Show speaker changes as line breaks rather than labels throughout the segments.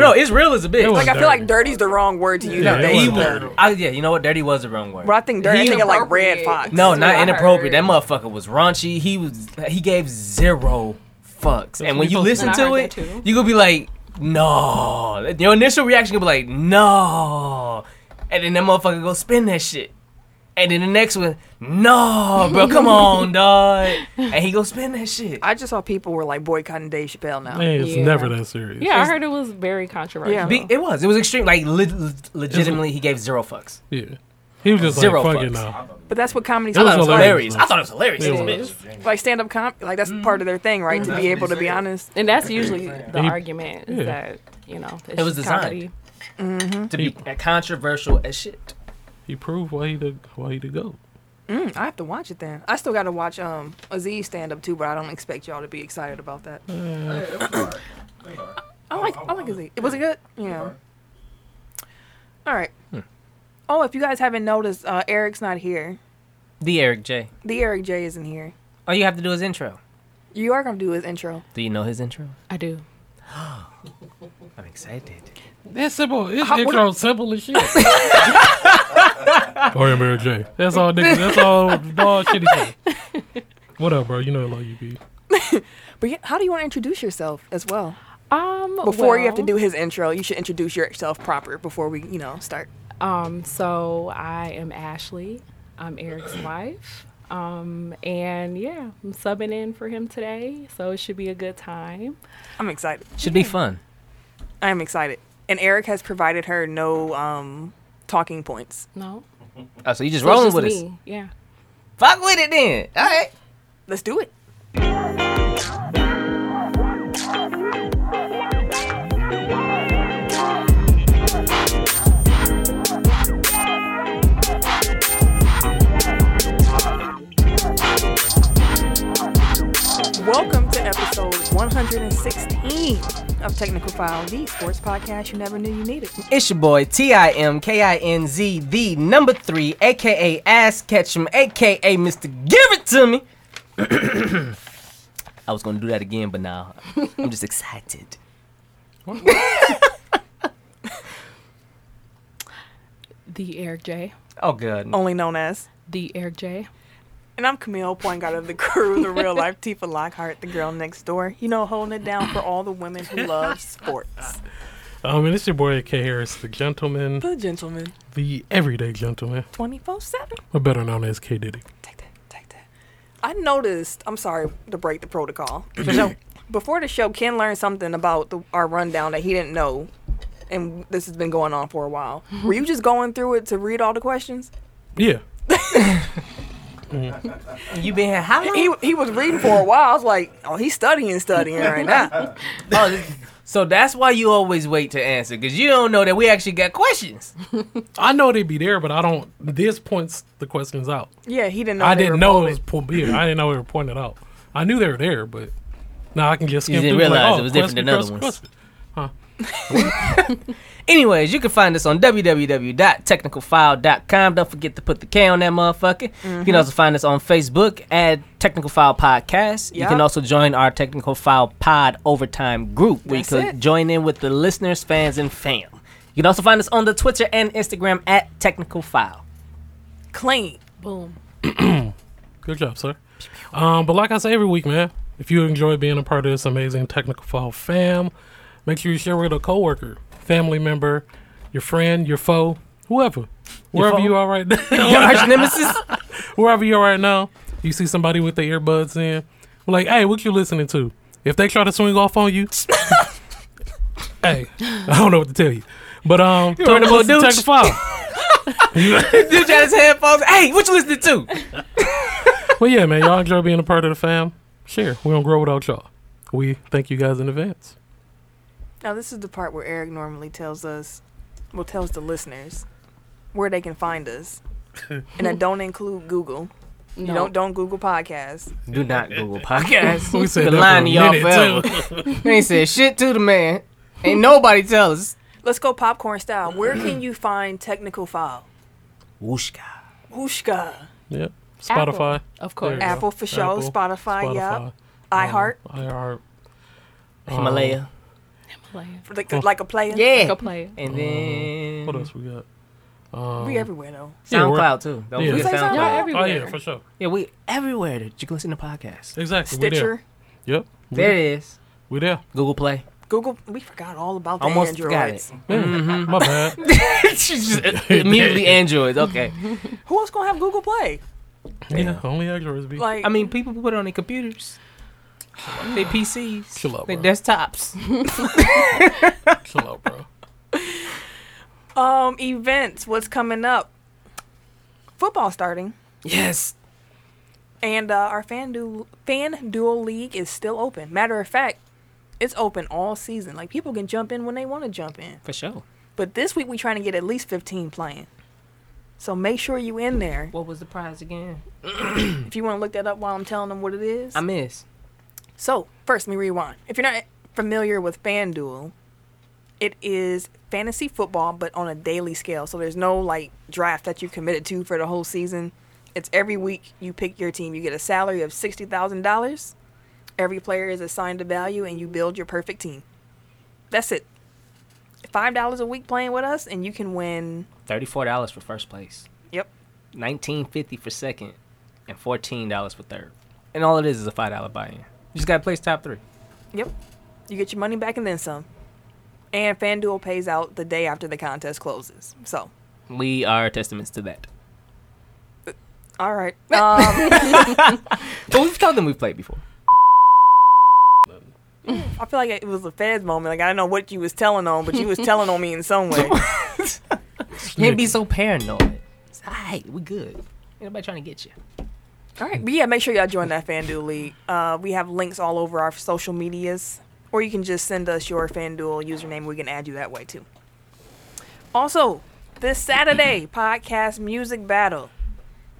No, it's real as a bitch.
It was
Like,
Like I feel like dirty's the wrong word to use.
Yeah,
on
it
that
was
he
either.
dirty.
was, I, yeah, you know what? Dirty was the wrong word.
But I think dirty. I
He
think of like red
inappropriate.
fox.
No,
That's
not
what I
inappropriate. That
heard.
motherfucker was raunchy. He was he gave zero fucks. and when
what
you
you
listen
posted.
to
I heard
it,
that too.
you gonna be like, no. Your initial reaction gonna be like, no. And then that motherfucker go spin that shit. And then the next one, no, bro, come on, dog. And he go spin that shit.
I just saw people were like boycotting Dave Chappelle now.
Hey, it's
Yeah.
never that serious.
Yeah, I heard it was very controversial.
Yeah.
Be- it was. It was extreme. Like le- le- legitimately, he gave zero fucks.
Yeah. He was just
Zero
like, fuck it
fucks.
now.
But that's what comedy
It
I
was
thought it was hilarious.
hilarious.
I thought it was hilarious.
It
This
was.
bitch.
like stand up comedy. Like that's part of their thing, right? To be able to be honest.
And that's usually the
He-
argument is
yeah.
that, you know, it's
It was
just
designed.
comedy.
To be controversial as shit.
He proved why he the why he the goat.
Mm, I have to watch it then. I still got to watch um Aziz stand up too, but I don't expect y'all to be excited about that.
Uh,
I like I like Aziz. Was it good? Yeah. All right.
Hmm.
Oh, if you guys haven't noticed, uh, Eric's not here.
The Eric J.
The Eric J isn't here.
All you have to do is intro.
You are gonna do his intro.
Do you know his intro?
I do.
I'm excited.
That's simple. It's intro simple as shit. or Mary J. That's all niggas. That's all dog shit he said. What up, bro? You know I love you, B.
But yeah, how do you want to introduce yourself as well?
Um
Before you have to
well,
do his intro, you should introduce yourself proper before we, you know, start.
Um, so I am Ashley. I'm Eric's wife. Um, and yeah, I'm subbing in for him today, so it should be a good time.
I'm excited.
Should be fun.
I am excited. And Eric has provided her no um, talking points.
No,
Oh, so you just
So it's
rolling
just
with us?
me. Yeah.
Fuck with it then. All right.
Let's do it. Welcome to episode 116 of Technical File, the sports podcast you never knew you needed.
It's your boy T I M K I N Z the number three, aka Ass Ketchum, aka Mr. Give It To Me. I was gonna do that again, but now I'm just excited.
The Eric J.
Oh god.
Only known as.
The Eric J.
And I'm Camille, point guard of the crew, the real life Tifa Lockhart, the girl next door. You know, holding it down for all the women who love sports.
Um, and it's your boy K Harris, the gentleman,
The gentleman,
the everyday gentleman,
24 7.
but better known as K Diddy.
Take that, take that. I noticed, I'm sorry to break the protocol. Before the show, Ken learned something about the, our rundown that he didn't know. And this has been going on for a while. Were you just going through it to read all the questions?
Yeah.
You been here how long?
He, he was reading for a while. I was like, oh, he's studying, studying right now.
Oh, this- so that's why you always wait to answer, because you don't know that we actually got questions.
I know they be there, but I don't. This points the questions out.
Yeah, he didn't know.
I
they
didn't
were
know it
voting.
was po- yeah, I didn't know they were pointed out. I knew they were there, but now I can just skip.
You didn't
through,
realize
like, oh,
it was different than
question,
other
question,
Anyways, you can find us on www.technicalfile.com. Don't forget to put the K on that motherfucker. You
Mm-hmm.
can also find us on Facebook at Technical File Podcast. You
Yup.
can also join our Technical File Pod Overtime group where you
That's
can
it.
join in with the listeners, fans, and fam. You can also find us on the Twitter and Instagram at Technical File.
clean.
Boom.
Good job, sir. Um, but like I say every week, man, if you enjoy being a part of this amazing technical file fam, make sure you share with a coworker, family member, your friend, your foe, whoever, wherever
foe?
you are right now,
Your arch nemesis?
wherever you are right now, you see somebody with their earbuds in, like, hey, what you listening to? If they try to swing off on you, hey, I don't know what to tell you, but um,
You're a little douche.
technical file.
Dude got his headphones. Hey, what you listening to?
Well, yeah, man, y'all enjoy being a part of the fam. Sure, we don't grow without y'all. We thank you guys in advance.
Now this is the part where Eric normally tells us, well, tells the listeners where they can find us, and I don't include Google.
No.
You don't don't Google podcasts.
Do not Google podcasts.
We said
Been
that for
lying
a
to y'all
minute,
forever. You ain't said shit to the man. Ain't nobody tell us.
Let's go popcorn style. Where can you find technical file?
Wooshka.
Wooshka.
Yep. Spotify. um,
Apple, of course.
There you go.
Apple for sure, Spotify, yup.
Spotify.
iHeart.
iHeart.
Himalaya.
Player.
For
Oh.
Like, like a player.
Go
Yeah.
play.
Oh. And then
What else we got? Um,
Mm-hmm. We everywhere though.
yeah, we're-
SoundCloud too. Don't
Yeah.
forget
Say
SoundCloud.
SoundCloud.
Y'all everywhere.
Oh yeah, for sure.
Yeah, we everywhere. that You can listen to podcasts.
Exactly. We there.
Stitcher,
Yep. We
There
there.
it is.
We there.
Google Play.
Google. We forgot all about the
Almost forgot
Androids.
it.
Mm-hmm.
My bad.
She's just immediately Androids. Okay.
Who else gonna have Google Play?
yeah. Only Androids be.
Like,
I mean, people put it on their computers, their PCs,
Chill out,
their
bro.
desktops.
Chill out, bro.
um, events. What's coming up? Football starting,
Yes.
and uh, our fan duel fan duel league is still open. Matter of fact, it's open all season. Like people can jump in when they want to jump in.
For sure.
But this week we trying to get at least fifteen playing. So make sure you in there.
What was the prize again?
If you want to look that up while I'm telling them what it is.
I miss.
So, first, let me rewind. If you're not familiar with FanDuel, it is fantasy football, but on a daily scale. So there's no like draft that you committed to for the whole season. It's every week you pick your team. You get a salary of sixty thousand dollars. Every player is assigned a value, and you build your perfect team. That's it. Five dollars a week playing with us, and you can win.
Thirty-four dollars for first place,
Yep.
nineteen fifty for second, and fourteen dollars for third. And all it is is a five dollar buy-in. You just got to place top three.
Yep. You get your money back and then some. And FanDuel pays out the day after the contest closes. So,
We are testaments to that.
all right. Um,
But we've told them we've played before.
I feel like it was a Fez moment. Like I don't know what you was telling on, but you was telling on me in some way.
Can't be so paranoid. It's all right. We good. Ain't nobody trying to get you.
All right, but yeah, make sure y'all join that FanDuel league. Uh, we have links all over our social medias, or you can just send us your FanDuel username. We can add you that way too. Also, this Saturday podcast music battle,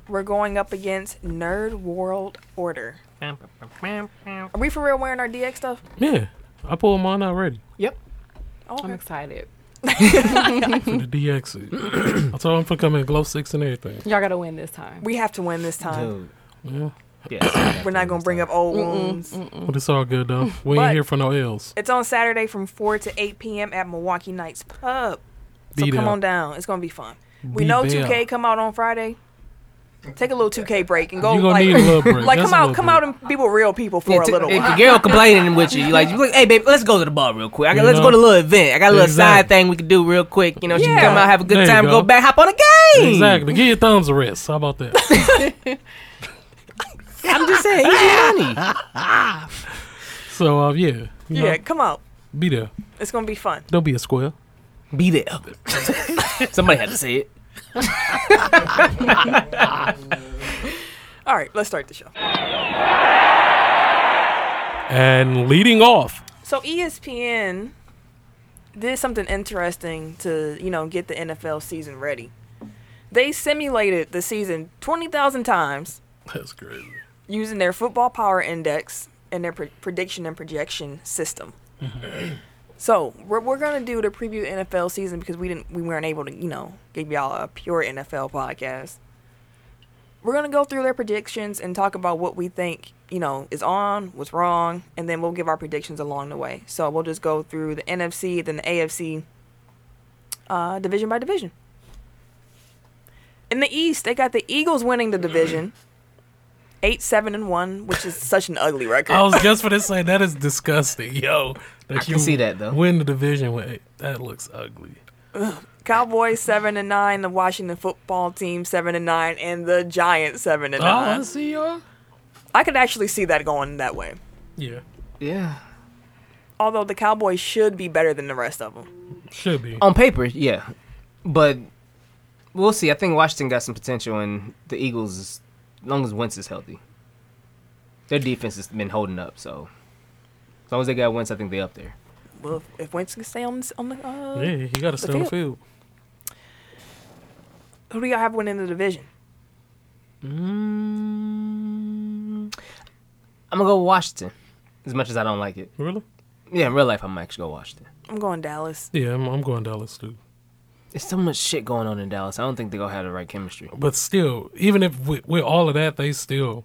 we're going up against Nerd World Order. Are we for real wearing our DX stuff?
Yeah. I pulled mine already
Oh,
I'm
okay.
excited.
for the DX. I told him to come in glow sticks and everything.
Y'all gotta win this time.
We have to win this time.
Yeah.
Yes.
We're not gonna bring up old wounds.
But it's all good though. We
But-
ain't here for no L's.
It's on Saturday from 4 to 8 p.m. at Milwaukee Nights Pub. So
Be
come
there.
on down. It's going to be fun. We
Be
know
there.
2K come out on Friday. Take a little 2K break and go
you gonna
like
need a little break.
like
Just
come
a
out
little
come
break.
out and be with real people for
Yeah,
a
t-
little
if
while.
the girl complaining with you, you like, you like, hey, babe, let's go to the bar real quick. I got,
You
let's
know?
go to a little event. I got a little side
Exactly.
thing we could do real quick. You know, she can
Yeah.
come out, have a good
There you
time, go.
go.
back, hop on a game.
Exactly. Give your thumbs a rest. How about that?
I'm just saying, he's money.
So uh, yeah, you
Yeah,
know,
come out.
be there.
It's going to be fun.
Don't be a square.
Be there. Somebody had to say it.
All right, let's start the show.
And leading off,
So E ESPN did something interesting to, you know, get the NFL season ready. They simulated the season 20,000 times
that's crazy.
using their football power index and their pre- prediction and projection system. so what we're gonna do to preview NFL season because we didn't we weren't able to you know give y'all a pure NFL podcast. We're gonna go through their predictions and talk about what we think you know is on, what's wrong, and then we'll give our predictions along the way. So we'll just go through the NFC, then the AFC, uh, division by division. In the East, they got the Eagles winning the division eight seven and one, which is such an ugly record.
I was just for to say that is disgusting, yo. That
can see that, though.
Win the division with eight. That looks ugly.
Cowboys seven and nine, the Washington football team seven and nine, and the Giants seven and
Oh, I
nine.
see y'all.
I could actually see that going that way.
Yeah,
Yeah.
Although the Cowboys should be better than the rest of them.
should be.
Um,
On paper, yeah. But we'll see. I think Washington got some potential, and the Eagles, as long as Wentz is healthy, their defense has been holding up. So as long as they got Wentz, I think they're up there.
Well, if, if Wentz can stay on, this, on the uh,
yeah, you got to stay on the field.
who do y'all have winning the division?
Mm, I'm gonna go Washington, as much as I don't like it.
Really?
Yeah, in real life, I'm actually go Washington.
I'm going Dallas.
Yeah, I'm, I'm going Dallas too.
There's so much shit going on in Dallas. I don't think they're gonna have the right chemistry.
But still, even if with, with all of that, they still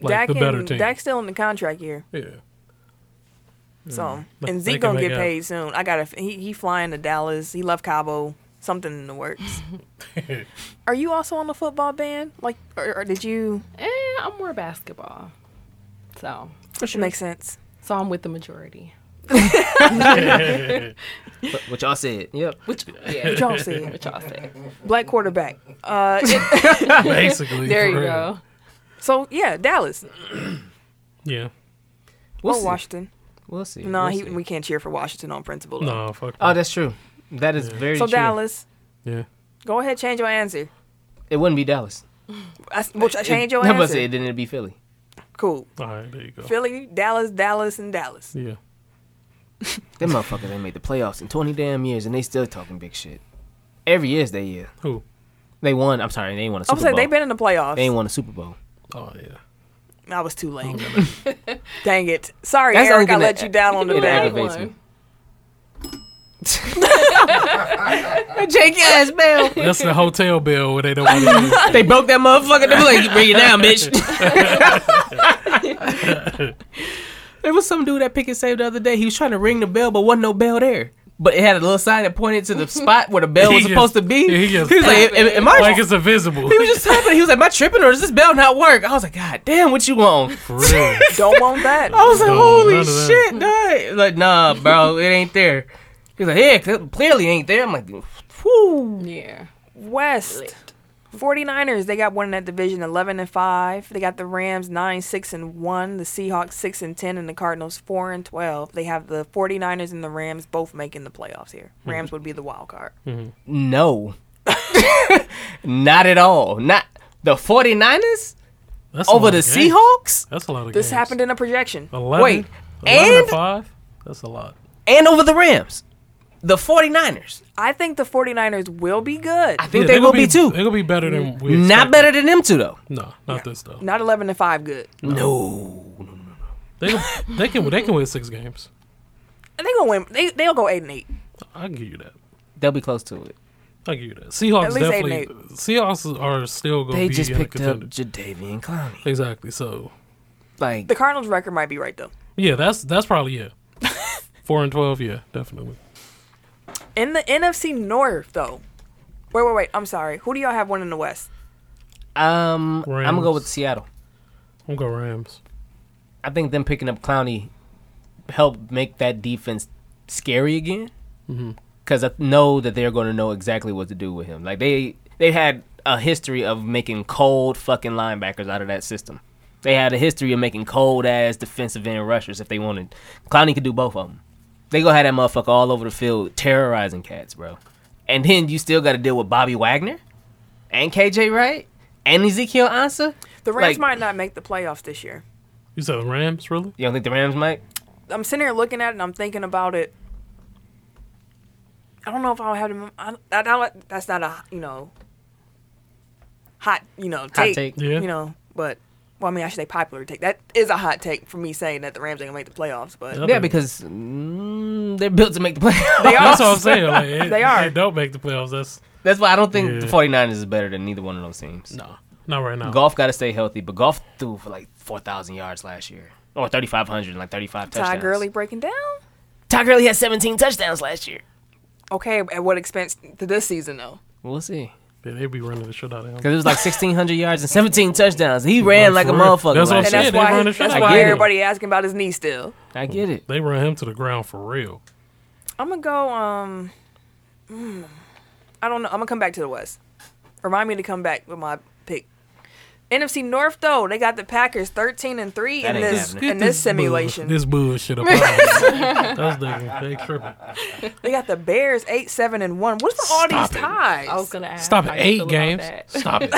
like
Dak
the better
and,
team.
Dak's still in the contract year.
yeah.
So
But
and
they
Zeke
can
gonna
make
get
up.
paid soon. I got to he he flying to Dallas. He left Cabo. Something in the works. Are you also on the football ban? Like, or, or did you?
Eh, I'm more basketball. So,
Which makes sense.
so I'm with the majority.
What, what y'all said. Yep.
Which, yeah,
Y'all see,
which y'all said.
black quarterback. Uh, it-
Basically.
There
for
you
real.
go.
so yeah, Dallas
Yeah.
We'll
or
see.
Washington.
We'll see.
No,
We'll
he,
see.
we can't cheer for Washington on principle. though.
No, fuck.
Oh,
that.
that's true. That is very
So
true.
Dallas,
yeah.
go ahead, change your answer.
It wouldn't be Dallas.
I, s- well, ch- change your
I'm about to
answer.
say, then it'd be Philly.
Cool.
All right, there you go.
Philly, Dallas, Dallas, and Dallas.
Yeah.
Them motherfuckers ain't made the playoffs in 20 damn years, and they still talking big shit. Every year is their year.
Who?
They won. I'm sorry, they ain't won a
I'm
Super
saying
Bowl.
they've been in the playoffs.
They ain't won a Super Bowl.
Oh yeah.
I was too late. Dang it. Sorry,
That's the only
Eric, I
thing
let
that-
you down on the
It
bag.
Right
aggravates me.
one.
Jake ass Bill.
That's the hotel bill where they don't want to.
they broke that motherfucker. They were like, bring it down, bitch. there was some dude that Pickett saved the other day. He was trying to ring the bell, but wasn't no bell there. But it had a little sign that pointed to the spot where the bell
He
was
just-
supposed to be.
he just-
was like, am, am I?
Like it's invisible.
he was just typing. He was like, "Am I tripping or does this bell not work?" I was like, "God damn, what you want?"
For real.
Don't want that.
I was like,
No, none
"Holy
of that.
shit, nah. Like, nah, bro, it ain't there." He was like, "Yeah, 'cause it clearly ain't there." I'm like, "Whew."
Yeah.
West. 49ers, they got one in that division 11 and 5. They got the Rams 9 6 and 1, the Seahawks 6 and 10 and the Cardinals 4 and 12. They have the 49ers and the Rams both making the playoffs here.
Mm-hmm.
Rams would be the wild card.
No. Not at all. Not the 49ers
That's a
over
lot
the
of games.
Seahawks
That's a lot of
This
games.
happened in a projection.
Oh.
11?
Wait,
11
and-
to 5? That's a lot.
and over the Rams. The 49ers.
I think the 49ers will be good.
I think they will be, too.
They're going to be better than we
Not
expected.
better than them two though.
No, not this though.
Not 11 and 5 good.
No.
They, can- they can they can win six games.
And they going to win. They, they'll go 8 and 8.
I'll give you that.
They'll be close to it.
I'll give you that. Seahawks
At least eight and
definitely. Seahawks are still going
They
to be
just
in a
picked up
contender.
Jadavian Clowney.
Exactly. So
Like
The Cardinals record might be right, though.
yeah, that's that's probably yeah. Four and twelve, yeah, definitely.
In the NFC North, though. Wait, wait, wait. I'm sorry. Who do y'all have one in the West?
um I'm gonna go
Rams.
with Seattle.
I'm gonna go Rams.
I think them picking up Clowney helped make that defense scary again. Because I know that they're going to know exactly what to do with him. Like they they had a history of making cold fucking linebackers out of that system. They had a history of making cold ass defensive end rushers if they wanted. Clowney could do both of them. They gonna have that motherfucker all over the field terrorizing cats, bro. And then you still got to deal with Bobby Wagner and KJ Wright and Ezekiel Ansah.
The Rams
Like-
might not make the playoffs this year.
You said the Rams, really?
You don't think the Rams might?
I'm sitting here looking at it and I'm thinking about it. I don't know if I'll have them. I, I, don't- that's not a, you know, hot, you know, take.
take.
Yeah.
You know, but, well, I mean, I should say popular take. That is a hot take for me saying that the Rams ain't going to make the playoffs, but
Yep.
Yeah, because mm, they're built to make the playoffs.
they are.
That's what I'm saying. Like, it,
They are.
It don't make the playoffs. That's
That's why I don't think the
Yeah.
49ers is better than neither one of those teams.
no, not right now.
Golf got to stay healthy, but golf threw for like 4,000 yards last year. Or 3,500, like 35 touchdowns.
Ty Gurley breaking down?
Ty Gurley had 17 touchdowns last year.
Okay, at what expense to this season, though?
We'll see.
Yeah, they be running the shit out of him.
Because it was like 1,600 yards and 17 touchdowns. He ran like a
for real.
motherfucker.
That's what I'm
last
And
saying.
year.
that's
they
why,
run the shit
that's
out of
why
him.
everybody asking about his knee still.
I get it.
They run him to the ground for real.
I'm gonna go. Um, mm, I don't know. I'm gonna come back to the West. Remind me to come back with my pick. NFC North though, they got the Packers 13 and three
That
in
ain't
this
happening.
in this simulation.
Bull, this bullshit up. That's they, they tripping.
They got the Bears eight seven and one. What's with all
Stop
these
it.
ties?
Oh,
I was going to ask.
Stop it.
how you feel
Eight
about
games.
that.
Stop it.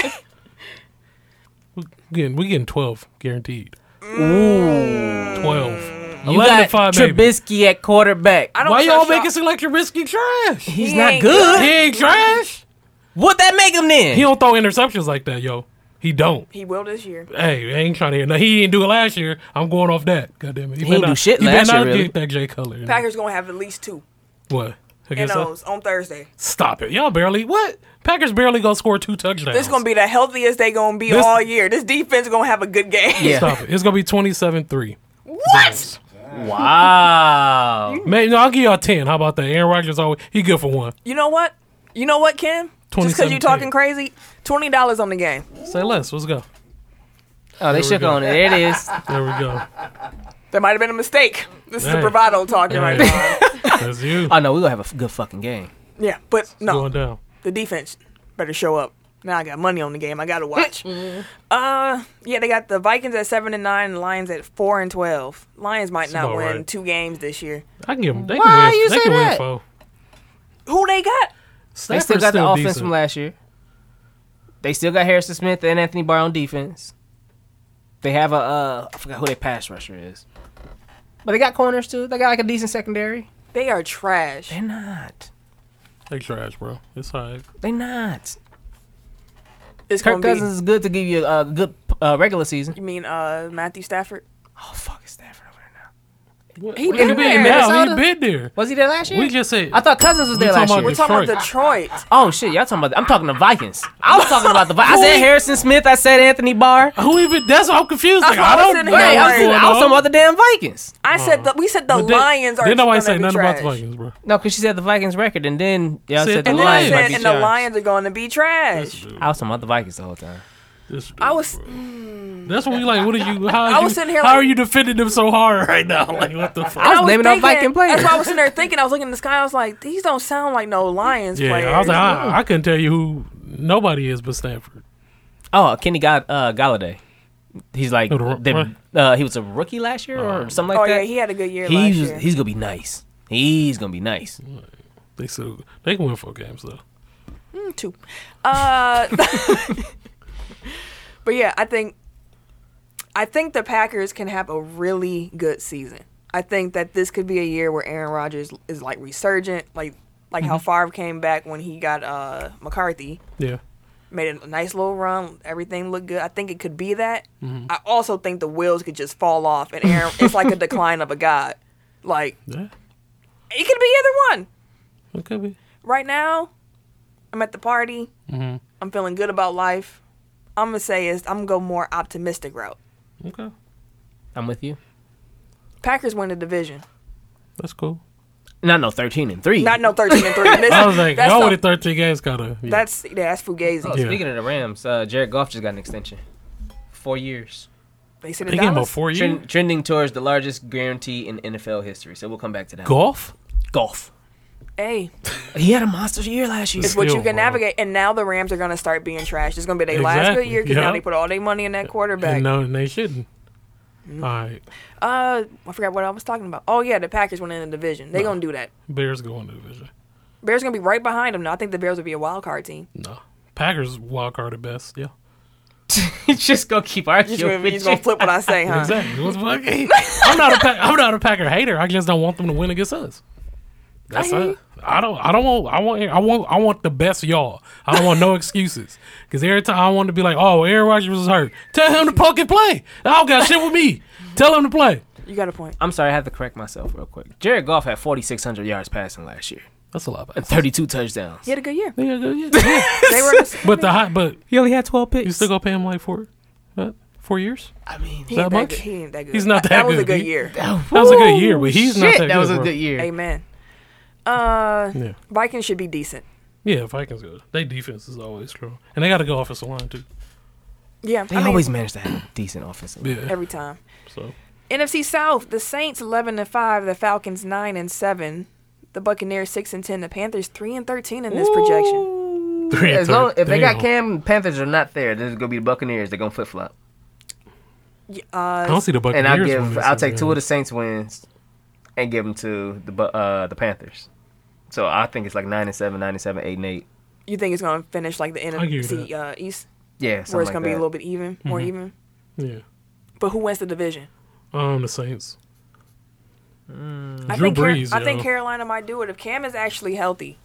we getting we getting twelve guaranteed. Ooh, twelve.
You
Eleven
got
to five, baby.
Trubisky at quarterback.
I don't
Why y'all
trust
make it seem like Trubisky trash?
He's
He
not
ain't
good.
He ain't trash.
What that make him then?
He don't throw interceptions like that, yo. He don't.
He will this year.
Hey, I ain't trying to hear. No, he didn't do it last year. I'm going off that. God damn it.
He ain't do shit
he
last
better
year,
not
really.
get that Jay Cutler. in there.
Packers gonna have at least two
What? Against us?
NOs on Thursday.
Stop it. Y'all barely. What? Packers barely gonna score two touchdowns.
This gonna be the healthiest they gonna be
This-
all year. This defense gonna have a good game.
Yeah.
Stop it. It's gonna be 27 3.
What?
Wow.
Man, no, I'll give y'all ten. How about that? Aaron Rodgers always he good for one.
You know what? You know what, Kim? Just because
2017.
you talking crazy, twenty dollars on the game.
Say less. Let's go.
Oh, they
we
shook
go.
on it. There it is.
There we go.
That might have been a mistake. This is
Dang.
the bravado talking right now.
Hey, That's you
Oh no, we gonna have a f- good fucking game.
Yeah, but no,
going down.
the defense better show up. Now I got money on the game. I gotta watch.
Mm-hmm.
uh, yeah, they got the Vikings at seven and nine, and Lions at four and twelve. Lions might not
about
win
right.
two games this year.
I can give them. They
Why
can win.
you
they
say
can win
that?
four.
Who they got?
They
Stafford's
still got the offense
decent.
from last year. They still got Harrison Smith and Anthony Barr on defense. They have a uh, I forgot who their pass rusher is, but they got corners too. They got like a decent secondary.
They are trash.
They're not.
They trash, bro. It's alright.
They're not.
It's
Kirk
Kirk be,
Cousins is good to give you a good uh, regular season.
You mean uh Matthew Stafford?
Oh fuck, is Stafford over there now?
He
been there.
Now.
Minnesota?
He been there.
Was he there last year?
We just said
I thought Cousins was there
talking
last
about
year.
We're talking about Detroit.
Oh shit, y'all talking about? I'm talking the Vikings. I was talking about the. Vi- I said Harrison Smith. I said Anthony Barr.
who even. That's why I'm confused. Like,
That's
I
why I
don't.
was in
know
here
Hey, I
what's
was,
worried.
going
I was
on.
talking about the damn Vikings.
I said the, we said the
Uh-huh. But then-
Lions are
Then nobody
gonna
say
be
nothing
trash.
about the Vikings, bro.
No, because she said the Vikings record, and then y'all said
Said
the
the
And then I
Lions.
Lions.
might
said,
be
and the
trash.
Lions are going to be trash.
I was talking about the Vikings the whole time.
This
I
dude,
was
bro. That's what we like. What are you? How are
I was
you-
sitting here
How
like-
are you defending them so hard right now? Like what the fuck?
I was naming off
thinking-
Viking players.
That's why I was sitting there thinking. I was looking in the sky. I was like, these don't sound like no Lions
Yeah,
players.
I was like, "Ah." I, I couldn't tell you who nobody is but Stanford.
Oh, Kenny got uh, Galladay. He's like
Who the ro-
the, uh, he was a rookie last year or something
oh
like
yeah,
that.
he had a good year last
he's
year.
he's gonna be nice. He's gonna be nice.
They still they can win four games though.
Mm, two. Uh, but yeah, I think I think the Packers can have a really good season. I think that this could be a year where Aaron Rodgers is like resurgent, like like how
Mm-hmm.
Favre came back when he got uh, McCarthy.
Yeah,
made a nice little run. Everything looked good. I think it could be that.
Mm-hmm.
I also think the wheels could just fall off, and Aaron, it's like a decline of a god. Like
yeah,
it could be either one.
it could be.
Right now, I'm at the party.
Mm-hmm.
I'm feeling good about life. I'm gonna say is I'm gonna go more optimistic route.
Okay,
I'm with you.
Packers win the division.
that's cool.
Not no thirteen and three.
Not no thirteen and three. Listen,
I was like,
that's
y'all
the-
with thirteen games, gotta. Yeah.
that's yeah, that's fugazi.
Oh,
Yeah.
Speaking of the Rams, uh, Jared Goff just got an extension, four years,
They said
they gave him a
Dallas.
four year
Trend, trending towards the largest guarantee in NFL history. So we'll come back to that.
golf.
Golf.
Hey,
He had a monster year last year.
it's what you
Still,
can
bro.
navigate. And now the Rams are gonna start being trash. It's gonna be their last good
Exactly.
year because now
Yeah.
they put all their money in that quarterback.
And no, and they shouldn't. All right,
Uh, I forgot what I was talking about. Oh yeah, the Packers winning the division. They gonna do that.
Bears going to division.
Bears gonna be right behind them. Now I think the Bears will be a wild card team.
No, Packers wild card at best. Yeah,
just gonna keep arguing
You just, gonna,
with
you just gonna
you.
flip what I say, huh?
exactly. What's fucking? I'm not a pack, I'm not a Packer hater. I just don't want them to win against us. That's
I hear
it. I don't. I don't want. I want. I want. I want the best of y'all. I don't want no excuses. Because every time I want to be like, "Oh, Aaron Rodgers was hurt. Tell him to poke and play. I don't got shit with me. Tell him to play."
You got a point.
I'm sorry, I have to correct myself real quick. Jared Goff had 4,600 yards passing last year
That's a lot.
and 32 touchdowns.
You had a good year.
Yeah, yeah, yeah.
They were.
but the hot. But
He only had 12 picks.
you still gonna pay him like four, what, four years?
I mean,
he
that
ain't
much?
good. He ain't that good.
He's not that
That was a
good,
good
he-
year.
That was a good year, but he's not
Oh, shit,
that,
that
good,
was a
bro.
good year.
Amen. Uh,
Yeah.
Vikings should be decent.
Yeah, Vikings good. They defense is always strong, and they got to go offensive line too.
Yeah,
They
I mean,
always manage to have a decent offensive. line.
Yeah,
every time.
so
NFC South: the Saints eleven and five, the Falcons nine and seven, the Buccaneers six and ten, the Panthers three and thirteen in this projection.
Three and
As long if they got
damn.
Cam, Panthers are not there. There's gonna be the Buccaneers. They're gonna flip flop,
Y- Uh,
I don't see the
and
Buccaneers.
I'll give.
winning
I'll
this
take two
season.
of the Saints wins, and give them to the Bu- uh, the Panthers. So I think it's like nine and seven, nine and seven, eight and eight.
you think it's gonna finish like the
give you
NFC uh, East?
Yeah,
where
something
it's
like
gonna be a
that.
little bit even, more
Mm-hmm.
even.
Yeah,
But who wins the division?
um, the Saints.
Mm.
I
Drew
think Car-
Brees,
I
yo. Mm,
think Carolina might do it if Cam is actually healthy.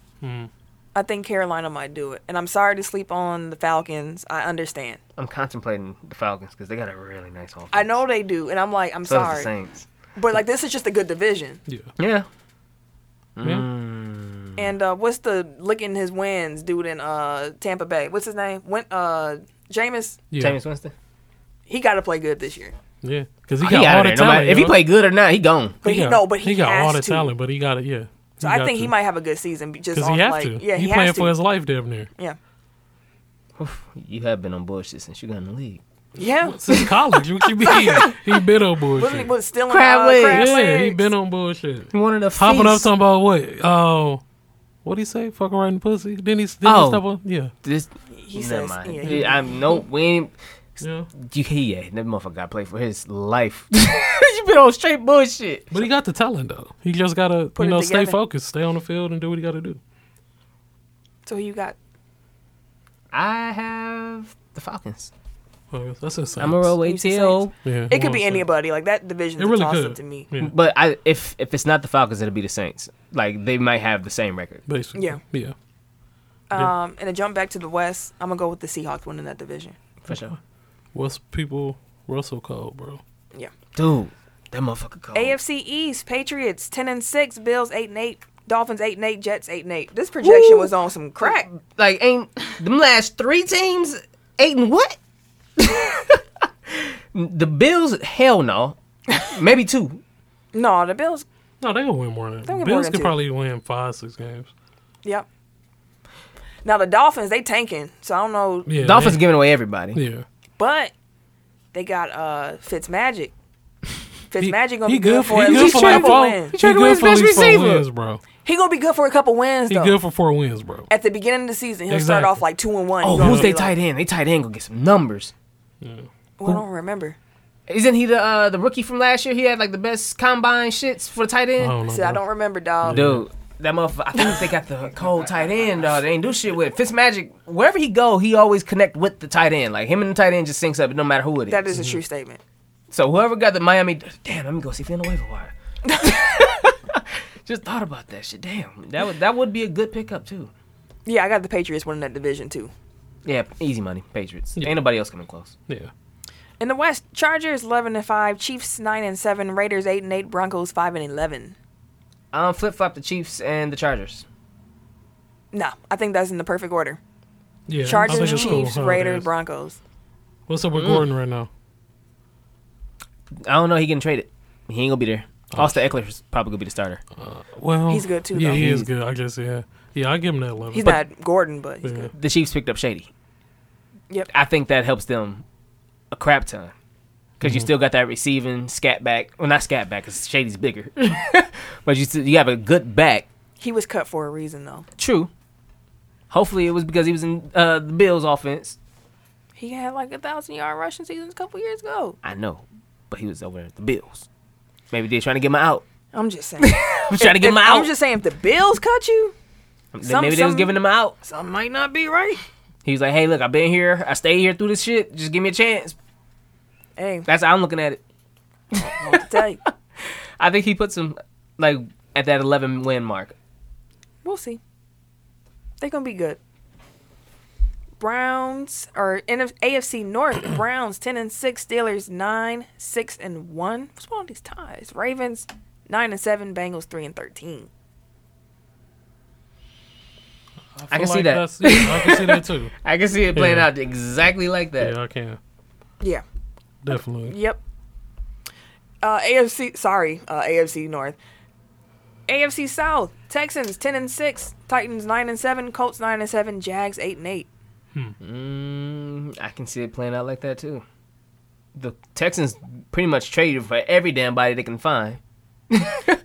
I think Carolina might do it, and I'm sorry to sleep on the Falcons. I understand.
I'm contemplating the Falcons because they got a really nice offense.
I know they do, and I'm like, I'm
So does the
sorry,
Saints.
but like this is just a good division.
Yeah,
Yeah. Mm.
yeah.
And uh, what's the licking his wins dude in uh, Tampa Bay? What's his name? Went uh, Jameis.
yeah.
James Winston.
He got to play good this year.
Yeah, because he
He
got
out
all
of
the
there. No
talent.
matter- if he
yo.
played good or not, he gone.
But he,
got,
no, but he,
got
has
all the
to.
talent. But he got it. Yeah.
So I think he might have a good season. be- Just
Because
on,
he has
like,
to.
Yeah,
he,
he,
playing
has to.
for his life damn near.
yeah,
You have been on bullshit since you got in the league.
yeah.
Since college, what you mean? He been on
Wasn't he
bullshit.
was still in
Crab
uh,
legs.
crab
Yeah, he
legs?
been on bullshit.
He wanted a
Hopping up
feast.
talking about what? Oh, what he say? Fuck around the pussy. Then he, then
Oh.
he step on. Yeah.
This,
He
never
says-
mind.
yeah, he-
I'm no we ain't
Yeah.
You, he, yeah, that motherfucker got played for his life. you been on straight bullshit.
But he got the talent though. He just gotta
Put
you
it
know stay
together.
focused, stay on the field, and do what he gotta do.
So you got
I have the Falcons.
Well, that's insane.
I'm a roll with
Who's the
T.O.
Yeah,
it could
well,
be
so-
anybody like that division.
It really
toss up
could. Mm-hmm.
to me.
Yeah,
But I, if if it's not the Falcons, it'll be the Saints. Like they might have the same record.
basically.
Yeah.
yeah. Yeah.
Um, and to jump back to the West, I'm gonna go with the Seahawks winning that division.
For sure.
What's people Russell Cole, bro?
Dude, that motherfucker
Oh.
cold.
AFC East: Patriots ten and six, Bills eight and eight, Dolphins eight and eight, Jets eight and eight. This projection
Woo!
was on some crack.
Like ain't them last three teams eight and what? the Bills, hell no. Maybe two.
No, the Bills.
No, they gonna win more than
They gonna
that.
win more
Bills
than
could
two.
probably win five, six games.
Yep. Now the Dolphins they tanking, so I don't know,
Yeah,
Dolphins
they-
giving away everybody.
Yeah,
but they got uh Fitzmagic.
He-
Fitzmagic gonna
he
be good, for
he
at
good
least
for
a
like
couple
four.
wins.
He
tried to win
good
his
for at
best
least four
receiver.
wins, bro.
He gonna be good for a couple wins
He
though.
good for four wins, bro.
at the beginning of the season, he'll start
Exactly.
off like two and one.
Oh,
He's
who's
gonna
they
be like-
tight end? They tight end gonna get some numbers.
Well, I don't remember.
Isn't he the uh, the rookie from last year? He had like the best combine shits for tight
I
end.
don't know.
See, I
bro.
don't remember, dog.
Dude, that motherfucker. I think they got the cold tight end. Dog. They ain't do shit with it. Fitzmagic. Wherever he go, he always connect with the tight end. Like him and the tight end just syncs up, no matter who it is.
That is a true statement.
so whoever got the Miami, damn, let me go see if he on the waiver wire. just thought about that shit. Damn, that would that would be a good pickup too.
Yeah, I got the Patriots winning that division too.
Yeah, easy money, Patriots.
Yeah.
Ain't nobody else coming close.
Yeah,
In the West, Chargers eleven and five, Chiefs nine and seven, Raiders eight and eight, Broncos five and eleven.
Um, flip flop the Chiefs and the Chargers.
Nah, I think that's in the perfect order.
yeah. I
Chargers,
think it's cool
Chiefs,
how it
Raiders,
is.
Broncos.
What's up with Gordon right now?
I don't know. He getting traded. He ain't gonna be there. Austin Eckler's probably gonna be the starter.
Well,
He's good, too,
Yeah,
though.
he is
He's-
good. I guess. Yeah, yeah. I give him that eleven.
He's
But-
not Gordon, but he's
Yeah.
good.
The Chiefs picked up Shady.
Yep.
I think that helps them a crap ton. Because you still got that receiving scat back. Well, not scat back because Shady's bigger. but you still, you have a good back.
He was cut for a reason though.
True. Hopefully it was because he was in uh, the Bills' offense.
He had like a thousand yard rushing season a couple years ago.
I know, but he was over at the Bills. Maybe they're trying to get him out.
I'm just saying. If-
I'm trying to get
if-
him out.
I'm just saying, if the Bills cut you,
Maybe
some-
they was
some-
giving him out.
something might not be right.
He was like, "Hey, look, I've been here. I stayed here through this shit. Just give me a chance."
Hey,
That's how I'm looking at it.
I don't tell you.
I think he puts him like at that 11 win mark.
We'll see. They're gonna be good. Browns or NF- AFC North Browns ten and six Steelers nine six and one. What's wrong with these ties? Ravens nine and seven Bengals three and thirteen.
I can
feel
see
like
that.
that's- yeah, I can see that too.
I can see it playing
Yeah.
out exactly like that.
Yeah, I can
Yeah.
definitely.
Yep. Uh, AFC sorry uh, AFC North. AFC South Texans ten and six Titans nine and seven Colts nine and seven Jags eight and eight.
Mm, I can see it playing out like that too. The Texans pretty much traded for every damn body they can find.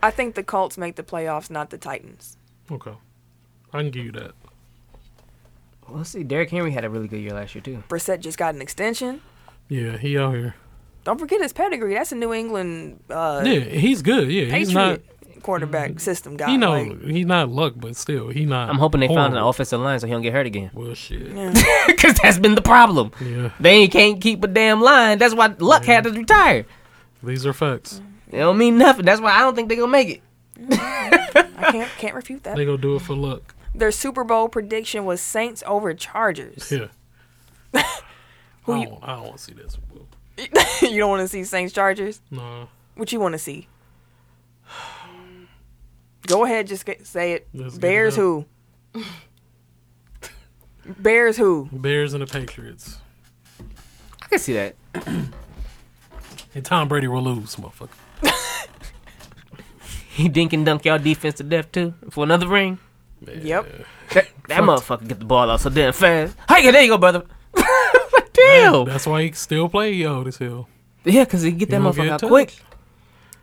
I think the Colts make the playoffs, not the Titans.
Okay, I can give you that.
We'll see. Derrick Henry had a really good year last year too.
Brissett just got an extension.
Yeah, he out here.
Don't forget his pedigree. That's a New England uh,
Yeah, he's good. Yeah, he's not.
Patriot quarterback system guy.
He know
like,
he not luck, but still he not.
I'm hoping they found an
horrible.
offensive line so he don't get hurt again.
Well, shit. Yeah.
yeah.
Because that's been the problem. They can't keep a damn line. That's why Luck had to retire.
these are facts.
It don't mean nothing. That's why I don't think they're gonna make it.
I can't can't refute that.
They gonna do it for luck.
Their Super Bowl prediction was Saints over Chargers.
Yeah.
Who
I
you-
don't, I don't want to see this. bro.
you don't want to see Saints Chargers.
Nah.
What you want to see? Go ahead, just get, say it.
Let's get
Bears
it up.
who? Bears who?
Bears and the Patriots.
I can see that.
And Tom Brady will lose, motherfucker.
He dink and dunk y'all defense to death too for another ring.
Yep.
That, that motherfucker get the ball out so damn fast. Hey, there you go, brother. damn.
That's why he still play yo this hill.
Yeah, cause he get that
You won't
motherfucker
get
out
touched.
quick.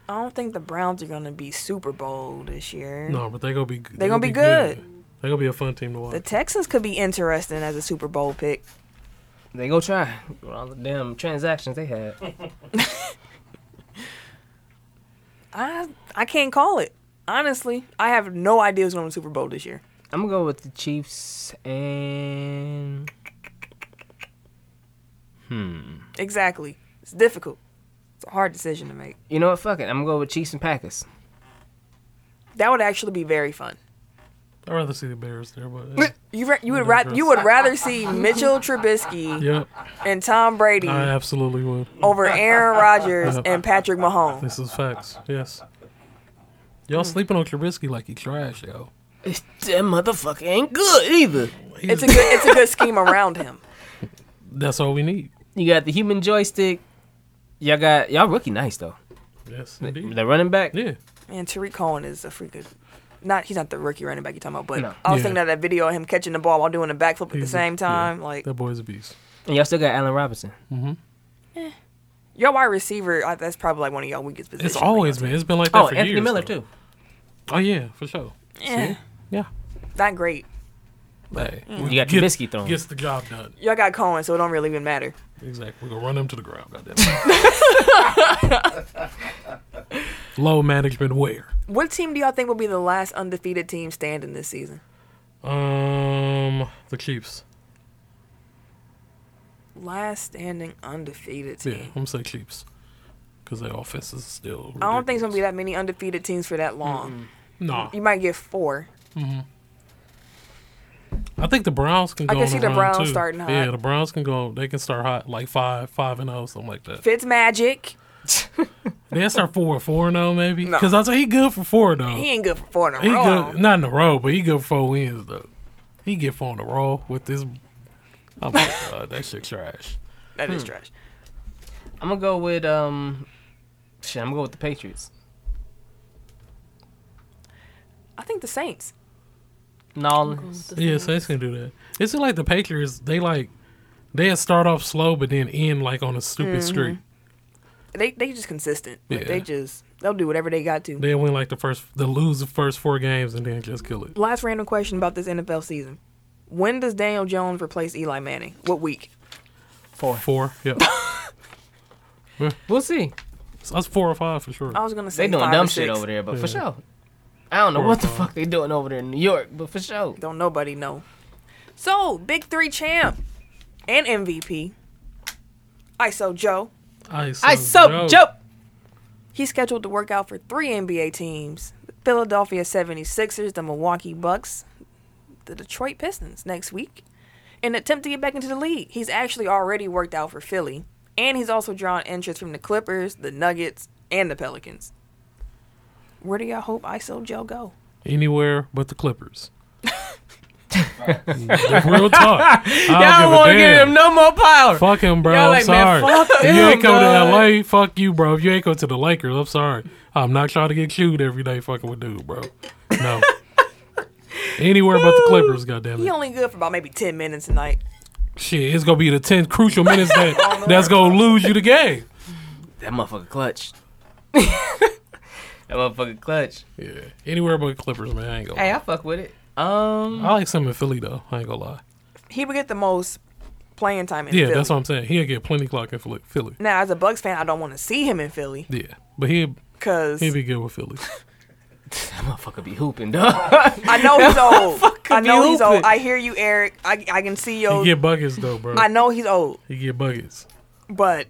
I don't think the Browns are gonna be Super Bowl this year.
No, but they gonna be good.
They gonna be
They gonna be a fun team to watch.
The Texans could be interesting as a Super Bowl pick.
They go try. with All the damn transactions they had.
I I can't call it. Honestly, I have no idea who's going to the Super Bowl this year.
I'm gonna go with the Chiefs and
Exactly. It's difficult. It's a hard decision to make.
you know what? Fuck it. I'm gonna go with Chiefs and Packers.
That would actually be very fun.
I'd rather see the Bears there, but
You ra- you would ra- you would rather see Mitchell Trubisky
yep,
and Tom Brady
I absolutely would.
over Aaron Rodgers and Patrick Mahomes.
This is facts. Yes. Y'all
Hmm.
sleeping on Trubisky like he trash, yo.
That motherfucker ain't good either.
It's a good it's a good scheme around him.
That's all we need.
You got the human joystick. Y'all got y'all rookie nice though.
Yes, indeed.
The running back.
Yeah.
And Tariq Cohen is a freaking not he's not the rookie running back you're talking about, but
No.
I was
Yeah.
thinking of that video of him catching the ball while doing a backflip at the
He's a-
same time.
yeah.
Like
That boy's a beast.
And y'all still got Allen Robinson.
your wide receiver, I, that's probably like one of y'all weakest positions.
It's always been. It's been like that
Oh,
for
Anthony
years.
Miller
though.
too.
Oh yeah, for sure.
Eh,
Yeah.
not great.
Hey,
You got
get-
Trubisky throwing.
Gets the job done.
Y'all got Cohen, so it don't really even matter.
Exactly. We're gonna run him to the ground. Goddamn. it. Low management wear.
What team do y'all think will be the last undefeated team standing this season?
Um, the Chiefs.
Last standing undefeted team.
Yeah, I'm gonna say Chiefs because their offense is still.
I don't think it's gonna be that many undefeated teams for that long.
Nah,
You might get four.
I think the Browns can.
I
go
can
on
see
a
the
run,
Browns
too.
starting hot.
Yeah, the Browns can go. They can start hot, like five, five and zero, something like that.
Fitz Magic.
They'll start four, four and zero maybe.
No.
Because I say he good for four though.
He ain't good for four in a
He
row.
good, not in a row, but he good for four wins though. He get four in a row with this. Oh my god, that shit trash.
That
Hmm.
is trash.
I'm gonna go with um shit, I'm gonna go with the Patriots.
I think the Saints.
New Orleans.
Yeah, Saints can do that. It's just like the Patriots. They like they start off slow, but then end like on a stupid
Mm-hmm.
streak.
They they just consistent. Like,
Yeah.
They just they'll do whatever they got to.
They win like the first, they lose the first four games, and then just kill it.
Last random question about this NFL season. When does Daniel Jones replace Eli Manning? What week?
Four.
Four, yeah,
We'll see.
so that's four or five for sure.
I was gonna say
They doing
five
dumb
or
shit
six.
over there, but
Yeah.
for sure. I don't know what the
Horrible.
fuck they doing over there in New York, but for sure.
Don't nobody know. So big three champ and MVP. ISO Joe.
Ice,
I so Joe.
He's scheduled to work out for three NBA teams the Philadelphia 76ers, the Milwaukee Bucks, the Detroit Pistons next week. In an attempt to get back into the league, he's actually already worked out for Philly, and he's also drawn interest from the Clippers, the Nuggets, and the Pelicans. Where do y'all hope ISO Joe go?
Anywhere but the Clippers. That's real talk. I
Y'all
don't give
want
a
to give
damn.
him no more power.
Fuck him, bro.
Y'all
I'm
like, man,
sorry.
fuck
if you
him,
ain't come
dog.
to LA, fuck you, bro. If you ain't come to the Lakers, I'm sorry. I'm not trying to get chewed every day fucking with dude, bro. No. Anywhere but the Clippers, goddamn
He
it.
only good for about maybe 10 minutes tonight.
Shit, it's gonna be the ten crucial minutes that that's gonna lose you the game.
That motherfucker clutch. that motherfucker clutch.
Yeah. Anywhere but Clippers, man. I ain't gonna
Hey,
lie.
I fuck with it. Um,
I like some in Philly though. I ain't gonna lie.
He would get the most playing time in
Yeah,
Philly.
that's what I'm saying. He'll get plenty clock in Philly. Philly.
Now, as a Bucks fan, I don't want to see him in Philly
Yeah. But he'll
because
he'll be good with Philly.
that motherfucker be hooping, dog.
I know he's old. I
be
know he's old.
hooping.
I hear you, Eric. I, I can see
He
your.
get buckets though, bro.
I know he's old,
He get buckets.
but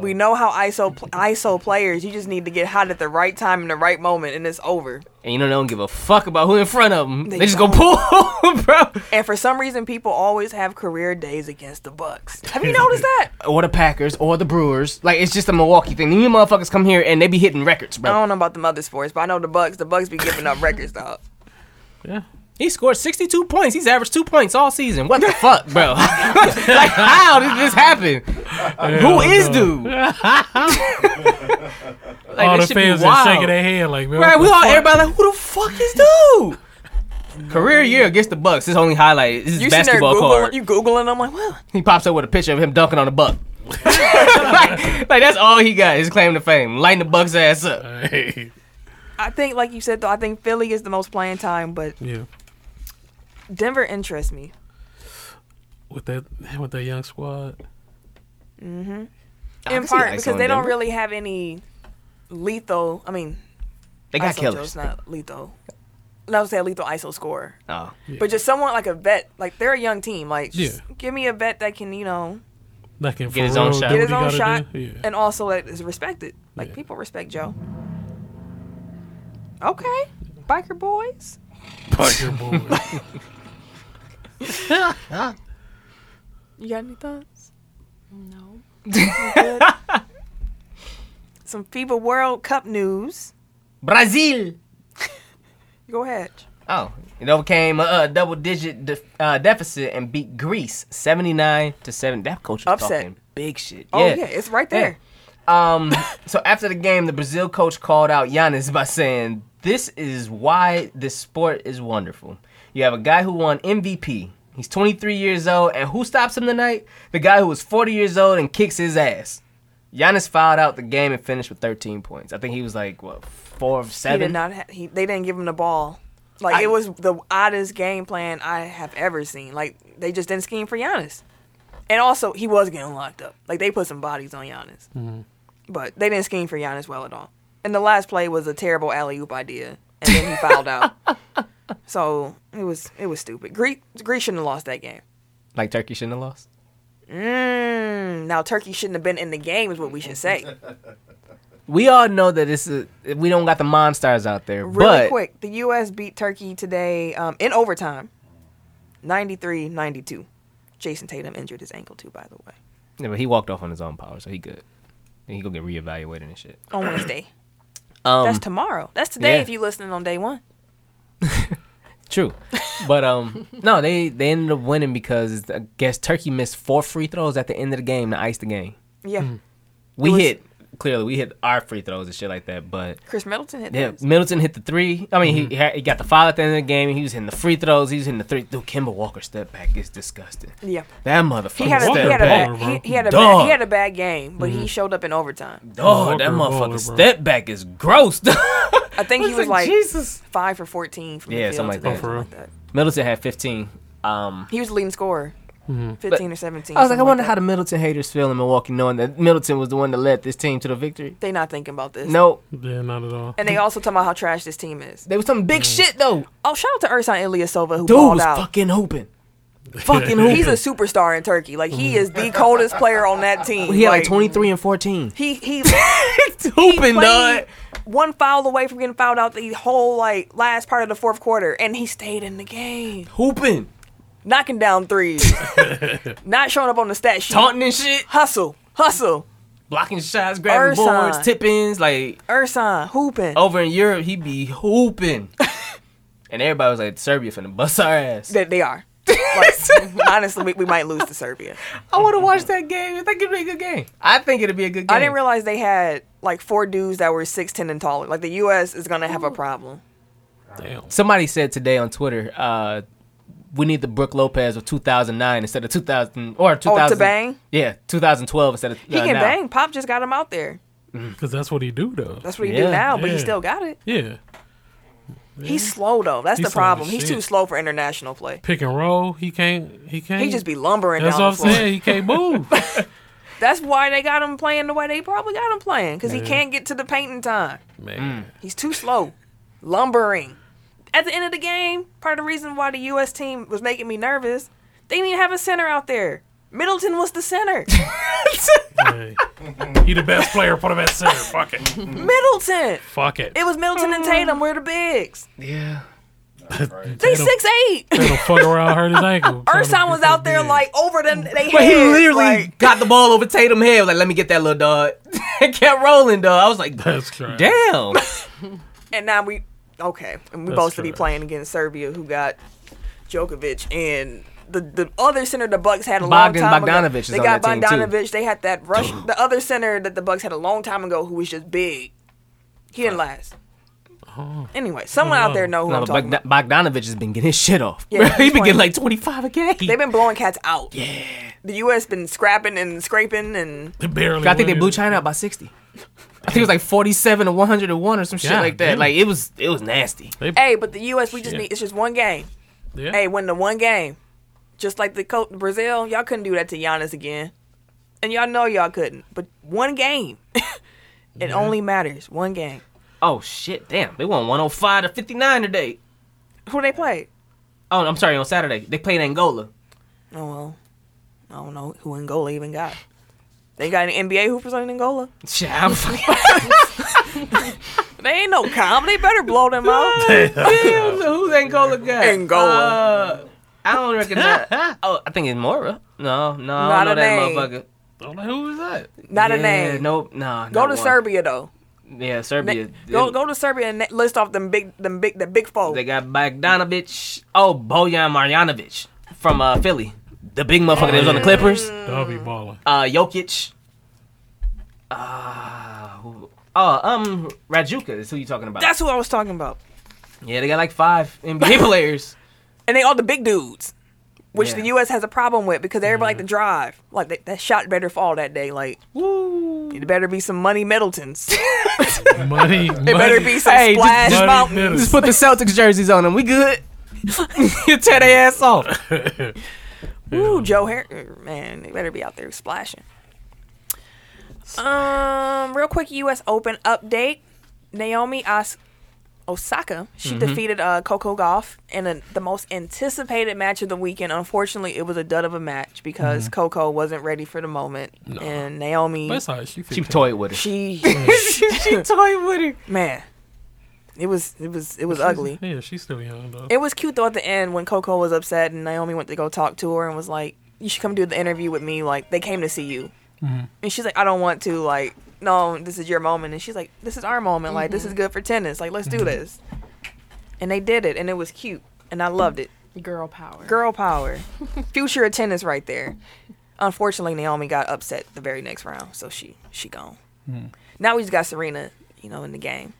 we know how ISO pl- ISO players. You just need to get hot at the right time in the right moment, and it's over.
and you know they don't give a fuck about who in front of them. They,
They
just gonna pull, bro.
And for some reason, people always have career days against the Bucks. Have you noticed that?
Or the Packers, or the Brewers. Like it's just a Milwaukee thing. These motherfuckers come here and they be hitting records,
I
bro.
don't know about the other sports, but I know the Bucks. The Bucks be giving up records, dog.
Yeah.
He scored 62 points. He's averaged two points all season. What the fuck, bro? like how did this happen? Who is dude? like, that
All the
should be
fans are
wild.
shaking their head like, man,
Right,
what
we
the
all
fuck?
everybody like, who the fuck is dude? Career year against the Bucks. His only highlight is his
You sitting there
basketball
Googling,
card.
you Googling, I'm like, well,
He pops up with a picture of him dunking on a buck. like, like, that's all he got. His claim to fame, lighting the Bucks ass up. Oh,
Hey.
I think, like you said, though, I think Philly is the most playing time, but
Yeah,
Denver interests me.
with that with that young squad.
I
in
can see
part
ice
because
on
they don't
Denver.
really have any lethal. I mean,
They got
ISO
killers.
Joe's not lethal. No, say a lethal ISO score,
Oh.
but just someone like a vet. Like they're a young team. Like, just
Yeah.
give me a vet that can you know
That can
Get
for
his own
real
shot.
do
get his
what he
own
gotta
shot
do. Yeah.
and also that is respected. Like
Yeah.
people respect Joe. Okay, biker boys.
Oh.
Parker boy.
You got any thoughts?
No.
Good. Some FIBA World Cup news.
Brazil.
Go ahead.
Oh, it overcame a, a double-digit def- uh, deficit and beat Greece seventy-nine to seven. That coach was
Upset.
talking big shit.
Oh yeah, it's right
Yeah.
there.
Um, so after the game, the Brazil coach called out Giannis by saying, "This is why this sport is wonderful. You have a guy who won MVP. He's 23 years old, and who stops him tonight? The guy who was 40 years old and kicks his ass." Giannis fouled out the game and finished with 13 points. I think he was like what four of
He did
seven.
not. Ha- he, they didn't give him the ball. Like
I-
it was the oddest game plan I have ever seen. Like they just didn't scheme for Giannis, and also he was getting locked up. Like they put some bodies on Giannis,
Mm-hmm.
but they didn't scheme for Giannis well at all. And the last play was a terrible alley oop idea, and then he fouled out. So it was it was stupid. Greece Greece shouldn't have lost that game.
Like Turkey shouldn't have lost.
Mm, now Turkey shouldn't have been in the game is what we should say.
We all know that it's a, we don't got the monsters out there,
Really
but
quick, the U.S. beat Turkey today um, in overtime, 93-92. Jason Tatum injured his ankle too, by the way,
Yeah, but he walked off on his own power, so he good. And he gonna get reevaluated and shit.
on Wednesday.
Um,
That's tomorrow. That's today
yeah.
if you're listening on day one.
True, but um, no, they they ended up winning because I guess Turkey missed four free throws at the end of the game to ice the game.
Yeah,
We
It was-
hit clearly, we hit our free throws and shit like that. But
Chris Middleton hit
yeah, Mm.
those.
Middleton hit the three. I mean, he-
Mm-hmm.
he had- he got the foul at the end of the game. He was hitting the free throws. He was hitting the three. Dude, Kimber Walker step back is disgusting.
Yeah,
That motherfucker.
he had a,
step
he
Walker
had a
back.
bad
baller,
he,
bro.
he had a bad,
Dog. Mm.
he had a bad game, but he showed up in overtime.
Dog, that
Walker
motherfucker
baller, bro.
step back is gross.
I think he
was
was
like,
like
Jesus.
five for fourteen from
Yeah,
the field
something like
today,
that.
Oh, for
something like that.
Middleton had 15. Um,
He was the leading scorer, fifteen or
Mm-hmm.
seventeen.
I was like,
something
I wonder how
that.
the Middleton haters feel in Milwaukee, knowing that Middleton was the one that led this team to the victory.
they not thinking about this.
No,
yeah, not at all.
and they also talking about how trash this team is.
they was some big shit though.
Oh, shout out to Ersan Ilyasova who
Dude
balled
was
out.
fucking hooping, fucking hooping.
He's a superstar in Turkey. Like he is the coldest player on that team.
he had like twenty three and fourteen.
He he
hooping,
played
dog.
one foul away from getting fouled out the whole like last part of the fourth quarter, and he stayed in the game,
Hooping,
knocking down threes, not showing up on the stat sheet.
taunting and shit,
Hustle, hustle,
blocking shots, grabbing
Ersan.
boards, tip ins. Like
Ersan hooping.
over in Europe, he be hooping, and everybody was like, "Serbia finna bust our ass."
That they are. Like, honestly, we, we might lose to Serbia.
I want to watch that game. I think it'd be a good game. I think it'd be a good game.
I didn't realize they had like four dudes that were six ten and taller. Like the U.S. is gonna have a problem.
Damn.
Somebody said today on Twitter, uh, we need the Brooke Lopez of 2009 instead of 2000 or 2000.
Oh, bang?
Yeah, 2012 instead of. uh,
He can bang. Pop just got him out there.
Because that's what he do though.
That's what he
Yeah.
do now, but he
Yeah.
still got it.
Yeah.
He's slow though. That's
He's
the
slow as
problem. He's
shit.
too slow for international play.
Pick and roll. He can't. He can't.
He just be lumbering
That's
down
what
the
I'm
floor.
saying. He can't move.
That's why they got him playing the way they probably got him playing because he can't get to the paint in time.
Man.
He's too slow, lumbering. At the end of the game, part of the reason why the U.S. team was making me nervous, they didn't have a center out there. Middleton was the center.
Mm.
Hey. He the best player. Put him at center. Fuck it.
Middleton.
Fuck it.
It was Middleton
Oh.
and Tatum. We're the bigs.
Yeah.
They
Tatum-
six eight.
Gonna fuck around, hurt his ankle.
Ersan was out there like over the they
But he
heads,
literally
like-
got the ball over Tatum head. Like, let me get that little dog. It kept rolling, dog. I was like,
That's correct.
damn.
And now we okay, and we
That's
both to be
trash.
playing against Serbia, who got Djokovic and the, the other center the Bucks had a
Bogdan
long time ago.
Bogdanovich is
they
on
got
that team, too.
Bogdanovich. They had that rush. the other center that the Bucks had a long time ago, who was just big. He didn't last.
Oh.
Anyway, someone out there know who
No,
I'm
but
talking
Bogda-
about.
Bogdanovich has been getting his shit off.
Yeah,
he been
20.
getting like 25 a game.
They've been blowing cats out. Yeah. The U.S. been scrapping and scraping and
They barely.
I think they
win.
blew China out by 60. I think it was like 47 to 101 or some shit
God
like that.
damn.
Like it was it was nasty.
hey, but the U.S. we just
Shit.
need it's just one game.
Yeah.
Hey, win the one game. Just like the coach Brazil, y'all couldn't do that to Giannis again, and y'all know y'all couldn't. But one game, it only matters one game.
Oh shit, damn. They won 105 to 59 today.
Who they played?
Oh, I'm sorry, on Saturday. They played Angola.
Oh well, I don't know who Angola even got. They got an NBA hoopers on Angola.
Shit, I'm fucking
They ain't no comp. They better blow them out.
Damn, so who's Angola got?
Angola.
Uh, I don't recognize. oh, I think it's Mora. No, no, I don't
Not
know
a
that
name.
motherfucker.
I'm like, who is that?
Not a
Yeah,
name.
Nope, nah.
Go
not
to
one.
Serbia though.
Yeah,
Ne-
Serbia.
go go to Serbia and ne- list off them big them big the big four.
They got Bogdanovich. Oh, Bojan Marjanovic from uh, Philly. The big motherfucker that was on the Clippers.
Mm.
That'll be balling.
Uh, Jokic. Uh, who- oh, um, Rajuka is who you talking about.
That's who I was talking about.
yeah, they got like five NBA players.
and they all the big dudes, which
Yeah. Mm-hmm.
the U.S. has a problem with because everybody like to drive. Like they, that shot better fall that day. Like
Woo.
it better be some money Middletons. it
Money. it
better be some
Hey, just
splash
money
mountain.
Middleton.
Just put the Celtics jerseys on them. We good. you tear their ass off.
Ooh, Joe Harris, man, they better be out there splashing. Um, real quick, U.S. Open update: Naomi Os- Osaka she defeated uh, Coco Golf in a, the most anticipated match of the weekend. Unfortunately, it was a dud of a match because Coco wasn't ready for the moment, and Naomi
That's how
She
she feels.
toyed with her.
she
she toyed with her.
man, it was it was it was ugly.
Yeah, she's still young though.
It was cute though at the end when Coco was upset and Naomi went to go talk to her and was like, "You should come do the interview with me." Like they came to see you,
Mm-hmm.
and she's like, "I don't want to." Like, no, this is your moment, and she's like, "This is our moment. Like this is good for tennis. Like let's do this." And they did it, and it was cute, and I loved it.
Girl power.
Girl power, future of tennis right there. Unfortunately, Naomi got upset the very next round, so she she gone. Now we just got Serena, you know, in the game.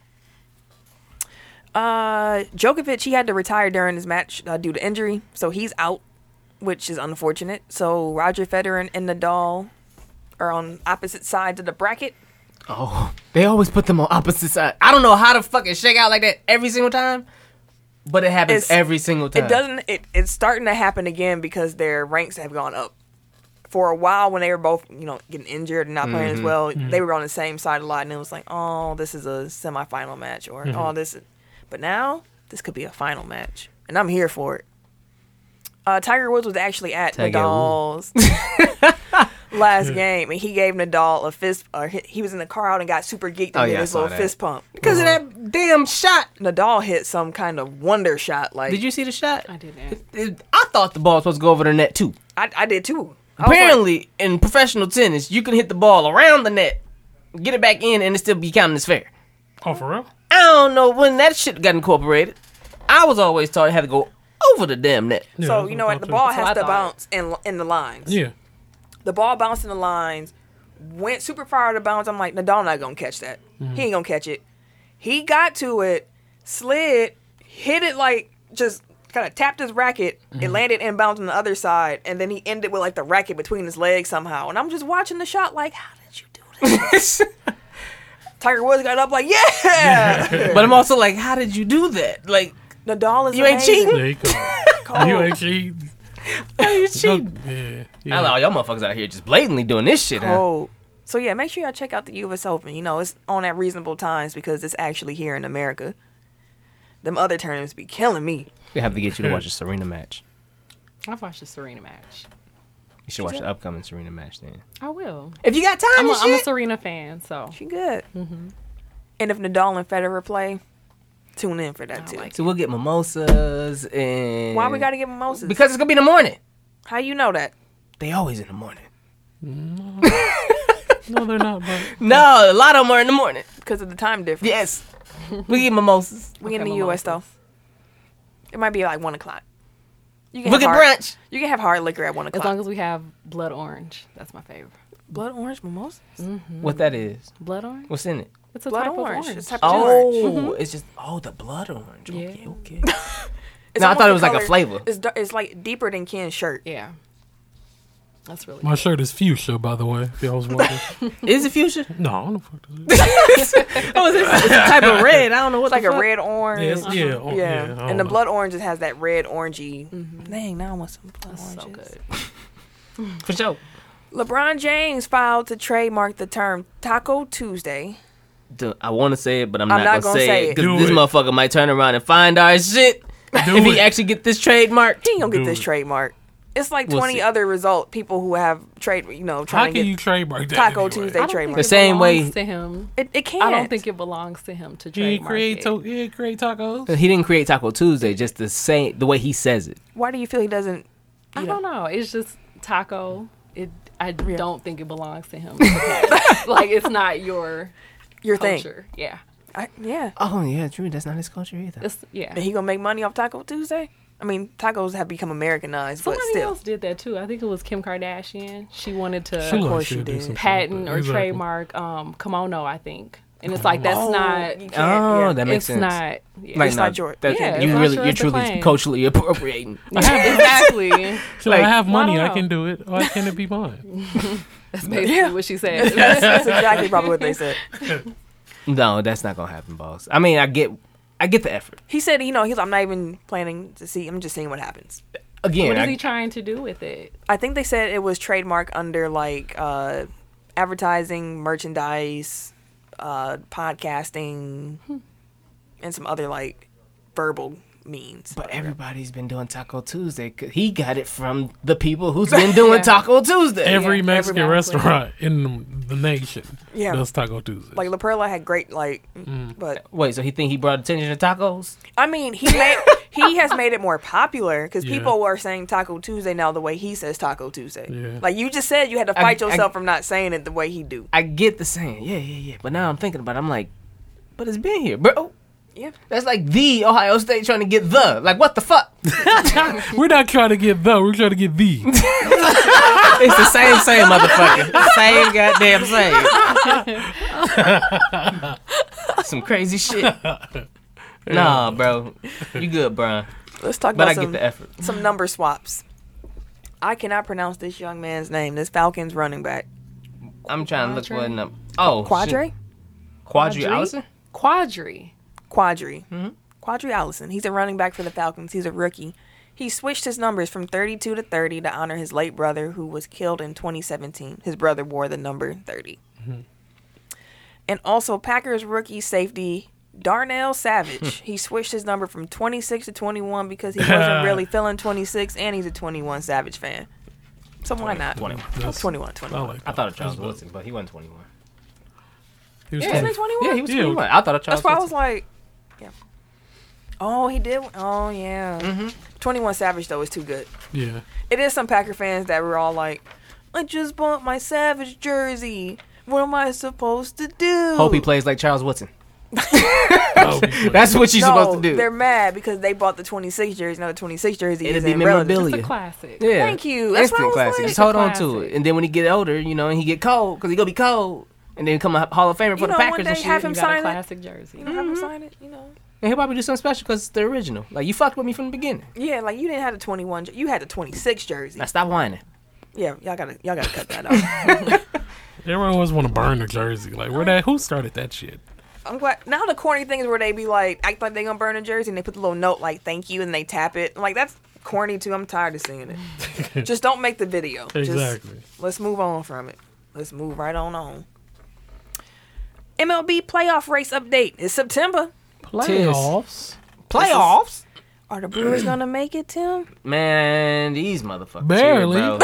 Uh, Djokovic he had to retire during his match uh, due to injury, so he's out, which is unfortunate. So Roger Federer and Nadal are on opposite sides of the bracket.
Oh, they always put them on opposite side. I don't know how to fucking shake out like that every single time, but it happens
It's-
every single time.
It doesn't. It, it's starting to happen again because their ranks have gone up. For a while, when they were both, you know, getting injured and not playing
Mm-hmm.
as well, they were on the same side a lot, and it was like, oh, this is a semifinal match, or
Mm-hmm.
oh, this. Is... But now this could be a final match, and I'm here for it. Uh, Tiger Woods was actually at
Tiger
Nadal's last game, and he gave Nadal a fist. Or he, he was in the car out and got super geeked and
Oh,
did
yeah, I
his
saw
little
that.
fist pump.
because of that damn shot.
Nadal hit some kind of wonder shot. Like
Did you see the shot?
I didn't.
It- I thought the ball was supposed to go over the net too.
I, I did too. I was like,
Apparently, in professional tennis, you can hit the ball around the net, get it back in, and it still be counted as fair.
Oh, for real?
I don't know when that shit got incorporated. I was always taught it had to go over the damn net.
Yeah,
So
that's
you know
what I
what? The
thought,
ball
too.
what I
has to
thought.
bounce in in the lines.
Yeah.
The ball bounced in the lines, went super far out of bounds. I'm like, Nadal not gonna catch that.
Mm-hmm.
He ain't gonna catch it. He got to it, slid, hit it like just kind of tapped his racket.
Mm-hmm.
It landed inbounds on the other side, and then he ended with like the racket between his legs somehow. And I'm just watching the shot like, how did you do that? Tiger Woods got up like, yeah.
But I'm also like, how did you do that? Like,
Nadal is
You ain't
amazing.
cheating.
There you go.
Cold.
You actually.
how you
Yeah.
cheat? I
yeah.
don't know, y'all motherfuckers out here just blatantly doing this shit. huh?
Oh. So yeah, make sure y'all check out the U.S. Open. You know, it's on at reasonable times because it's actually here in America. Them other tournaments be killing me.
We have to get you to watch the Serena match.
I've watched the Serena match.
You should watch the upcoming Serena match then.
I will.
If you got time,
I'm a,
and
I'm a
shit.
Serena fan, so
She good.
Mm-hmm.
And if Nadal and Federer play, tune in for that
I
too.
like
so we'll get mimosas and
Why we gotta get mimosas?
because it's gonna be in the morning.
How you know that?
They always in the morning.
No, they're not. But
No, a lot of them are in the morning.
Because of the time difference.
Yes, we get mimosas.
We in
Okay,
the U.S. though.
mimosas.
It might be like one o'clock. You
Look
have
at
hard,
brunch.
You can have hard liquor at one
As
o'clock.
long as we have blood orange, that's my favorite.
blood orange mimosas.
Mm-hmm. What that is?
Blood orange?
What's in it?
It's a
Blood
type
orange.
of orange.
It's type of
Oh,
orange.
it's just oh the blood orange.
Yeah.
Okay, okay.
It's
No, I
almost
thought it
the
was like a
color-
flavor.
It's dar- it's like deeper than Ken's shirt.
yeah, that's really.
My shirt is fuchsia, by the way. If y'all was wondering.
is it fuchsia?
no, I don't know what the fuck this is.
Oh, it's, it's a type of red. I don't know what
It's like
the
a
fuck.
red orange.
Yeah, it's- yeah, oh, yeah, I
yeah.
don't
and the
know.
blood orange just has that red orangey. Dang, now I want some blood
Mm-hmm. That's
oranges.
so good.
for sure.
LeBron James filed to trademark the term Taco Tuesday.
Duh, I want to say it, but I'm,
I'm
not,
not
gonna,
gonna
say,
say
it
it.
Do
because this
it.
motherfucker might turn around and find our shit
Do
if he
it.
actually get this trademark.
He ain't gonna get
Dude.
this trademark. It's like
We'll
20
see.
other result people who have trade, you know,
How
trying to
can
get.
you trademark that?
Taco
anyway?
Tuesday.
I don't think
The
it
same way-
belongs to him.
It, it can't.
I don't think it belongs to him to
You
trademark
create,
it.
to- yeah, create tacos.
Uh, He didn't create Taco Tuesday, just the same the way he says it.
Why do you feel he doesn't?
I
Yeah.
don't know. It's just taco. It. I don't think it belongs to him. like it's not your
Your thing.
culture. Yeah.
I, yeah.
Oh yeah, true. That's not his culture either.
It's yeah.
And he gonna make money off Taco Tuesday? I mean, tacos have become Americanized, but
Somebody
still.
else did that too. I think it was Kim Kardashian. She wanted to
She loves
course
shit
you
do
did.
some shit,
patent
but-
or
Exactly.
trademark um, kimono. I think, and it's like that's
Oh,
not.
you can't,
Oh,
yeah.
that makes
it's
sense.
not. Yeah.
Like,
It's
no,
not your-
that-
Yeah, it's
you
not
really,
sure
you're
it's the
truly
claim.
culturally appropriating.
Yeah, exactly.
So
Like,
I have money. I
wow.
can do it. Why can't it be mine?
That's basically what she said.
That's exactly probably what they said.
No, that's not gonna happen, boss. I mean, I get, I get the effort.
He said, you know, he's. I'm not even planning to see. I'm just seeing what happens.
Again,
What
I,
is he trying to do with it?
I think they said it was trademark under like uh, advertising, merchandise, uh, podcasting, and some other like verbal means.
But everybody's been doing Taco Tuesday. 'cause He got it from the people who's been doing Taco Tuesday.
Every
Yeah,
Mexican
everybody.
restaurant in the nation
Yeah.
does Taco Tuesday.
like La Perla had great like,
Mm.
but
Wait, so he think he brought attention to tacos?
I mean he made he has made it more popular because
Yeah.
people are saying Taco Tuesday now the way he says Taco Tuesday.
Yeah.
Like you just said, you had to
I-
fight
I-
yourself from not saying it the way he do.
I get the saying, yeah, yeah, yeah. But now I'm thinking about, it, I'm like, but it's been here, bro.
Yeah,
That's like the Ohio State trying to get the. Like, what the fuck?
we're not trying to get the. We're trying to get the.
it's the same, same motherfucker. Same goddamn same. Some crazy shit. Nah, bro. You good, bro.
let's talk
But
about
I
some
get the effort.
some number swaps. I cannot pronounce this young man's name. This Falcons running back.
I'm trying to look for a number. Oh. shit.
Quadre?
Quadri
Quadri?
Allison?
Quadri.
Quadri.
Mm-hmm.
Quadri Allison. He's a running back for the Falcons. He's a rookie. He switched his numbers from 32 to 30 to honor his late brother who was killed in 2017. His brother wore the number 30.
Mm-hmm.
And also Packers rookie safety Darnell Savage. he switched his number from 26 to 21 because he wasn't really feeling 26 and he's a 21 Savage fan. So why not?
21.
Oh, 21, 21.
I like
I
that.
thought of Charles Woodson, but he wasn't 21.
He was
Yeah.
Isn't
twenty-
he 21?
Yeah, he was
Yeah.
21. I thought of Charles
That's why I was
Woodson.
like, yeah. Oh, he did. Oh, yeah. 21 Savage, though, is too good.
yeah.
It is some Packer fans that were all like, I just bought my Savage jersey. What am I supposed to do?
Hope he plays like Charles Woodson.
That would be good.
That's what you're
no,
supposed to do.
They're mad because they bought the 26 jersey. Now the 26 jersey
It'll
is
be
irrelevant.
memorabilia.
It's a
Yeah.
classic.
Yeah.
Thank you. That's what I
Instant
was
classic.
like.
Just hold on to
Classic.
it. And then when he get older, you know, and he get cold, because he going to be cold. And then come a Hall of Famer for the
You know, one
Packers
day
and shit.
have him
You got
sign it.
a classic jersey.
You know, have him sign it, you know.
And he'll probably do something special because it's the original. Like, you fucked with me from the beginning.
Yeah, like you didn't have the 21. jer- You had the 26 jersey.
Now stop whining.
Yeah, y'all gotta y'all gotta cut that out.
Everyone always want to burn the jersey. Like, where that? Who started that shit?
I'm glad now the corny thing is where they be like act like they gonna burn a jersey and they put the little note like thank you and they tap it. I'm like that's corny too. I'm tired of seeing
Mm.
it. Just don't make the video. Just,
Exactly.
let's move on from it. Let's move right on on. MLB playoff race update. It's September.
Playoffs.
Playoffs?
Are the Brewers gonna make it, Tim?
Man, these motherfuckers.
Barely.
Here,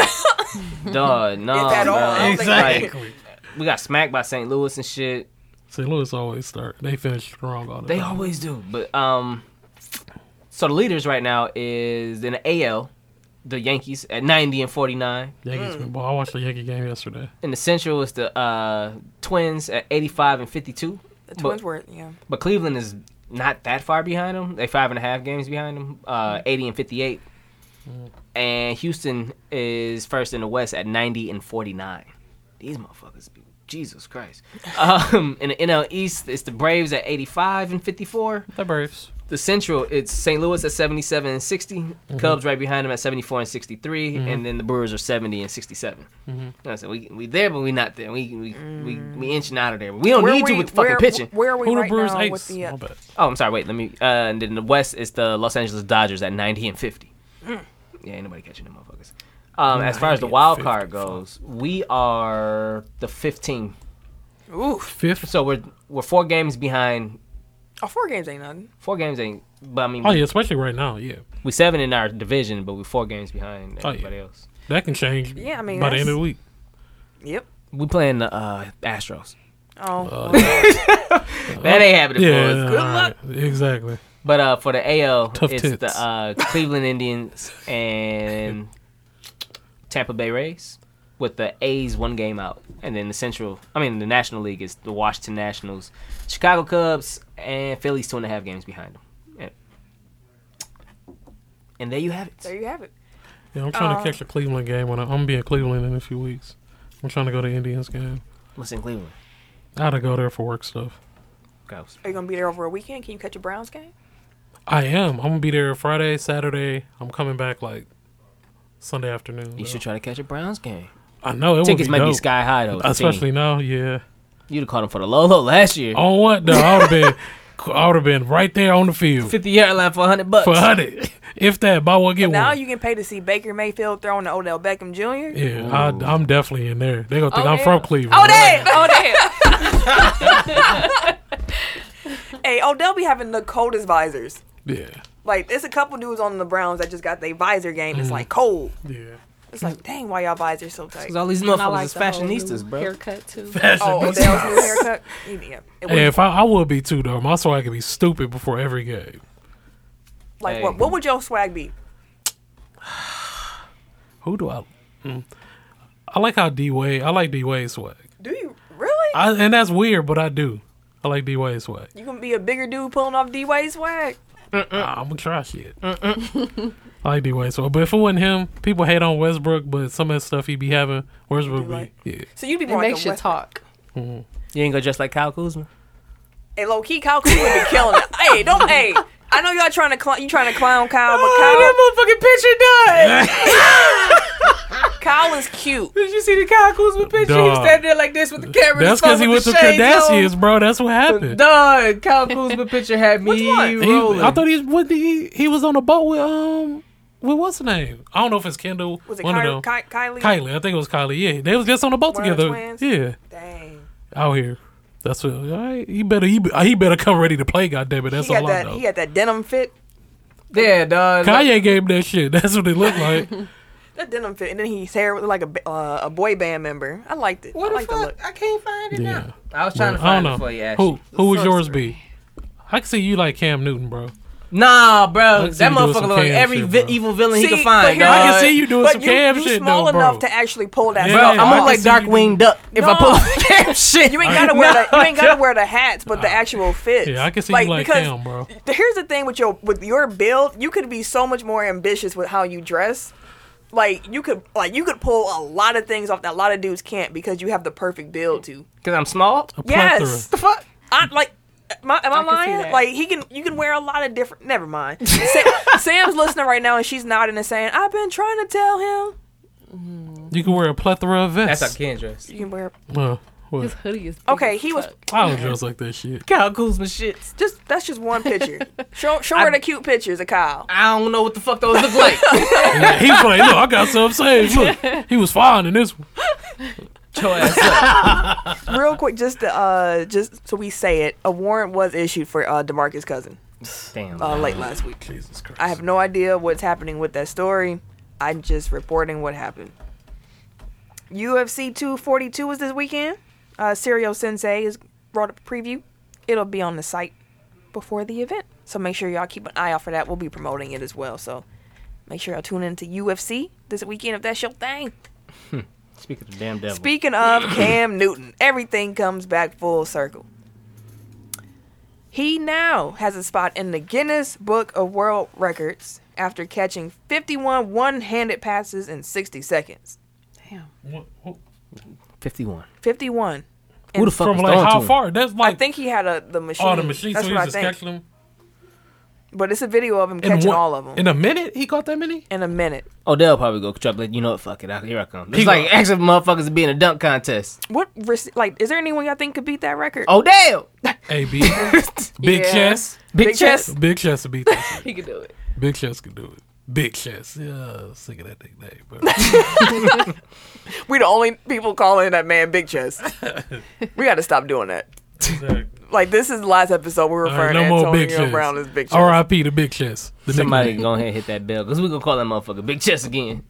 bro. Duh, no.
If at all,
bro.
I don't think
Like,
they-
Exactly.
we got smacked by St. Louis and shit.
St. Louis always start. They finish strong all the
They
time.
always do. But um so the leaders right now is in the AL, the Yankees at 90 and 49.
Mm.
Yankees been ball. I watched the Yankee game yesterday.
In the Central is the uh Twins at 85 and 52.
The
But-
Twins were yeah.
But
Mm-hmm.
Cleveland is not that far behind them. They five and a half games behind them. Uh, eighty and fifty-eight. and Houston is first in the West at 90 and 49. These motherfuckers, be, Jesus Christ. Um, in the NL East, it's the Braves at 85 and 54.
The Braves.
The Central, it's St. Louis at 77 and 60.
Mm-hmm.
Cubs right behind them at 74 and 63, and then the Brewers are 70 and 67.
Mm-hmm.
I said we we there, but we not there. We we we, we inching out of there. We don't
Mm. Where
need
we,
to with the fucking
where,
pitching.
Where are we
Who the
right
Brewers
now
ace?
with the?
My
Uh,
bad.
Oh, I'm sorry. Wait, let me. Uh, and then the West is the Los Angeles Dodgers at 90 and 50.
Mm.
Yeah, ain't nobody catching them motherfuckers. Um, as far as the
90 and
wild
50,
card goes, we are the 15.
oof,
Fifth.
So we're we're four games behind.
oh, four games ain't nothing.
Four games ain't. But I mean,
Oh yeah, especially right now. Yeah,
we seven in our division, but we're four games behind
Oh, yeah.
everybody else.
that can change.
Yeah, I mean,
by the end
that's-
of the week.
Yep.
We playing the uh, Astros.
Oh,
Uh. that ain't happening for
Yeah,
us. Good luck.
all right, exactly.
But uh, for the AL,
Tough
it's
tits.
the uh, Cleveland Indians and Tampa Bay Rays, with the A's one game out, and then the Central. I mean, the National League is the Washington Nationals, Chicago Cubs, and Phillies two and a half games behind them. And, and there you have it.
there you have it.
Yeah, I'm trying to catch a Cleveland game when I, I'm gonna be in Cleveland in a few weeks. I'm trying to go to Indians game.
What's in Cleveland?
I gotta go there for work stuff.
Ghost.
Are you gonna be there over a weekend? Can you catch a Browns game?
I am. I'm gonna be there Friday, Saturday. I'm coming back like Sunday afternoon.
You
though.
should try to catch a Browns game.
I know it
Tickets
would be
might
dope.
be sky high though.
especially Oh. now. Yeah.
you'd have caught them for the low low last year.
On what though? I would have been. I would have been right there on the field
Fifty yard line for hundred bucks.
for hundred, if that. Buy one get
Now
one.
you can pay to see Baker Mayfield throwing to Odell Beckham Jr.
yeah, I, I'm definitely in there. They gonna think
Oh,
I'm
yeah.
from Cleveland.
Oh damn!
Oh damn!
hey, Odell be having the coldest visors.
Yeah,
Like, there's a couple dudes on the Browns that just got their visor game.
Mm.
It's like cold.
yeah.
It's like, dang, why y'all visors so tight?
Cause all these
And I
motherfuckers
like
is
the whole new
fashionistas, bro.
Haircut too.
Oh, Odell's new haircut. Yeah, it
Hey,
was,
if I, I would be too though, my swag could be stupid before every game.
like,
Hey.
what? What would your swag be?
Who do I? Mm. I like how D Wade. I like D Wade's swag,
Do you really?
I, and that's weird, but I do. I like D Wade's swag.
You gonna be a bigger dude pulling off D Wade's swag?
Ah, I'm gonna try shit. I like D Wade swag, but if it wasn't him, people hate on Westbrook, but some of the stuff he be having, Westbrook be
like-
yeah.
So you'd be
It
more
makes
like a
you
West-
talk.
You ain't gonna dress like Kyle Kuzma.
Hey, low key, Kyle Kuzma would be killing it. hey, don't hey. I know y'all trying to clown you trying to clown Kyle, but Kyle,
Oh,
motherfucking picture done.
Kyle is cute.
Did you see the Kyle Kuzma picture? He was
Dog.
standing there like this with the camera. in his
That's because
phone
he went
with
to
the shades
Kardashians, bro. That's what
on.
happened.
Dog, Kyle Kuzma picture had me
one?
He-
rolling.
I thought he was with the, he was on a boat with um with what's the name? I don't know if it's Kendall.
Was it
one
Ky-
of them.
Ky- Kylie?
Kylie, I think it was Kylie. Yeah, they was just on a boat
One of the
together.
twins?
Yeah,
Dang.
out here. That's what. All right, he better he, be- he better come ready to play. Goddamn it, that's
He got
all I
that
know.
he got that denim fit.
yeah, dog.
Kanye gave him that shit. That's what it looked like.
That denim fit. And then his hair looked like a ba- uh, a boy band member. I liked it.
What
I
the
liked the
fuck?
look.
I can't find it
Yeah.
now. I was
But I
trying to find it
don't know.
for you.
Who
Actually.
who would yours
Sorcery.
be? I can see you like Cam Newton, bro.
Nah, bro.
Let's see
That
you doing some
motherfucker look like
Cam
every
shit,
vi-
bro.
evil villain he
See,
could
but
find.
here-
dog.
I can see you doing
But
some
you,
Cam
you
shit,
small
though, bro.
enough to actually pull that
Yeah.
Bro,
stuff.
I'm
I
gonna
can
look like
see you
Darkwing
doing-
Duck if I
No.
pull the damn shit.
You ain't gotta wear the you ain't gotta wear the hats, but the actual fits.
Yeah, I can see you like
because
Cam, bro.
th- Here's the thing with your with your build, you could be so much more ambitious with how you dress. Like you could like you could pull a lot of things off that a lot of dudes can't because you have the perfect build to.
Because I'm small.
A plethora.
Yes. The fuck? I like. Am I, am I,
I can see
lying?
that.
Like he can, you can wear a lot of different. Never mind. Sa- Sam's listening right now and she's nodding and saying, "I've been trying to tell him."
You can wear a plethora of vests.
That's how Ken dress.
You can wear.
Uh, what?
His hoodie is big
Okay,
as
he was
fuck.
I don't dress like that shit.
Kyle Kuzma shits.
just. That's just one picture. Show show her the cute pictures of Kyle.
I don't know what the fuck those look like.
Yeah, he was like, look, I got some saved. Look, he was fine in this one.
Your ass up.
Real quick, just to, uh, just so we say it, a warrant was issued for uh, Demarcus Cousin
Damn.
uh, late last week.
Jesus Christ.
I have no idea what's happening with that story. I'm just reporting what happened. UFC 242 is this weekend. Uh, Sirio Sensei is brought up a preview. It'll be on the site before the event. So make sure y'all keep an eye out for that. We'll be promoting it as well. So make sure y'all tune in to UFC this weekend if that's your thing.
Speak of the damn devil.
Speaking of Cam Newton, everything comes back full circle. He now has a spot in the Guinness Book of World Records after catching 51 one handed passes in 60 seconds.
Damn.
Wh- wh-
51.
51.
Who the fuck
From
was
like
throwing
how
to him?
far? That's
I
like
think he had a the machine.
all Oh, the machines.
That's
So he
what I
was just
think.
catching them
But it's a video of him
in
catching
one-
all of them in
in
a,
a minute. He caught that many.
minute.
Odell Oh, probably go trap. Like, you know what? Fuck it. I- Here I come. It's
He
like
go-
asking motherfuckers to be in a dunk contest. Oh,
What rec- like is there anyone y'all think could beat that record?
Odell.
AB, Oh, big
Yeah.
chess,
Big,
Big
chest.
chest.
big chess to beat. That. shit.
He could do it.
big chess can do it. Big chess. Yeah, sick of that nickname. Bro.
We the only people calling that man Big Chess. we got to stop doing that. Like this is the last episode we're
All right,
referring
no
to
more big
Antonio
chess.
Brown as Big Chess.
R.I.P. to Big Chess. The
Somebody
nickname.
can go ahead and hit that bell because we gonna call that motherfucker Big Chest again.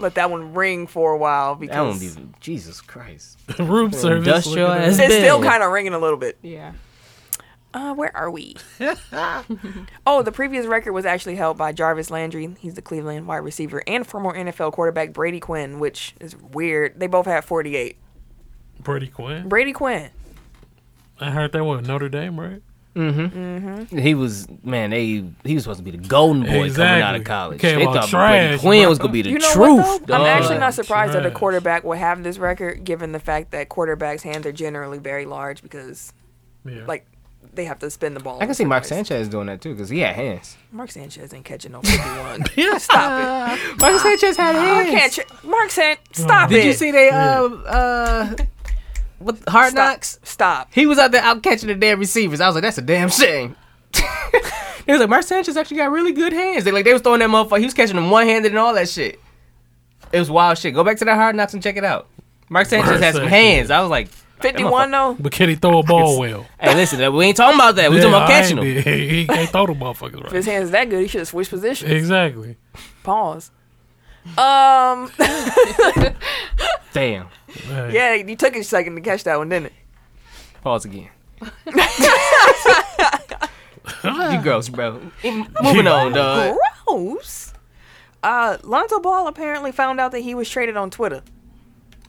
Let that one ring for a while
That won't
because
be Jesus Christ.
room service.
Industrial
look at
ass
that.
it's still
Bill.
kind of ringing a little bit.
Yeah.
Uh, where are we? oh, the previous record was actually held by Jarvis Landry. He's the Cleveland wide receiver and former NFL quarterback Brady Quinn, which is weird. They both had 48.
Brady Quinn.
Brady Quinn.
I heard that one Notre Dame, right?
He was man. They he was supposed to be the golden boy coming out
Exactly.
of college.
Came
they
out
thought Brady
trash,
Quinn
bro.
was gonna be the
You know
truth.
what? Though? I'm
dog.
actually not surprised that a
trash.
quarterback will have this record, given the fact that quarterbacks' hands are generally very large because,
Yeah.
like, they have to spin the ball.
I can see Mark
Mark
Sanchez doing that too because he had hands.
Mark Sanchez ain't catching no 51. Stop it.
Mark Sanchez had
I
hands.
can't. Ch- Mark San. Stop it.
Did you see they uh uh what Hard
Stop.
Knocks?
Stop.
He was out there out catching the damn receivers. I was like, that's a damn shame. It was like Mark Sanchez actually got really good hands. They like they was throwing that motherfucker. He was catching them one handed and all that shit. It was wild shit. Go back to that Hard Knocks and check it out. Mark Sanchez
Mark
had some
Sanchez.
hands. I was like,
51 though.
but can he throw a ball well?
hey, listen, we ain't talking about that. We
Yeah,
talking about
I ain't
catching them.
did. He, he can't throw the motherfuckers
If his
right.
hands that good, he should have switched positions.
Exactly.
Pause. Um.
Damn.
Right.
Yeah, you took a second to catch that one, didn't it?
Pause again. you gross, bro. Moving on, dog.
Gross. Uh, Lonzo Ball apparently found out that he was traded on Twitter.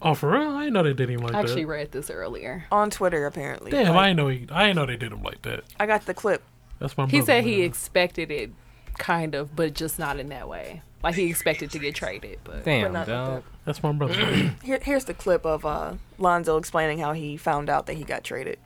Oh, for real? I didn't know they did him like
I actually
that.
read this earlier.
On Twitter, apparently.
Damn,
Like,
I ain't know. He, I ain't know they did him like that.
I got the clip.
That's my.
He
brother,
said he
man.
expected it, kind of, but just not in that way. Like he expected to get traded, but
Damn,
not like
dog.
That's my brother. man.
Here, here's the clip of uh, Lonzo explaining how he found out that he got traded.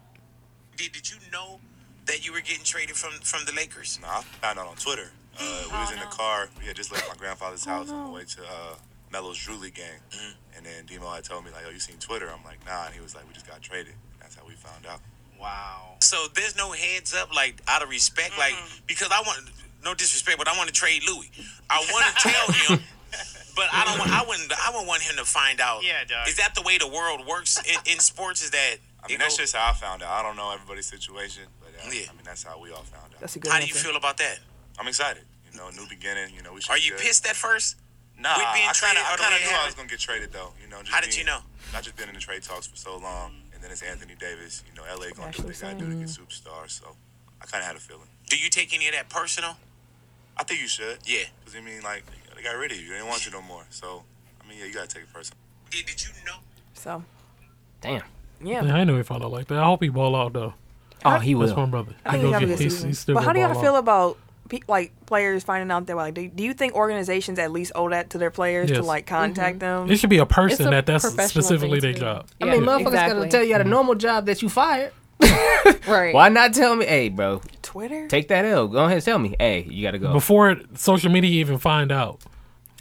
Did, did you know that you were getting traded from from the Lakers?
No, I found out on Twitter. Uh, we was in the car. We had just left my grandfather's house on the way to uh, Melo's Drew League game.
Mm-hmm.
And then Demo had told me, like, oh, you seen Twitter? I'm like, nah. And he was like, we just got traded. That's how we found out.
Wow. Mm-hmm. So there's no heads up, like out of respect, like because I want no disrespect, but I want to trade Louis. I want to tell him. But I don't. Want, I wouldn't. I wouldn't want him to find out.
Yeah, dog.
Is that the way the world works in, in sports? Is that?
I mean,
it
that's
go-
just how I found out. I don't know everybody's situation, but uh,
Yeah.
I mean, that's how we all found out.
That's a good
How do
answer.
you feel about that?
I'm excited. You know, new beginning. You know, we should.
Are
be
you
good.
pissed at first?
Nah,
with being
I
traded or the
kind
way
of
it
knew I was
happened?
gonna get traded though. You know, just
How did
being-
you know?
I just been in the trade talks for so long, and then it's Anthony Davis. You know, LA gonna do what they gotta do to get superstars. So I kind of had a feeling.
Do you take any of that personal?
I think you should.
Yeah.
Cause I mean, like they got rid of you. They didn't want you no more. So I mean, yeah, you gotta take it personal.
Did, did you know?
So,
Damn.
yeah.
yeah, I know he found out like that. I hope he ball out though.
Oh, he
That's my
will.
brother.
I
He
think he's
go
having a
get-
good season.
he's still
but how do
gonna
y'all
ball
feel
out.
about pe- like players finding out that like do, do you think organizations at least owe that to their players to
Yes.
like contact them?
Mm-hmm.
It should be a person
a
that that's
professional
specifically their
thing, too.
job.
I
Yeah,
mean, motherfuckers gotta
exactly.
tell you at a normal job that you fired.
right.
Why not tell me, hey, bro,
Twitter?
take that L. Go ahead and tell me, hey, you gotta go.
Before it- social media even find out,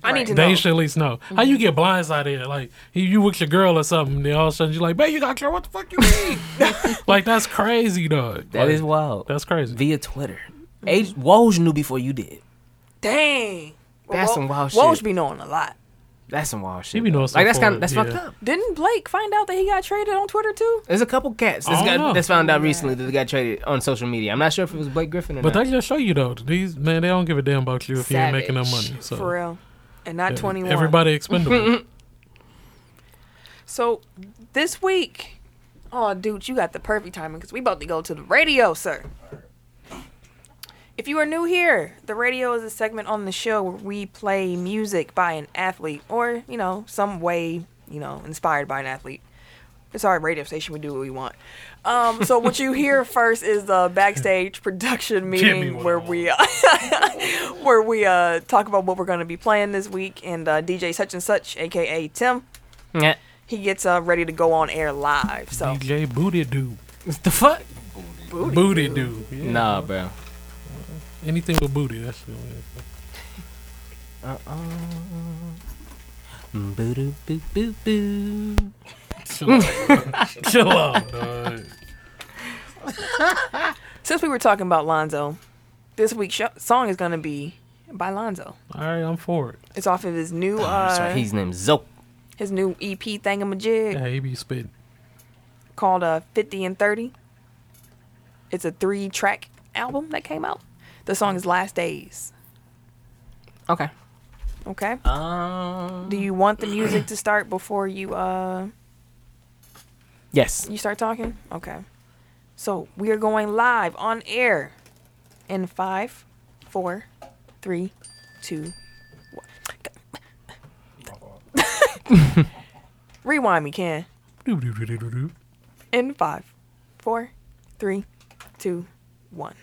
I need to know. Mm-hmm.
they should at least know. How you get blindsided? Like you- you with your girl or something, then all of a sudden you're like, "Man, you got your what the fuck you mean?" like that's crazy, dog.
That
Like,
is wild.
that's crazy.
Via Twitter. Age Woj knew before you did.
Dang.
That's
Wo-
some wild
Woj
shit.
be knowing a lot.
That's some wild shit.
He be knowing
though.
some
like that's kind of
forward,
that's fucked
yeah.
up.
Didn't Blake find out that he got traded on Twitter too?
There's a couple cats that's,
I don't
got,
know.
that's found out recently that they got traded on social media. I'm not sure if it was Blake Griffin or
but
not.
that just show you though. These man, they don't give a damn about you if you ain't making no
Savage.
money. So
For real. And not
yeah,
21.
Everybody expendable.
So this week, oh, dude, you got the perfect timing because we about to go to the radio, sir. If you are new here, the radio is a segment on the show where we play music by an athlete or, you know, some way, you know, inspired by an athlete. It's our radio station. We do what we want. Um, so what you hear first is the backstage production
me
meeting
what
where
I
we uh, where we uh, talk about what we're going to be playing this week, and uh, DJ such and such, aka Tim,
Yeah.
he gets uh, ready to go on air live. So
DJ Booty Dude.
What the fuck?
Booty, Dude. Yeah.
Nah, bro.
Anything with booty. That's the way.
Boo doo boo boo boo.
Chill out. Chill out, dog.
since we were talking about Lonzo, this week's show- song is going to be by Lonzo.
All right, I'm for it.
It's off of his new
That's
uh,
right. His name's Zoe.
his new EP thingamajig.
Yeah, he be spitting.
called uh, 50 and 30. It's a three track album that came out. The song is Last Days.
Okay.
Okay.
Um.
Do you want the music to start before you uh
Yes.
you start talking? Okay. So we are going live on air in five, four, three, two, one. Rewind me, Ken.
Doo-doo-doo-doo-doo-doo.
In five, four, three, two, one.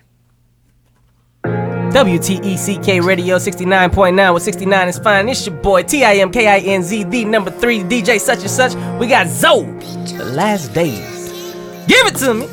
WTECK E Radio 69.9 with 69 is fine. It's your boy T I M K I N Z D number three DJ such and such. We got Zoe. The last days. Give it to me.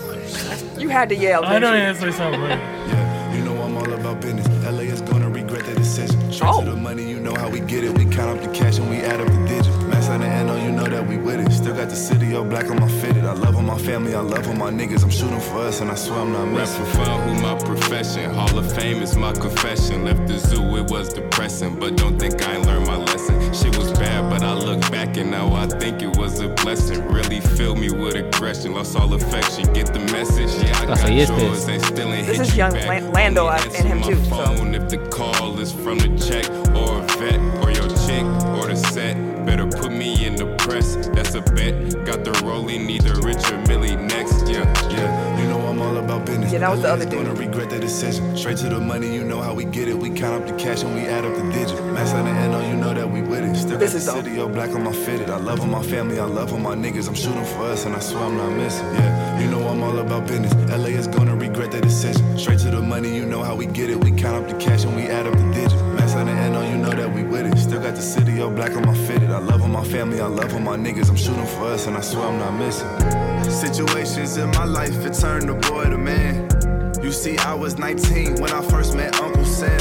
You had to yell.
I
didn't
know
you?
he had to say something right.
Yeah, you know I'm all about business. LA is gonna regret the decision. Straight
Oh.
to the money, you know how we get it. We count up the cash and we add up the digits. Mass on the end, oh, you know that we with it. Still got the city all black on my fitted. I love all my family, I love all my niggas. I'm shooting for us, and I swear I'm not
Rap
missing.
for fun, who my profession? Hall of Fame is my confession. Left the zoo, it was depressing, but don't think I ain't learned my lesson. Shit was bad, but I look back and now I think it was a blessing. Really filled me with aggression, lost all affection. Get the message, yeah, I
That's how
got
he is
yours.
pissed.
They still ain't
This
hit
is
you
young
back.
Lan- Lando
Only
I- and him
answer
too,
my
so.
phone if the call is from the check or a vet or your chick or the set. Better put me in the press, that's a bet. Got the rolling, either rich or Millie next, yeah, yeah.
Yeah, you know I'm all about business.
Yeah, that was the
LA
other
is
dude.
gonna regret the decision. Straight to the money, you know how we get it. We count up the cash and we add up the digits. Mass on the end, oh, you know that we with it. Still got
This
the
is all.
city all black on my fitted. I love all my family, I love all my niggas. I'm shooting for us, and I swear I'm not missing. Yeah, you know I'm all about business. LA is gonna regret the decision. Straight to the money, you know how we get it. We count up the cash and we add up the digits. Mass on the end, oh, you know that we with it. Still got the city all black on my fitted. I love all my family, I love all my niggas. I'm shooting for us, and I swear I'm not missing. Situations in my life, it turned the boy to man. You see, I was 19 when I first met Uncle Sam.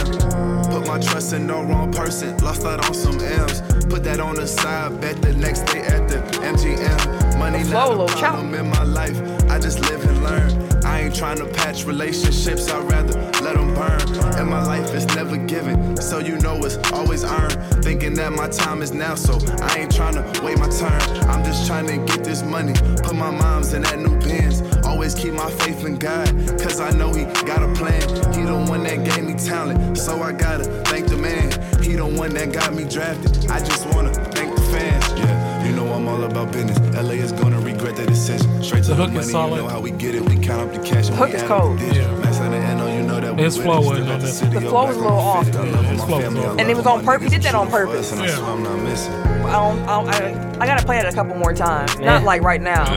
Put my trust in no wrong person, lost out on some M's. Put that on the side, bet the next day at the MGM. Money
Flow,
not a
little chop.
problem in my life, I just live and learn. I ain't trying to patch relationships, I'd rather let them burn. And my life is never given, so you know it's always earned. Thinking that my time is now, so I ain't trying to wait my turn. I'm just trying to get this money, put my moms in that new pins. Always keep my faith in God, cause I know He got a plan. He the one that gave me talent, so I gotta thank the man. He the one that got me drafted, I just wanna thank the fans. Yeah, you know I'm all about business. LA is gonna regret that decision. Straight to
The
the
hook
money,
is
you
solid.
know how we get it. We count up the cash and
Hook
we
is
add up the
cold.
digits.
Yeah.
Mass on the end, oh, you know that we
His
with
flow
it. Still
wasn't
got
on
the
this.
city
The
up
flow
black
was a
on
little
my
off.
fifth. I
Yeah,
love all
his
my
flow was
family. I
off.
love
And it was
all
on
my
purpose. He
niggas.
did that on
I'm shooting for
purpose.
us, and I
Yeah.
swear I'm not missing.
I, don't, I, don't- I, I gotta play it a couple more times. Not
Yeah.
like right now,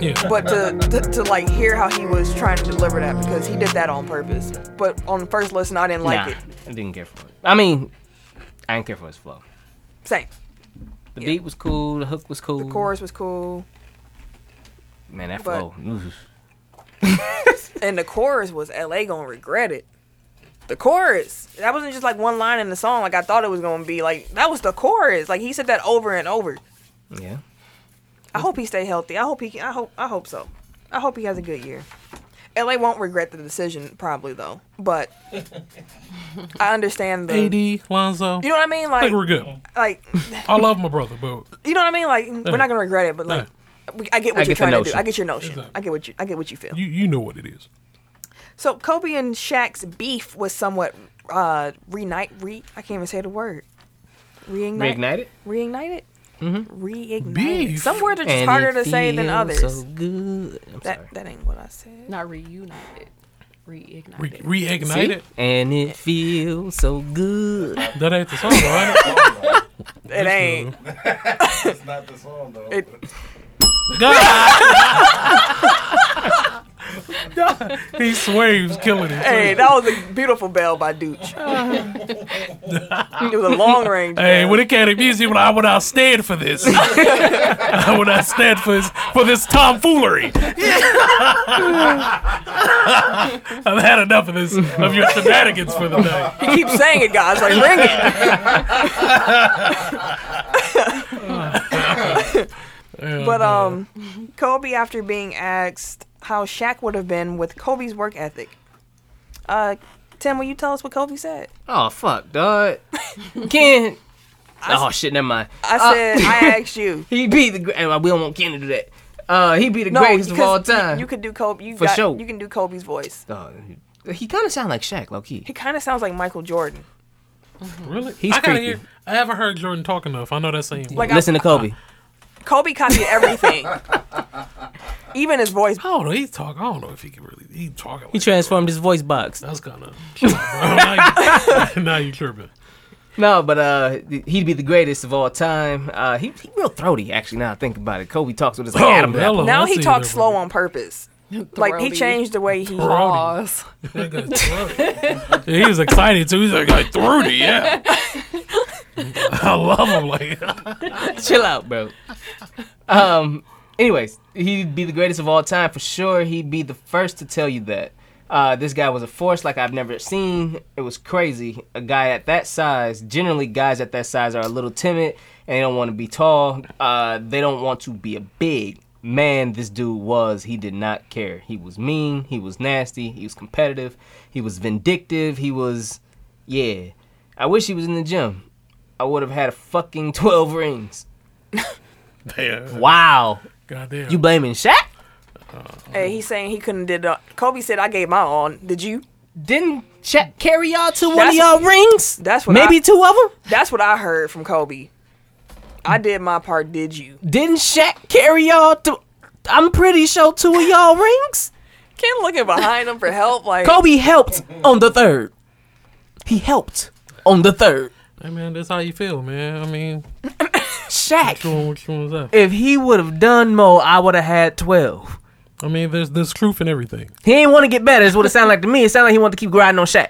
Yeah.
but to, to to like hear how he was trying to deliver that because he did that on purpose. But on the first listen, I didn't like
nah,
it.
I didn't care for it. I mean, I didn't care for his flow.
Same.
The
Yeah.
beat was cool. The hook was cool.
The chorus was cool,
Man, that
but-
flow. oof.
and the chorus was "L.A. gonna regret it." The chorus. That wasn't just like one line in the song like I thought it was gonna be. Like that was the chorus. Like he said that over and over.
Yeah.
I hope he stay healthy. I hope he. I hope. I hope so. I hope he has a good year. LA won't regret the decision, probably though. But I understand the.
AD, Lonzo.
You know what I mean?
I think we're
Like,
good.
like
I love my brother, but
you know what I mean? Like, we're not gonna regret it, but like, we, I get
I
what
get
you're
the
trying to do.
notion.
I get your notion.
Exactly.
I get what you. I get what you feel.
you, you know what it is.
so Kobe and Shaq's beef was somewhat uh reignite. Re. I can't even say the word. Reignite.
Reignited.
Reignited. Mm-hmm. Reignited.
Beef.
Some words are just
And
harder
it
to say than
feels
others.
So good. I'm sorry.
that that ain't what I said.
Not reunited, reignited.
Re- reignite
See?
it.
And it feels so good.
That ain't the song, right?
It ain't.
Not the song though.
It,
he swear he was killing it.
Hey, that was a beautiful bell by Dooch. it was a long range.
Hey,
bell.
when it came to music, when I would I stand for this. I would I stand for this for this tomfoolery. I've had enough of this of your shenanigans for the night.
he keeps saying it, guys. Like ring it.
Yeah,
But um, Kobe, after being asked how Shaq would have been with Kobe's work ethic, uh, Tim, will you tell us what Kobe said?
Oh fuck, dog. Ken. Oh shit, never mind.
I
Uh,
said I asked you.
he beat the. gre- uh, We don't want Ken to do that. Uh, he be the
No,
greatest of
because
all
you-
time.
You, could do Kobe. You
For
got,
sure.
You can do Kobe's voice.
Uh, he kind of sound like Shaq, low key.
He kind of sounds like Michael Jordan.
really,
He's
I gotta
creepy.
hear. I haven't heard Jordan talk enough. I know that saying.
Like I-
Listen to Kobe.
Kobe copied everything, even his voice.
I don't know. He talk. I don't know if he can really. He talking.
He
Like,
transformed his voice box.
that's kind of. now, you- now you tripping.
No, but uh, he'd be the greatest of all time. Uh, he, he real throaty actually. Now I think about it, Kobe talks with his like,
Oh,
Adam.
hello.
apple.
Oh,
Now
I
he
see
talks
that,
slow
bro.
on purpose. Like he
Throaty.
changed the way he.
Pause.
That guy's throaty. Yeah, he was excited too. He's like, like throaty, yeah. I love him. Like,
Chill out, bro. Um. Anyways, he'd be the greatest of all time for sure. He'd be the first to tell you that. Uh, this guy was a force like I've never seen. It was crazy. A guy at that size, generally guys at that size are a little timid and they don't want to be tall. Uh, they don't want to be a big man. This dude was. He did not care. He was mean. He was nasty. He was competitive. He was vindictive. He was, yeah. I wish he was in the gym. I would have had a fucking twelve rings.
damn.
Wow.
Goddamn.
You blaming Shaq?
Hey, he's saying he couldn't did. Uh, Kobe said, "I gave my all. Did you?"
Didn't Shaq carry y'all to one of
That's-
y'all rings?
that's what
maybe
I-
two of them.
That's what I heard from Kobe. I did my part. Did you?
Didn't Shaq carry y'all to? I'm pretty sure two of y'all rings.
Ken looking behind him for help. Like
Kobe helped on the third. He helped on the third.
Hey man, that's how you feel, man. I mean,
Shaq,
doing what you want to say.
if he would have done more, I would have had twelve.
I mean, there's there's truth in everything.
He ain't want to get better. Is what it sounded like to me. It sounded like he wanted to keep grinding on Shaq.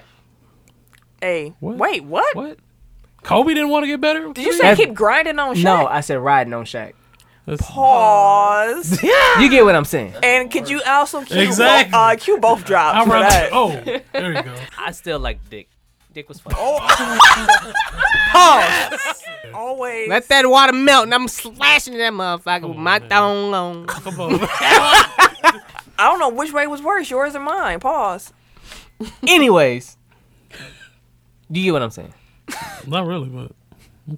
Hey,
What?
wait, what?
What? Kobe didn't want to get better.
Did you say
That's-
keep grinding on Shaq?
No, I said riding on Shaq.
That's-
Pause.
You get what I'm saying?
and could you also cue
Exactly.
both, uh, cue both drops
I
for
run-
that?
Oh, there you go.
I still like Dick. Dick was fun.
Always.
Let that water melt, and I'm slashing that motherfucker with my thong on.
Come on.
I don't know which way was worse, yours or mine. Pause.
Anyways, do you get what I'm saying?
Not really, but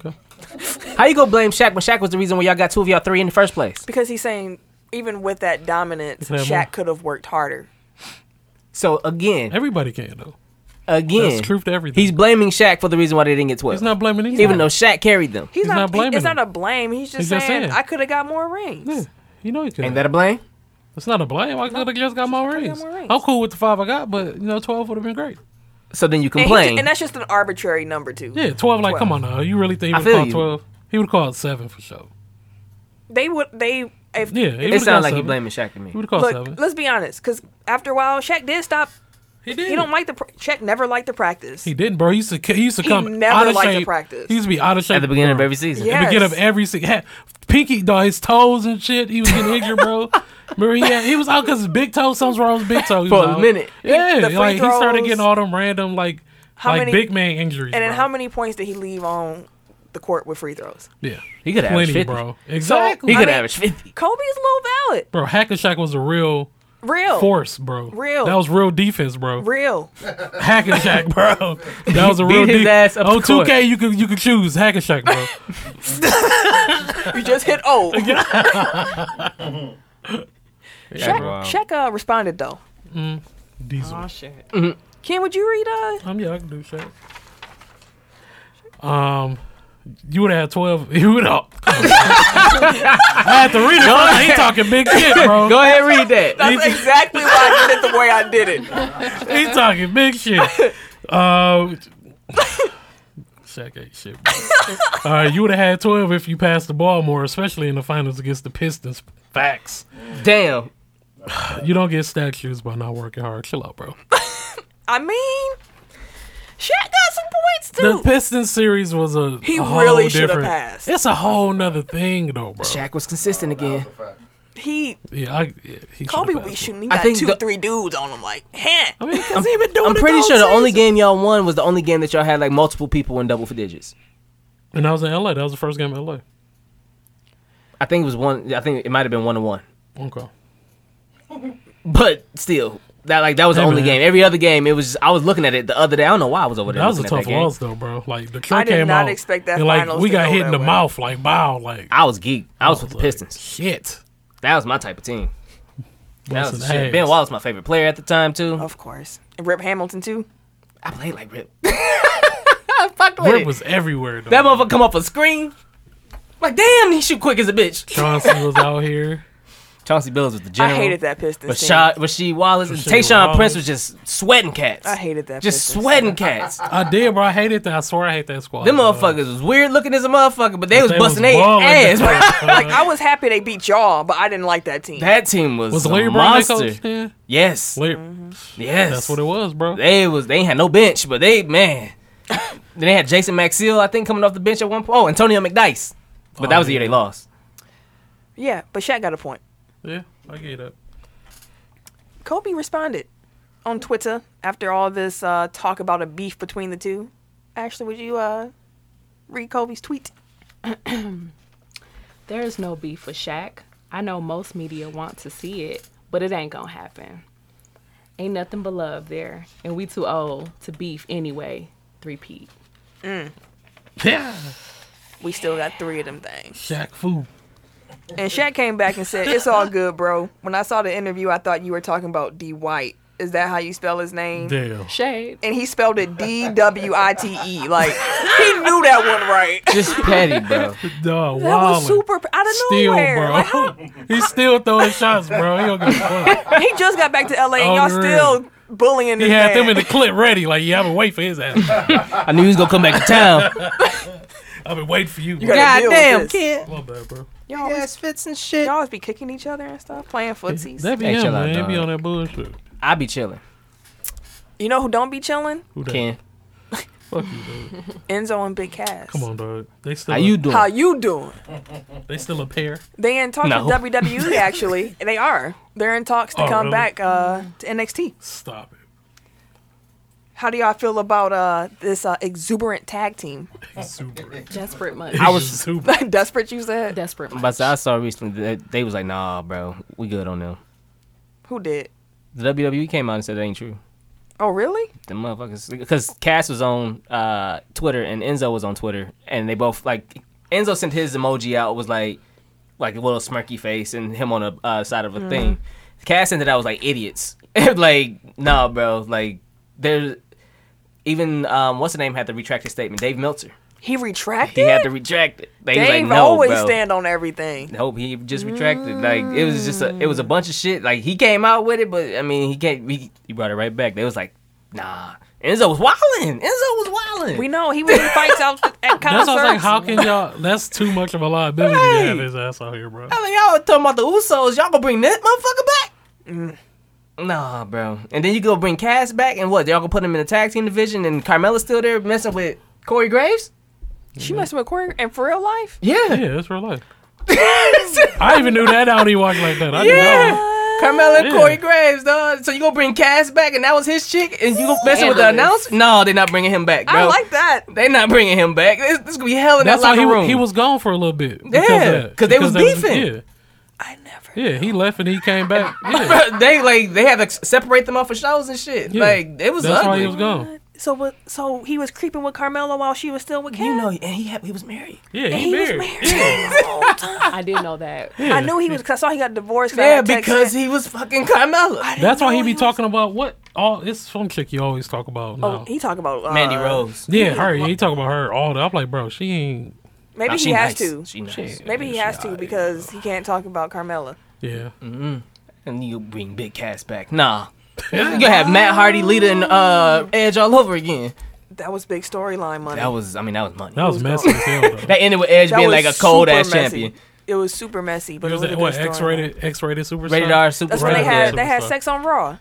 okay.
How you gonna blame Shaq when Shaq was the reason why y'all got two of y'all three in the first place?
Because he's saying even with that dominance,
could have more.
Shaq could have worked harder.
So again,
Everybody can though.
again,
That's truth to everything.
he's blaming Shaq for the reason why they didn't get twelve.
He's not blaming anyone.
even though Shaq carried them.
He's,
He's not blaming
It's not
him.
a blame. He's just
He's
saying,
just saying.
I could have got more rings.
Yeah, you know you can.
Ain't that a blame?
it's not a blame. I could have just got more rings.
more rings.
I'm cool with the five I got, but you know, twelve would have been great.
So then you
And, he ju-
complain.
and that's just an arbitrary number too.
Yeah, twelve. Like, come on now. You really think he
I
would have
feel
called
you.
twelve? He would have called seven for sure.
They would they if
Yeah, he
it
would've
sounds
called
like you
seven.
blaming Shaq to me.
He would have called
look.
seven.
Let's be honest, because after a while, Shaq did stop.
He did.
He don't like the pr- Shaq never liked the practice.
He didn't, bro. He used to he used to
He
come
never
out of
liked to
shape.
practice.
He used to be out of shape
At the beginning of
bro.
every season.
Yeah.
At the beginning of
Yes.
every se- ha Pinky, dog, his toes and shit. He was getting injured, bro. Remember, he, had, he was out because his big toe. Something's wrong with his big toe. He
For
was
a
out.
minute.
Yeah,
The free
like he started
throws.
getting all them random like
How
like
many-
big man injuries.
and then
bro.
how many points did he leave on the court with free throws?
Yeah,
He could have averaged
plenty,
50.
bro. Exactly,
He could
mean-
average fifty.
Kobe's a little valid.
bro. Hackershack was a real
Real.
force, bro.
Real.
That was real defense, bro.
Real.
Hackershack, bro. That was a real
Beat his
defense.
ass up
oh,
the court.
2K, you could you could choose Hackershack, bro.
You just hit O. Shaq,
Wow.
Shaq uh, responded though.
Diesel.
Oh shit.
Ken, would you read uh
Um, yeah, I can do shit. Um, you would have had twelve. You would have. I had to read it. bro. I ain't talking big shit, bro.
Go ahead, read that.
That's exactly why I did it the way I did it.
He's talking big shit. Uh, Shaq ain't shit. bro. All right, you would have had 12 if you passed the ball more, especially in the finals against the Pistons. Facts.
Damn.
You don't get statues by not working hard. Chill out, bro.
I mean, Shaq got some points too.
The Pistons series was a
He
a whole
really shoulda
different-
passed.
It's a whole nother thing, though, bro.
Shaq was consistent again.
he
Yeah, I, yeah he
Kobe
shoulda
would be
passed.
shooting. He
I
got
think
two,
the-
three dudes on him. Like, huh?
I mean,
Cause he been doing
I'm
it
pretty
the
sure the
whole
only
season.
game y'all won was the only game that y'all had like multiple people in double for digits.
and I was in LA. That was the first game in LA.
I think it was one. I think it might have been one to one.
Okay.
But still, that like that was
Hey,
the only
man.
game. Every other game, it was just, I was looking at it the other day. I don't know why I was over there.
That was a
looking at
tough
that game.
loss, though, bro. Like the Detroit
did
came
not
out
expect that
and like
finals
we
to
got
go
hit in
that
the
way.
mouth, like wow, like
I was geeked. I was with the
like,
Pistons.
Shit.
That was my type of team. That
Busting
was shit.
ass.
Ben Wallace, my favorite player at the time too.
Of course, and Rip Hamilton too.
I played like Rip. I fucked with
Rip
it.
was everywhere. Though.
that motherfucker come off a screen. Like damn, he shoot quick as a bitch.
Johnson was out here.
Chauncey Billups was the
I
general.
hated that Pistons team.
Rashad, Rasheed Wallace, and
Rasheed
Tayshawn
Wallace.
Prince was just sweating cats.
I hated that.
Just
Pistons
sweating cats.
I did, bro. I hated that. I swear, I hate that squad.
Them
bro.
motherfuckers was weird looking as a motherfucker, but they was
They
busting
was
their
balling.
ass. bro.
Like I was happy they beat y'all, but I didn't like that team.
that team was,
Was
a
Larry Brown their
monster.
coach? Yeah.
Yes,
Larry,
Mm-hmm.
yes.
That's what it was, bro.
They was they ain't had no bench, but they man. then they had Jason Maxill, I think, coming off the bench at one point. Oh, Antonio McDice, but
Oh,
that was the year they lost.
yeah, but Shaq got a point.
Yeah, I get it.
Kobe responded on Twitter after all this uh, talk about a beef between the two. Ashley, would you uh, read Kobe's tweet?
There is no beef with Shaq. I know most media want to see it, but it ain't gonna happen. Ain't nothing but love there, and we too old to beef anyway. Three Pete.
Yeah.
We still got three of them things.
Shaq Fu.
And Shaq came back and said, It's all good, bro. When I saw the interview, I thought you were talking about D White. Is that how you spell his name?
Damn.
Shade.
and he spelled it D W I T E. Like, he knew that one right.
Just petty, bro.
Dog,
That was super out of
Still,
nowhere.
bro.
Like, how-
He's still throwing shots, bro. He don't give a fuck.
he just got back to LA and
Oh,
y'all
for
still bullying
He
this
had them
man.
in the clip ready. Like, yeah, I've been waiting for his ass.
I knew he was gonna come back to town.
I've been waiting for you.
You gotta deal with
damn
this.
kid.
My bad, bro.
Y'all always
fits and shit.
Y'all always be kicking each other and stuff, playing footsies.
That be
Hey,
him,
chill out,
man. He be
dog.
on that bullshit.
I be chilling.
you know who don't be chilling?
Who that?
Ken,
Fuck you, dude.
Enzo and Big Cass.
Come on, dog. They still
how
a,
you doing?
How you doing?
They still a pair.
They in talks
No.
with WWE actually. They are. They're in talks to
Oh,
come
really?
back uh, to NXT.
Stop it.
How do y'all feel about uh, this uh, exuberant tag team?
He's super.
Desperate much.
I was-
super.
Desperate, you said.
Desperate much.
But I saw recently that they was like, nah, bro, we good on them.
Who did?
The WWE came out and said that ain't true.
Oh, really?
The motherfuckers, because Cass was on uh, Twitter and Enzo was on Twitter, and they both like Enzo sent his emoji out was like like a little smirky face and him on the uh, side of
Mm-hmm.
a thing. Cass sent it out was like idiots, like nah, bro, like there's even um, what's the name had to retract his statement. Dave Meltzer,
He retracted.
he had to retract it. They was
Dave
like, no,
always
bro.
stand on everything.
I hope he just retracted. Like it was just a, it was a
Mm.
bunch of shit. Like he came out with it, but I mean he can't. He, he brought it right back. They was like, nah. Enzo was wildin'. Enzo was wildin'.
We know he was in fights out at
That's what I was like,
concerts.
how can y'all? That's too much of a liability to have his ass out here, bro.
I mean, y'all were talking about the Usos. Y'all gonna bring that motherfucker
Mm.
back? Nah, bro. And then you go bring Cass back, and what? Y'all gonna put him in the tag team division, and Carmella's still there messing with Corey Graves?
she messed with Corey and for real life.
Yeah.
Yeah, that's real life. I even knew that out. He walked like that. I didn't know.
Carmella and
Yeah.
Corey Graves, dog. So you gonna bring Cass back, and that was his chick, and you gonna mess with the
Scandalous.
announcer? No, they're not bringing him back, bro.
I like that.
They not bringing him back. This, this gonna be hell in
That's
that
why
locker
he, wa-
room.
he was gone for a little bit. because
Yeah,
of that.
'cause they was
Because that
beefing.
I never.
yeah, yeah, he left and he came back. Yeah,
they like they had to s- separate them off for shows and shit.
Yeah.
Like it was
that's why
ugly.
he was gone.
So what? So he was creeping with Carmelo while she was still with Cass.
You know, and he had, he was married.
Yeah,
and
he,
he was
married.
married.
Yeah,
I did know that.
yeah.
I knew he was. Cause I saw he got divorced. 'cause I
Yeah,
had texted.
because he was fucking Carmella.
That's why he be talking about what? All it's some chick you always talk about.
Oh,
Now.
he talking about uh,
Mandy Rose.
yeah, her. He talk about her all day. I'm like, bro, she ain't.
Maybe
Nah,
he
she
has
nice.
to.
She nice.
Maybe he has to because he can't talk about Carmella.
Yeah,
Mm-hmm. And you bring Big Cass back. Nah. you gonna have Matt Hardy, Lita, and uh, Edge all over again.
That was big storyline money.
That was, I mean, that was money.
That was messy as hell. Though.
That ended with Edge
That
being
was
like a cold
super
ass
messy.
champion.
It was super messy,
It
but it
was
was a
a,
good
what
story.
X-rated, X-rated superstar.
Rated R Super
That's when they
Right.
had they had
Superstar.
sex on Raw.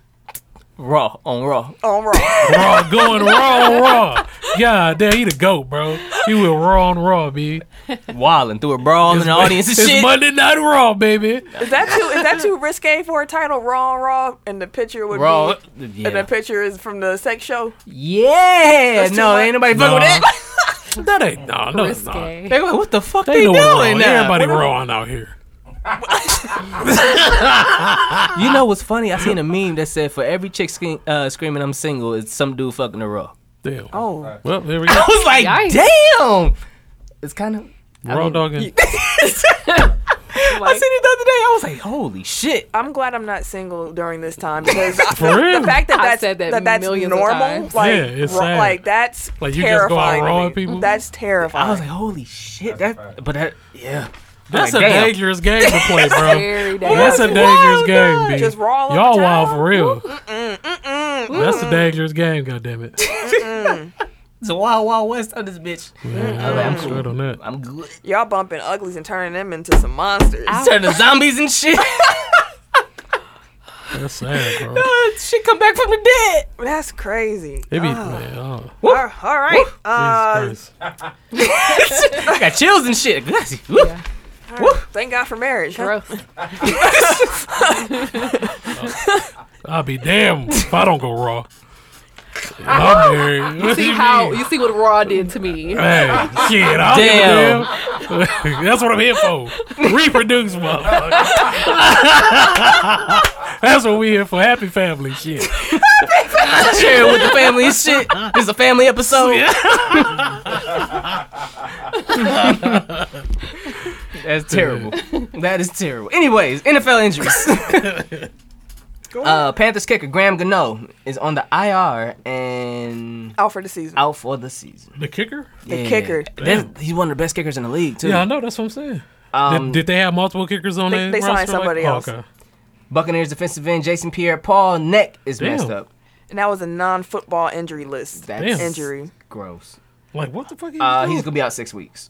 Raw on Raw.
On Raw.
Raw going raw on raw. God damn, he the goat, bro. He went raw on raw, b.
Wilding through a brawl in the audience and
it's
shit.
Monday Night Raw, baby.
is that too is that too risque for a title? Raw on Raw, and the picture would
Raw.
be. And
Yeah.
that picture is from the sex show.
yeah.
That's too
No,
much.
ain't nobody fucking with
Nah.
that.
That ain't no, no, it's not.
Risque.
They like, what the fuck
They
they,
know
doing
we're wrong.
now?
Everybody wrong out here.
You know what's funny? I seen a meme that said, "For every chick scream, uh, screaming I'm single, it's some dude fucking a raw."
Damn.
Oh,
Well, there we go.
I was like,
Yikes.
"Damn!" It's kind of.
Raw dogging.
I seen it the other day. I was like, "Holy shit!"
I'm glad I'm not single during this time because I-
For real?
the fact that
I've
that's
said that
that's
millions of
normal,
times.
like,
Yeah, it's
ra-
sad.
like that's
Like, you just go out
terrifying. to
raw
me.
at people?
That's
I was
terrifying.
like, "Holy shit!" That, but that, yeah,
That's a
Like, damn.
dangerous game to play, bro.
Very
That's a
dangerous.
dangerous game, B.
Just raw all the
Y'all
time?
wild for real. That's a dangerous game, goddammit.
it's a wild, wild west on this bitch.
I'm straight on that.
I'm good.
Y'all bumping uglies and turning them into some monsters.
Turn to zombies and shit.
That's sad, bro.
shit come back from the dead.
That's crazy.
It be, man, oh, Jesus
All all right. Uh,
Christ.
I got chills and shit.
Yeah.
thank God for marriage. huh?
Gross.
I'll be damned if I don't go raw. I'm married. What
See
you
how
mean?
you see what Raw did to me.
Hey, shit, I
Damn.
don't give a damn. That's what I'm here for. Reproduce, motherfucker. That's what we here for. Happy family, shit.
Sharing with the family and shit. This is a family episode. That's terrible. That is terrible. Anyways, NFL injuries. uh, Panthers kicker Graham Gano is on the IR and
Out for the season.
out for the season.
The kicker?
The kicker.
That's- he's one of the best kickers in the league too.
Yeah, I know. That's what I'm saying.
Hmm. Um,
did, did they have multiple kickers on
They-
their
they signed
roster?
somebody
Oh,
else.
okay.
Buccaneers defensive end Jason Pierre-Paul neck is messed
Damn.
up.
And that was a non-football injury list.
That's
Damn.
Injury.
gross.
Like, what the fuck? He
Uh,
was
he's
doing?
gonna be out six weeks.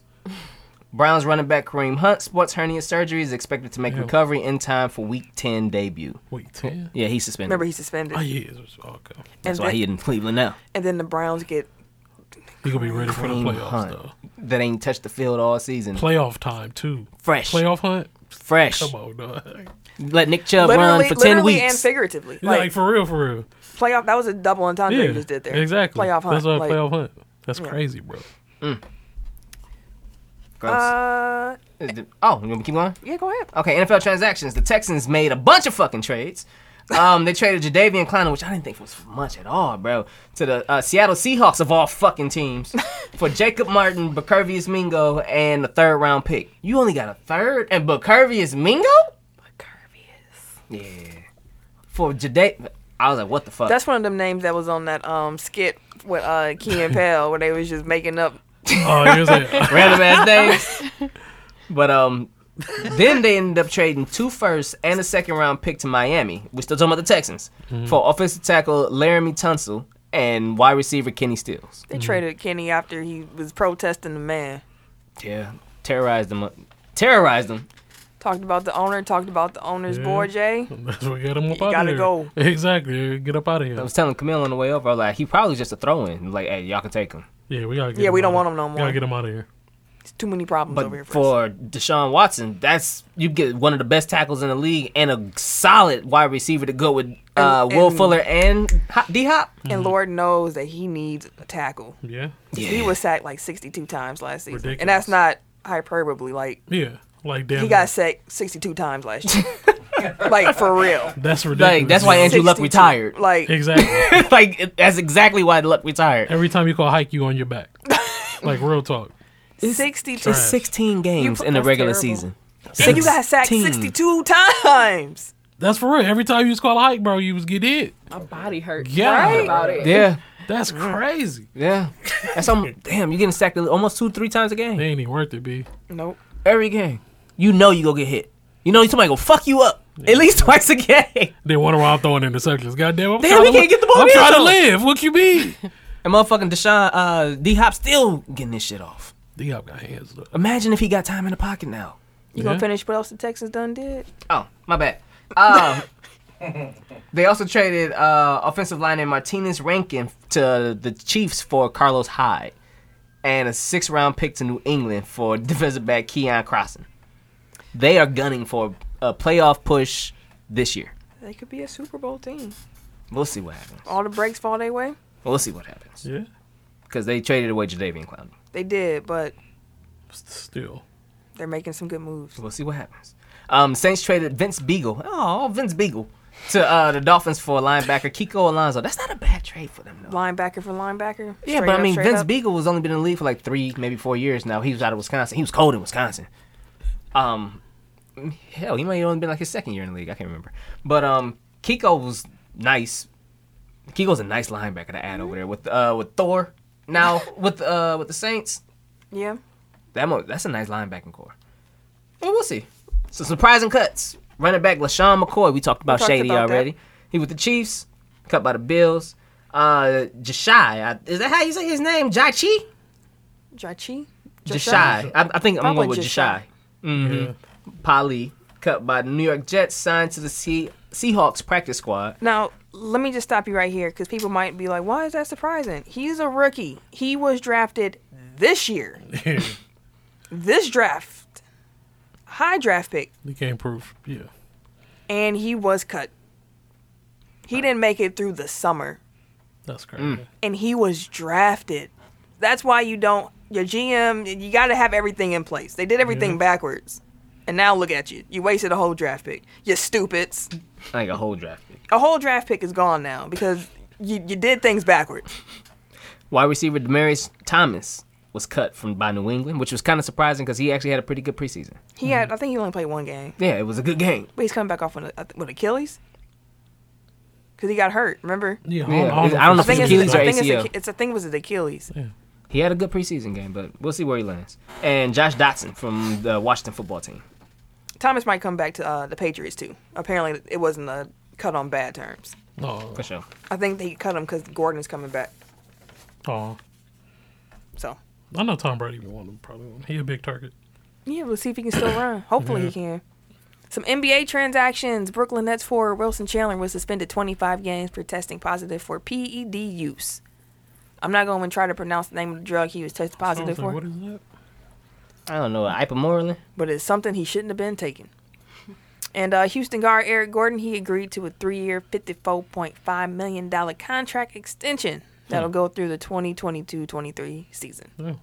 Browns running back Kareem Hunt sports hernia surgery is expected to make
Yeah.
recovery in time for Week Ten debut.
Wait, 10?
Yeah, he's suspended.
Remember, he's suspended.
Oh, yeah. it was- Okay.
That's
and,
why
then,
he in Cleveland now.
and then the Browns get.
He's going to be ready for the
Kareem
playoffs,
Hunt.
though.
That ain't touched the field all season.
Playoff time, too.
fresh,
Playoff hunt?
fresh.
Come on, dog.
Let Nick Chubb run
Literally,
for ten
literally
weeks.
and figuratively.
Like,
Like,
for real, for real.
playoff. That was a double entendre
Yeah,
you just did there.
exactly.
Playoff hunt.
That's what
like,
playoff hunt. That's crazy, bro.
Gross.
Uh,
Is the- oh, you want me to keep going?
yeah, go ahead.
Okay, NFL transactions. The Texans made a bunch of fucking trades. Um, they traded Jadavian Clowney, which I didn't think was much at all, bro, to the uh, Seattle Seahawks of all fucking teams for Jacob Martin, Bucurvius Mingo, and a third round pick. You only got a third and Bucurvius Mingo? Yeah. For Jadavian, I was like, what the fuck?
That's one of them names that was on that um skit with uh Key and Pell where they was just making up.
Oh, he was like,
random ass names. But um, then they ended up trading two firsts and a second round pick to Miami. We're still talking about the Texans
Mm-hmm.
for offensive tackle Laramie Tunsil and wide receiver Kenny Stills.
Mm-hmm.
They traded Kenny after he was protesting the man.
Yeah, terrorized them. Terrorized them.
Talked about the owner. Talked about the owner's
Yeah.
boy Jay.
That's what got him up out of
gotta
here.
go.
Exactly. Get up out of
I
here.
was telling Camille on the way over, I was like, he probably just a throw in. Like, hey, y'all can take him.
Yeah, we gotta get
Yeah,
him
we don't
out
want
of-
him no more.
Gotta get him out of here.
It's too many problems over here
But
for, us.
for Deshaun Watson, that's you get one of the best tackles in the league and a solid wide receiver to go with uh,
And-
Will
and-
Fuller and D Hop.
And Lord knows that he needs a tackle.
Yeah.
He was sacked like 62 times last season. And
Ridiculous.
that's not hyperbole. Like,
Yeah. Like damn.
he got sacked 62 times last year. like, for real.
That's ridiculous.
Like that's why Andrew Luck
62
retired.
Like,
Exactly.
like it- that's exactly why Luck retired.
Every time you call hike, you on your back. Like real talk.
62.
It's 16 games
put-
in the
that's
regular
terrible.
season.
And you got sacked
16.
62 times.
That's for real. Every time you just call a hike, bro, you was get it.
My body hurt.
Yeah.
Right about it.
Yeah,
That's crazy.
yeah. That's um, damn. You're getting sacked almost two, three times a
It
game.
ain't even worth it, B.
Nope.
Every game, you know you gonna get hit. You know somebody gonna fuck you up at least twice a game.
They wonder why I'm throwing interceptions. God damn, I'm
Damn,
trying
we
to
can't
li-
get the ball
I'm
in the
trying to
end
live. What you mean?
And motherfucking Deshaun, uh, D Hop still getting this shit off.
D Hop got hands though.
Imagine if he got time in the pocket now.
You
Yeah.
gonna finish what else the Texans done did?
Oh, my bad. Um, they also traded uh, offensive lineman Martinez Rankin to the Chiefs for Carlos Hyde and a six round pick to New England for defensive back Keon Crossan. They are gunning for a playoff push this year.
They could be a Super Bowl team.
We'll see what happens.
All the breaks fall their way.
We'll see what happens.
Yeah.
Because they traded away Jadavian Clowney.
They did, but
S- Still.
they're making some good moves.
We'll see what happens. Um, Saints traded Vince Beagle. Oh, Vince Beagle. To uh, the Dolphins for linebacker Kiko Alonso. That's not a bad trade for them, though.
Linebacker for linebacker.
Yeah,
Straight
but
up,
I mean,
straight
Vince
up.
Beagle has only been in the league for like three, maybe four years now. He was out of Wisconsin. He was cold in Wisconsin. Um, hell, he might have only been like his second year in the league. I can't remember. But um, Kiko was nice. Kiko's a nice linebacker to add over there with uh with Thor. Now with uh with the Saints,
Yeah,
that mo- that's a nice linebacking core. Well, we'll see. So surprising cuts. Running back LaShawn McCoy. We talked about
talked
Shady
about that.
already. He with the Chiefs. Cut by the Bills. Uh, Jashai. I- Is that how you say his name? Jachi?
Jachi.
Jashai. I, I think I'm
Probably
going with Jashai.
Jashai.
Yeah.
Polly. Cut by the New York Jets. Signed to the Se- Seahawks practice squad.
Now, let me just stop you right here because people might be like, why is that surprising? He's a rookie. He was drafted this year. this draft. High draft pick.
You can't prove. Yeah.
And he was cut. He didn't make it through the summer.
That's crazy.
And he was drafted. That's why you don't, your GM, you got to have everything in place. They did everything
Yeah.
backwards. And now look at you. You wasted a whole draft pick. You stupids.
Like a whole draft pick.
A whole draft pick is gone now because you, you did things backwards.
Wide receiver Demarius Thomas was cut from by New England, which was kind of surprising because he actually had a pretty good preseason.
He had, I think he only played one game.
Yeah, it was a good game.
But he's coming back off with, a, with Achilles because he got hurt. Remember?
Yeah.
Yeah.
all- all
I don't know
the
if it's
think
facilities
Achilles
it's,
or
are-
I
ACL.
think It's, Ach- it's I think it was his Achilles.
He had a good preseason game, but we'll see where he lands. And Josh Dotson from the Washington football team.
Thomas might come back to uh, the Patriots too. Apparently, it wasn't a cut on bad terms.
Oh,
For sure.
I think they cut him because Gordon is coming back.
oh.
So
I know Tom Brady would want him. Probably want him. He a big target.
yeah, we'll see if he can still run. Hopefully, he can. Some NBA transactions. Brooklyn Nets forward Wilson Chandler was suspended 25 games for testing positive for PED use. I'm not going to try to pronounce the name of the drug he was tested
I was
positive
like,
for,
what is that?
I don't know, Ipamorlin?
but it's something he shouldn't have been taking. And uh, Houston guard Eric Gordon, he agreed to a three-year, $54.5 million contract extension that'll go through the 2022-23 season.
Yeah.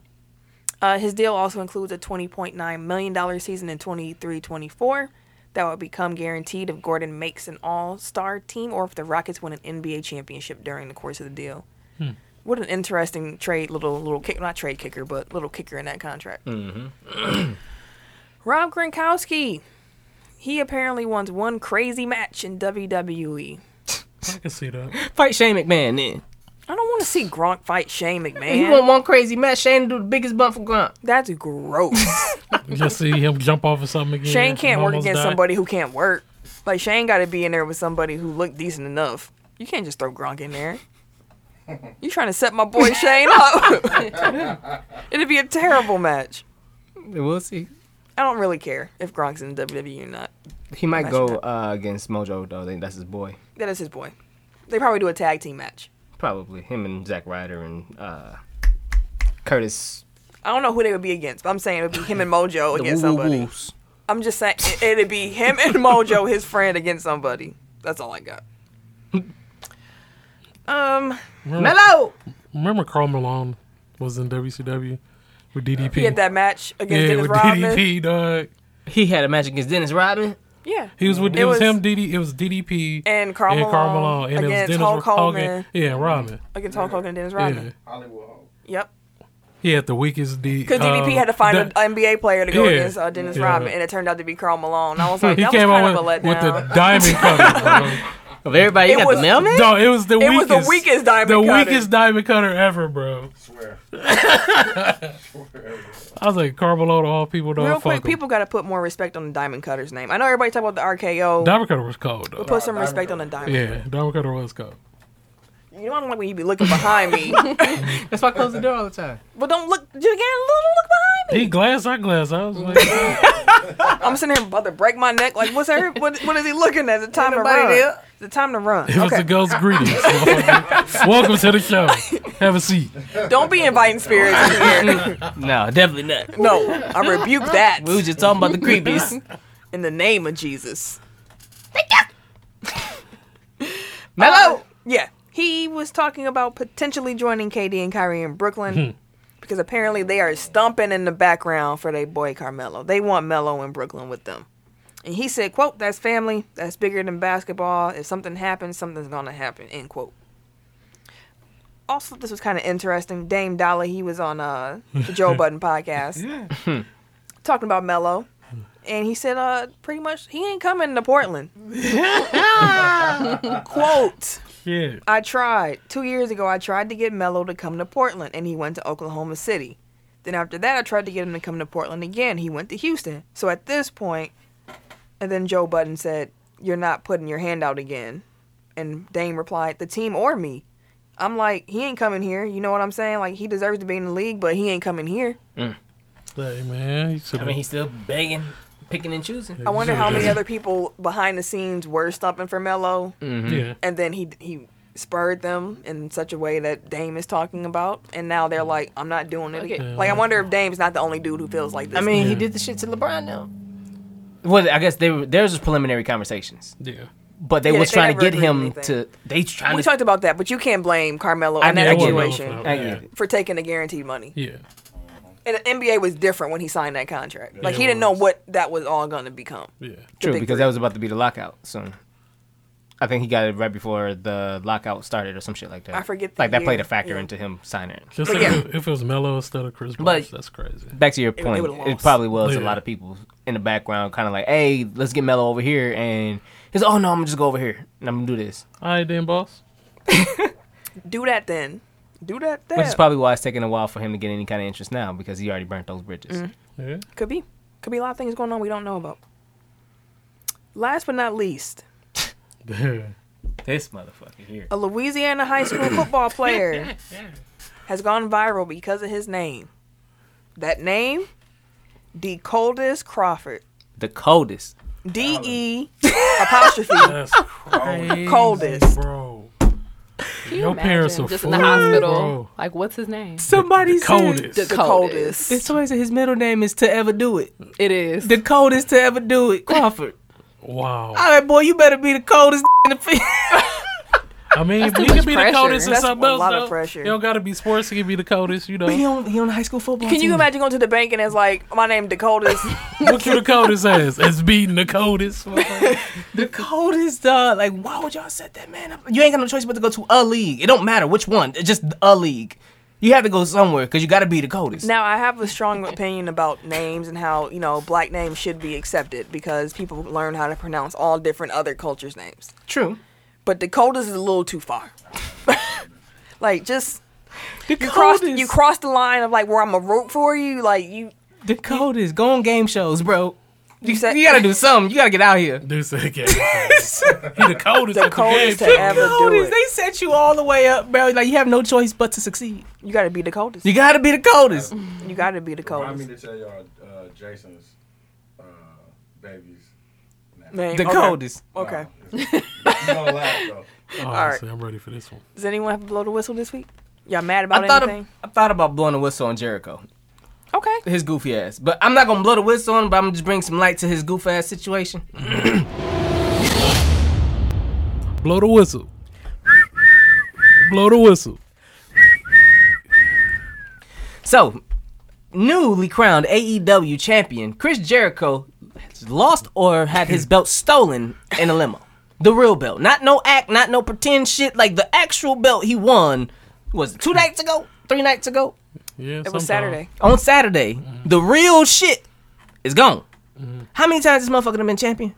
Uh, his deal also includes a $20.9 million season in 23-24 that will become guaranteed if Gordon makes an all-star team or if the Rockets win an NBA championship during the course of the deal. What an interesting trade, little little kick, not trade kicker, but little kicker in that contract. Rob Gronkowski, he apparently wants one crazy match in E. WWE.
I can see that.
Fight Shane McMahon then.
I don't want to see Gronk fight Shane
You
McMahon.
want one crazy match? Shane to do the biggest bump for Grunt.
That's gross.
Just see him jump off of something again.
Shane can't
and
work
almost
against
die.
somebody who can't work. Like Shane got to be in there with somebody who looked decent enough. You can't just throw Gronk in there. You trying to set my boy Shane up? It'd be a terrible match.
We'll see.
I don't really care if Gronk's in the WWE or not.
He might
Imagine
go
that.
uh, against Mojo though. I think that's his boy.
That is his boy. They probably do a tag team match.
Probably him and Zack Ryder and uh, Curtis.
I don't know who they would be against, but I'm saying it would be him and Mojo
The
against
Woo Woo
somebody.
Woos.
I'm just saying it, it'd be him and Mojo, his friend, against somebody. That's all I got. Um,
Mello.
Remember Carl Malone was in WCW with DDP?
he had that match
yeah,
against Dennis
with
Rodman.
DDP, dog.
He had a match against Dennis Rodman.
Yeah,
He was with
It
it, was,
was-
him, DD, it was DDP
And Karl Malone
and it was
against
Dennis
Hulk
Hogan.
Hogan.
Yeah, Robin.
against Hulk Hogan and Dennis
Yeah,
Rodman. Yep,
he had the weakest D. uh,
because DDP had to find an NBA player to go
Um, yeah.
against uh, Dennis
Yeah.
Rodman, and it turned out to be Carl Malone. I was like,
he
that was
came
kind of
out
a
with, with
letdown.
the diamond cutter. bro.
Of everybody, you
It
got
was-
the mailman.
No, it was the
It was
weakest.
the weakest diamond
The
cutter.
weakest diamond cutter ever, bro.
Swear. Swear.
I was like, Carmelo to all people, don't
Real
fuck
quick,
him.
people got to put more respect on the Diamond Cutter's name. I know everybody talk about the RKO.
Diamond cutter was cold, though.
Put some respect on the Diamond.
Yeah, Diamond cutter was cold.
You know, I don't like when you be looking behind me. That's
why I close the door all the time.
But don't look, you again, don't look behind me.
He glass, I glass. I was like,
I'm sitting here about to break my neck. Like, what's her, what, what is he looking at? The time to
nobody
run.
there.
The time to run.
it was the ghost greetings. motherfucker. Welcome to the show. Have a seat.
Don't be inviting spirits in here.
No, definitely not.
no, I rebuke that.
We was just talking about the creepies.
In the name of Jesus.
Hello.
Yeah. He was talking about potentially joining KD and Kyrie in Brooklyn because apparently they are stumping in the background for their boy Carmelo. They want Melo in Brooklyn with them. And he said, quote, that's family. That's bigger than basketball. If something happens, something's going to happen, end quote. Also, this was kind of interesting. Dame Dollar, he was on uh, the Joe Budden podcast talking about Melo. And he said, uh, pretty much, he ain't coming to Portland. Quote.
Shit.
I tried. Two years ago, I tried to get Mello to come to Portland, and he went to Oklahoma City. Then after that, I tried to get him to come to Portland again. He went to Houston. So at this point, and then Joe Budden said, You're not putting your hand out again. And Dame replied, The team or me. I'm like, He ain't coming here. You know what I'm saying? Like, he deserves to be in the league, but he ain't coming here.
Hey man, you should
I mean, he's still begging, picking and choosing.
I wonder how many other people behind the scenes were stumping for Mello.
Mm-hmm.
yeah.
and then he he spurred them in such a way that Dame is talking about, and now they're like, "I'm not doing it again." Like, I wonder if Dame's not the only dude who feels like this.
I mean,
Yeah.
he did the shit to LeBron now. Well, I guess they were, theirs was preliminary conversations,
Yeah.
but they
Yeah,
was
they
trying to
never
get
agreed on
him
anything.
to. They trying
we
to.
talked about that, but you can't blame Carmelo in
mean,
that
I get it.
situation
I get it.
for taking the guaranteed money.
Yeah.
And the NBA was different when he signed that contract. Like, he didn't know what that was all going to become.
Yeah.
The
True,
big
because
three.
that was about to be the lockout soon. I think he got it right before the lockout started or some shit like that.
I forget the
Like that played a
year.
factor
Yeah.
into him signing. it.
Just like
But yeah.
if- if it was Melo instead of Chris
But-
Bosh, that's crazy.
Back to your
It- it
point,
would've
it,
lost.
probably was a
Yeah.
lot of people in the background, kind of like, "Hey, let's get Mello over here," and he's, "Oh no, I'm gonna just go over here and I'm gonna do this,"
All right, then, boss.
Do that then. Do that then.
which is probably why it's taking a while for him to get any kind of interest now because he already burnt those bridges.
Yeah.
Could be. Could be a lot of things going on we don't know about. Last but not least,
Yeah.
This motherfucker here.
a Louisiana high school football player has gone viral because of his name. That name, Decoldis Crawford.
The coldest.
D E apostrophe
That's crazy,
coldest.
bro.
Can you
Your
imagine
parents are
just in the
fools,
hospital?
bro.
Like, what's his name?
Somebody
Coldest.
The
Decoldis.
It's always his middle name is to ever do it.
It is.
The coldest to ever do it, Crawford.
Wow.
All right, boy, you better be the coldest in the field.
I mean, you
too
can
much
be
pressure.
the coldest in
That's
something
a
else.
lot
though.
of pressure.
You don't gotta be sports. You can be the coldest. You know.
He on, he on the high school football
Can you
team.
imagine going to the bank and it's like, my name Decoldis?
Look who the coldest is. It's beating the coldest.
The coldest, dog. Like, why would y'all set that man up? You ain't got no choice but to go to a league. It don't matter which one. It's just a league. You have to go somewhere because you got to be the coldest.
Now, I have a strong opinion about names and how, you know, black names should be accepted because people learn how to pronounce all different other cultures' names.
True.
But Dakota's is a little too far. like, just.
The
You crossed, you crossed the line of like where I'm gonna root for you. Like you,
the coldest. Go on game shows, bro.
you said
You got to do something. You got to get out here.
Dude said, "Yeah, he the coldest."
the
at game.
coldest to ever do
Coldest.
it.
They set you all the way up, bro. Like, you have no choice but to succeed.
You gotta be the coldest.
You got to be the coldest.
You gotta be the
Remind me
coldest.
to tell y'all uh, Jason's uh, babies.
Name.
The
okay.
coldest.
Okay.
You gonna laugh though.
Oh,
right.
see, I'm ready for this one.
Does anyone have to blow the whistle this week? Y'all mad about
I thought,
anything?
of, I thought about blowing a whistle on Jericho.
okay.
his goofy ass. But I'm not gonna blow the whistle on, him, but I'm gonna just bring some light to his goof ass situation.
Blow the whistle. Blow the whistle.
So, newly crowned AEW champion Chris Jericho has lost or had his belt stolen in a limo. The real belt, not no act, not no pretend shit. Like the actual belt he won was it two nights ago, three nights ago
Yeah,
It was Saturday.
on Saturday. The real shit is gone. How many times this motherfucker done been champion?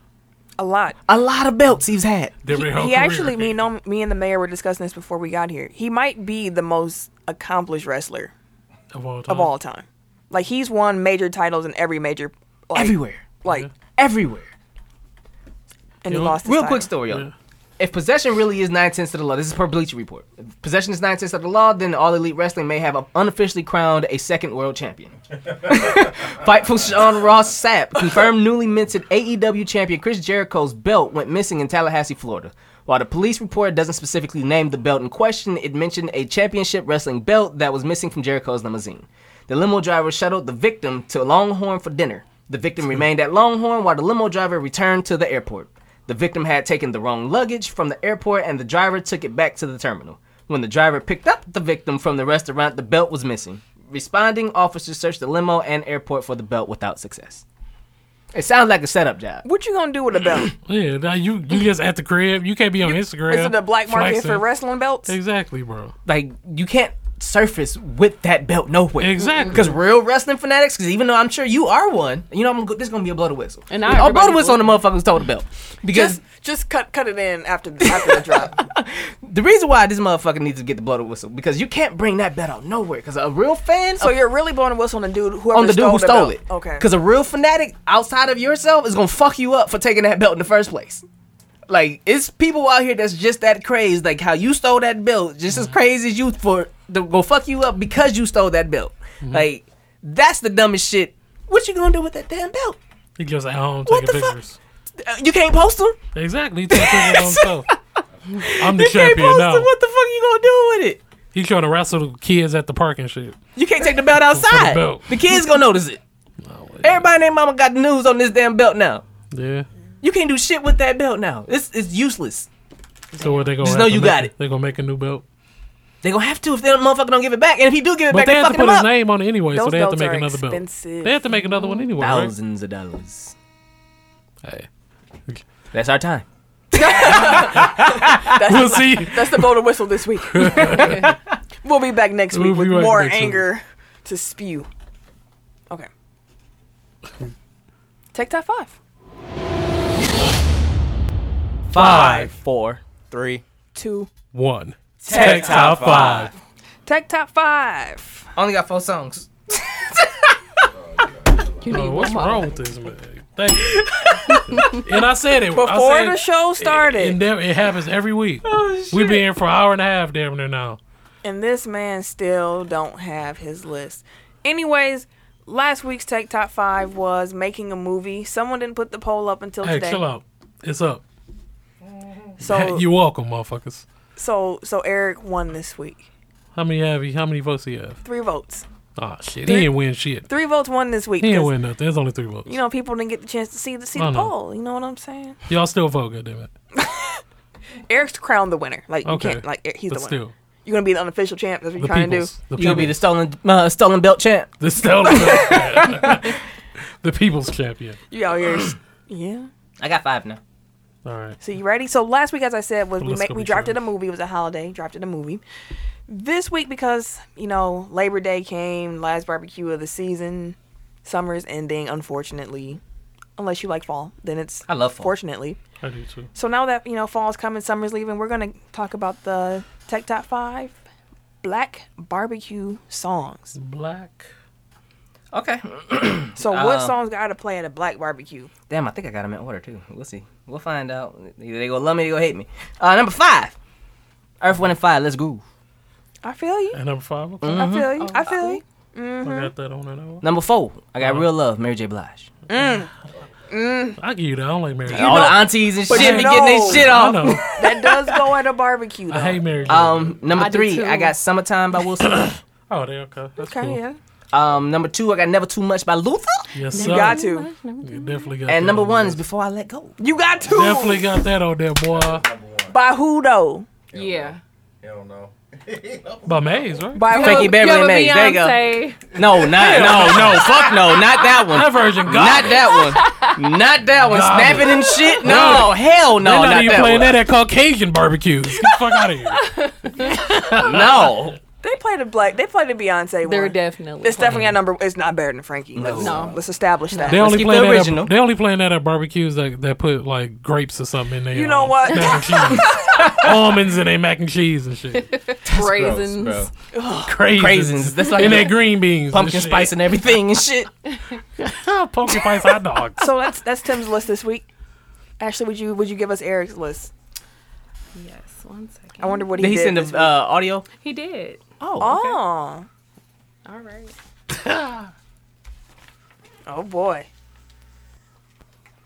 A lot.
A lot of belts he's had.
He actually, me, and him- me and the mayor were discussing this before we got here. He might be the most accomplished wrestler
of all time.
of
Uh-huh.
all time. Like he's won major titles in every major. Like,
Everywhere,
Like,
everywhere.
and he
Yeah.
lost. His
Real
title.
quick story, y'all.
Yeah.
if possession really is nine tenths of the law, this is per Bleacher Report. If possession is nine tenths of the law, then All Elite Wrestling may have unofficially crowned a second world champion. Fightful Sean Ross Sapp confirmed newly minted AEW champion Chris Jericho's belt went missing in Tallahassee, Florida. While the police report doesn't specifically name the belt in question, it mentioned a championship wrestling belt that was missing from Jericho's limousine. The limo driver shuttled the victim to Longhorn for dinner. The victim remained at Longhorn while the limo driver returned to the airport. The victim had taken the wrong luggage from the airport and the driver took it back to the terminal. When the driver picked up the victim from the restaurant, the belt was missing. Responding, officers searched the limo and airport for the belt without success. It sounds like a setup job.
What you gonna do with a belt?
Yeah, now you you just at the crib. You can't be on Instagram.
Is it a black market for
flexing.
wrestling belts?
Exactly, bro.
Like, you can't surface with that belt nowhere.
Exactly.
Because real wrestling fanatics, because even though I'm sure you are one, you know, I'm go- this is going to be a blow to whistle.
And now
I'll blow the
everybody-
whistle on the motherfuckers told the belt. Because
Just just cut cut it in after after the drop.
the reason why this motherfucker needs to get the blow to whistle, because you can't bring that belt out nowhere. Because a real fan,
So you're really blowing a whistle on the dude whoever
on the dude
stole
who
the
stole
belt.
it.
Okay.
Because a real fanatic outside of yourself is gonna fuck you up for taking that belt in the first place. Like it's people out here that's just that crazy. Like how you stole that belt, just as
Mm-hmm.
crazy as you for to go fuck you up because you stole that belt.
Mm-hmm.
Like that's the dumbest shit. What you gonna do with that damn belt?
He just at home
What
taking
the fuck?
pictures.
Uh, You can't post them.
Exactly, he taking pictures of himself. I'm the
You can't
champion
post
now.
them. What the fuck you gonna do with it?
He's trying to wrestle the kids at the park and shit.
You can't take the belt outside.
belt.
The kids gonna notice it. Everybody and their mama got the news on this damn belt now.
Yeah.
You can't do shit with that belt now. It's it's useless.
So what they gonna
Just
have
know
to
you
make-
got it.
They gonna make a new belt,
They gonna have to if that motherfucker don't give it back. And if he do give it
but
back,
they
they,
have to
fucking
put
him
his
up.
name on it anyway. so
Those
they have to
belts
make
are
another belt.
expensive.
They have to make another one anyway. Right?
Thousands of dollars.
Hey.
That's our time.
We'll see.
That's the blow to whistle this week. we'll be back next
We'll
week with
be back
more
next week.
anger to spew. Okay. Take that five.
Five, four, three.
Two.
One. Tech top five.
Tech top five.
Only got four songs.
You need
Oh, what's
one more.
wrong with this man? Thank you. and I said it I
Before
said
the show started,
And there, it happens every week. We've been here for an hour and a half, damn near now.
and this man still don't have his list. Anyways, last week's tech top five was making a movie. Someone didn't put the poll up until
Hey,
today.
chill out. It's up.
So
You're welcome, motherfuckers.
so so Eric won this week.
How many have you? How many votes do you have?
Three votes.
Ah, shit. He didn't win shit.
Three votes won this week.
He didn't
'cause,
win nothing. There's only three votes.
You know, people didn't get the chance to see the see
I
the
know.
poll. You know what I'm saying?
Y'all still vote, goddammit.
Eric's crowned the winner. Like
Okay.
you can't like he's
but
the winner.
still,
You're gonna be the unofficial champ. That's what you're
the
trying to do.
people's. The
You'll be the
people's-
stolen uh, stolen belt champ.
the stolen. the people's champion.
You out here. s- yeah.
I got five now.
All right.
So you ready? So last week, as I said, was we
Let's
make
go
we
be
drafted a
sure.
movie. It was a holiday. Drafted a movie. This week because you know Labor Day came, last barbecue of the season. Summer's ending, unfortunately. Unless you like fall, then it's
I love fall.
Fortunately,
I do too.
so now that you know fall's coming, summer's leaving, we're gonna talk about the Tech Top Five Black Barbecue songs.
Black.
Okay.
So what
Uh,
songs got to play at a black barbecue?
Damn, I think I got them in order too. We'll see. We'll find out. Either they gonna love me, or they gonna hate me. Uh, number five. Earth, Wind, and Fire. Let's go.
I feel you.
And number five. Okay.
I
Mm-hmm.
feel you. I feel you. Mm-hmm.
I got that on that one.
Number four. I got Real Love. Mary J. Blige.
I give you that. I don't like Mary. J.
All the aunties and shit
you
be getting
know-
their shit
I
off.
know.
That does go at a barbecue. Though.
I hate Mary. J.
Um, number
I do
three.
too.
I got Summertime by Will Smith.
Oh, they okay. That's
Okay,
cool.
yeah.
um, number two. I got Never Too Much by Luther.
Yes,
You
sir.
got to.
You definitely got.
And
that
number
on
one
there.
is Before I Let Go.
You got to.
definitely got that on there, boy.
By who though?
Yeah.
Hell no.
By Maze, right?
By who?
Frankie Beverly and
You have a
Maze. There you go.
Beyonce.
No, not no, no, fuck no, not that one.
that version got
Not that one. Not that one.
Got it.
Snapping and shit. No, hell
They're
no,
not,
not,
even
that
playing
one.
that at Caucasian barbecues. Get the fuck out of here.
No.
They played a black. They played a Beyonce
They're
one.
definitely.
It's definitely a number. It's not better than Frankie. Let's,
No.
let's establish that.
They only
keep
play
the
that.
original.
At, they only playing that at barbecues that, that put like grapes or something in there.
You know what?
Mac and cheese. Almonds in their mac and cheese and shit.
raisins.
Craisins.
Craisins. That's like
and
the
their green beans.
Pumpkin
and shit.
spice and everything and shit.
Pumpkin spice hot dogs.
So that's that's Tim's list this week. Ashley, would you would you give us Eric's list?
Yes, one second.
I wonder what he
Did he
did
send
this
the
week.
uh, audio?
He did.
Oh, okay.
oh,
All right.
oh boy.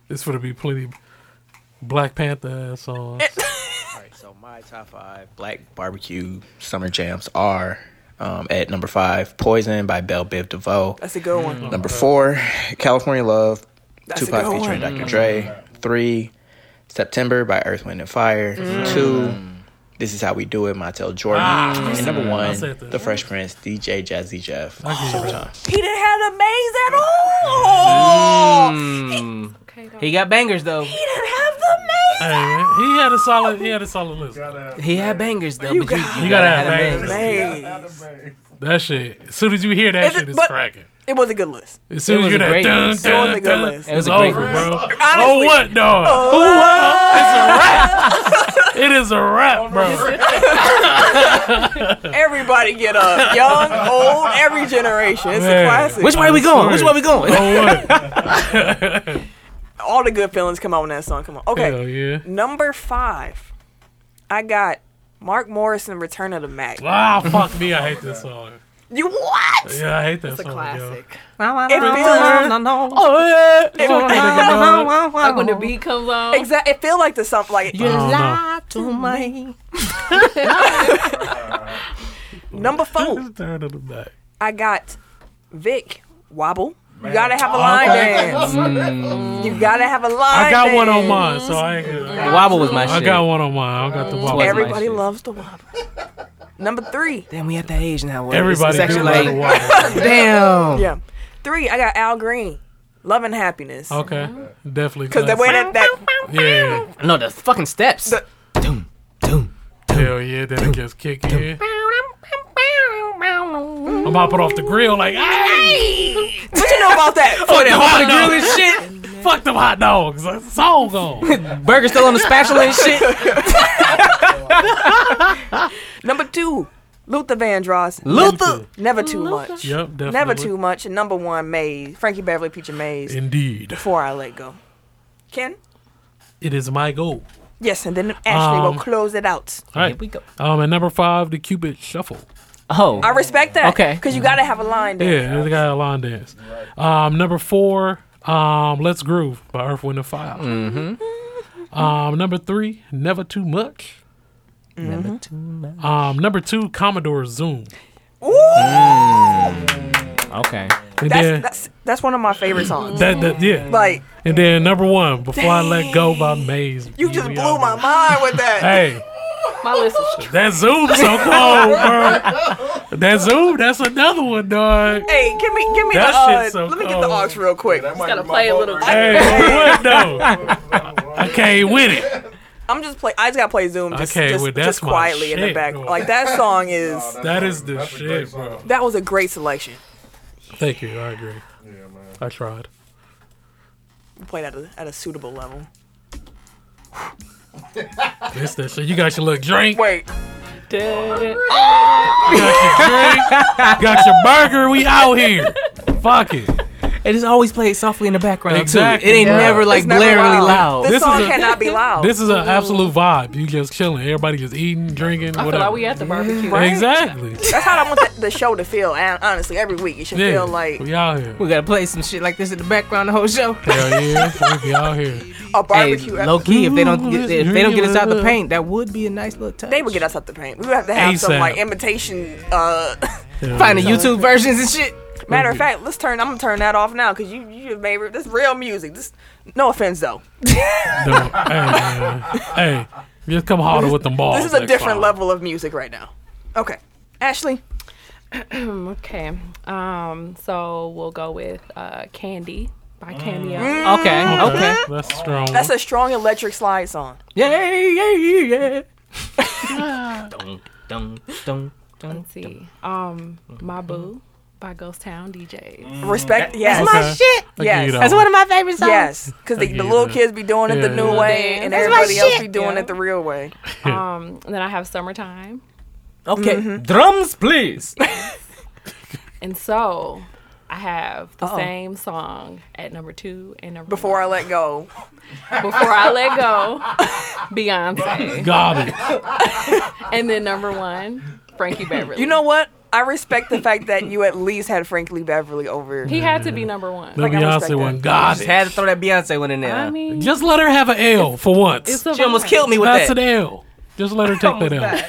It's gonna be plenty Black Panther songs.
Eh.
All right, so my top five Black Barbecue Summer Jams are um, at number five, Poison by Belle Biv DeVoe.
That's a good one.
Number four, California Love,
That's a
Mm. Tupac
good
featuring
one.
Dr. Dre. Three, September by Earth, Wind, and Fire.
Mm.
Two, This Is How We Do It, Montel Jordan.
Ah,
and number one,
said that.
The Fresh Prince, DJ Jazzy Jeff. Showtime.
He didn't have a maze at all.
Mm.
Okay.
Hmm. He got bangers though.
He didn't have the maze.
Hey, man, he had a solid. He had a solid list.
He had bangers though. but you,
You
you
gotta
gotta
have
have bangers.
bangers.
Maze.
That shit. As soon as you hear that
Is it-
shit, it's
but-
cracking.
It was a good list.
As soon
was
as you
a
hear
great
that, dun,
list.
It was a
dun,
good
dun,
list.
It was
it's
a great
over,
list.
bro. Oh what, dog? It's a wrap. It is a wrap, bro.
Everybody get up. Young, old, every generation. It's
Man.
a classic.
Which way we going? Which way we going?
Oh what?
All the good feelings come out in that song. Come on. Okay.
Hell yeah.
Number five. I got Mark Morrison, Return of the Mac.
Ah, fuck me. I hate this song.
You what?
Yeah, I hate that
It's a
song. Yo.
classic.
It feels,
Oh yeah. Oh.
Like when the beat comes on.
exa- it feel like the something like
I don't know.
number four.
Turn to the back.
I got Vic Wobble. You gotta have a line dance.
Mm.
You gotta have a line.
I got one on
dance.
mine, so I ain't gonna-
Wobble was my shit.
I got one on mine. I got the wobble.
Every-
Everybody
shit.
loves the wobble. Number three.
Damn, we at that age now. Where
Everybody
it's, it's
do love
actually
the
like,
wobble.
damn.
Yeah. Three, I got Al Green. Love and happiness. Because
Okay, definitely.
the way
classic.
that, that
Yeah.
No, the fucking steps.
The-
doom, doom.
Hell yeah, then it gets kicked in. I'm hopping off the grill like, hey,
what you know about that?
Oh, that hot grill and
fuck them hot dogs. It's all gone.
shit. Burger still on the spatula and shit.
Number two, Luther Vandross.
Luther.
Never too much.
yep, definitely.
Never too much. And number one, Maze. Frankie Beverly, Peter Maze.
Indeed.
Before I let go. Ken?
It is my goal.
Yes, and then Ashley
Um,
will close it out.
All
Here
right.
we go.
Um, at number five, the Cupid Shuffle.
Oh,
I respect that.
Okay.
Because you gotta have a line there.
Yeah, they got a line dance. Um, number four, um, Let's Groove by Earth, Wind, and Fire. Mm-hmm. Um, number three, Never Too Much.
never too much.
Um, number two, Commodore Zoom. Mm.
Okay.
And
That's,
then
that's that's one of my favorite songs.
that, that, yeah.
Like
and then number one, Before I Let Go by Maze.
you just blew my mind with that.
Hey,
My list is
that Zoom so cold, bro. That Zoom, that's another one, dog.
Hey, give me give me
That
the uh,
shit's so
let me get the
cold.
aux real quick.
gotta play a little.
Hey, what though? I can't with it.
I'm just play. I just gotta play Zoom. Just,
Okay,
just,
well, that's
just
my
quietly in the
shit,
back.
bro.
Like that song is.
That is the shit, bro.
That was a great selection.
Thank you. I agree. I tried.
Played at a at a suitable level.
It's that shit. You got your little drink.
Wait,
You got your drink. got your burger. We out here. Fuck it.
It just always plays softly in the background
Exactly.
too. It ain't
Yeah.
never like
it's never
blaringly loud.
This,
This
song
is a-
cannot be loud.
This is an absolute vibe. You just chilling. Everybody just eating, drinking,
I feel like
whatever.
we at the barbecue.
Exactly.
that's how I want the, the show to feel. And honestly, every week it should
Yeah.
feel like
we out here.
we gotta play some shit like this in the background the whole show.
Hell yeah. We be out here.
Hey,
a barbecue.
low key, if they don't get if they don't get us out the
Drink it up.
paint, that would be a nice little touch.
they would get us out the paint. We would have to have some
ASAP.
like imitation. Uh,
Yeah.
finding YouTube versions and shit.
matter of fact, let's turn. I'm gonna turn that off now because you you have made this real music. This no offense though.
No, hey, man. hey, just come harder with them balls.
This is a
next
different
time.
level of music right now. Okay, Ashley.
Mm, Okay. Um. So we'll go with uh, "Candy" by Cameo.
Mm. Okay, okay.
That's a strong.
That's
one.
a strong electric slide song.
Yeah, yeah, yeah, yeah. Dun, dun, dun, dun.
Let's see. Um. "My Boo" by Ghost Town DJs.
Respect. Yes.
Okay. shit.
Yes.
That's one of
my favorite
Yes, because the,
I
the
get
little
that.
kids be doing it the
Yeah.
new way, and
That's
everybody else be
shit.
doing
Yeah.
it the real way.
Um. And then I have "Summertime."
Mm-hmm. Okay, drums, please.
And so I have the
Uh-oh.
same song at number two and number
Before I let go.
one. before I let go, Beyonce,
Got it.
and then number one, Frankie Beverly.
You know what? I respect the fact that you at least had Frankly Beverly over.
he had to be number one.
The
Like, I respect
Beyonce
that.
one.
I
Got
just
it.
had to throw that Beyonce one in there.
I mean,
Just let her have an L for once.
it's a
she almost
vibe.
killed me with
That's
that.
an L. Just let her take that L.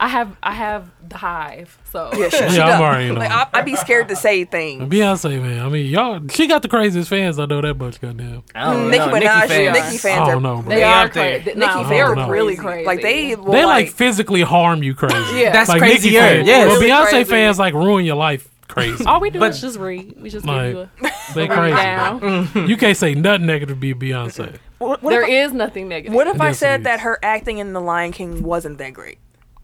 I have I have the hive. So
Yeah, she, she
Yeah,
does.
I'm already on.
Like, I, I'd be scared to say things.
Beyonce, man. I mean, y'all. She got the craziest fans. I know that much. Goddamn.
I don't
Nicki
know.
Minaj,
Nicki fans.
Nicki fans
I
are
don't know, bro.
they
They
are
out there.
crazy. Nicki
Nicki
no,
they're
no.
really crazy. Like they, will,
They like
like,
physically harm you crazy.
Yeah.
That's
like
crazier.
Nicki fans.
Yes.
But
Really
Beyonce
crazy.
fans like ruin your life. Crazy.
all we do
But-
is just read. We just
Like,
give you a
they
read
crazy.
down.
Mm-hmm.
There is
You can't say nothing negative to be Beyonce.
What, what if, I,
nothing negative.
what if I
Yes, it
said
is.
that her acting in The Lion King wasn't that great?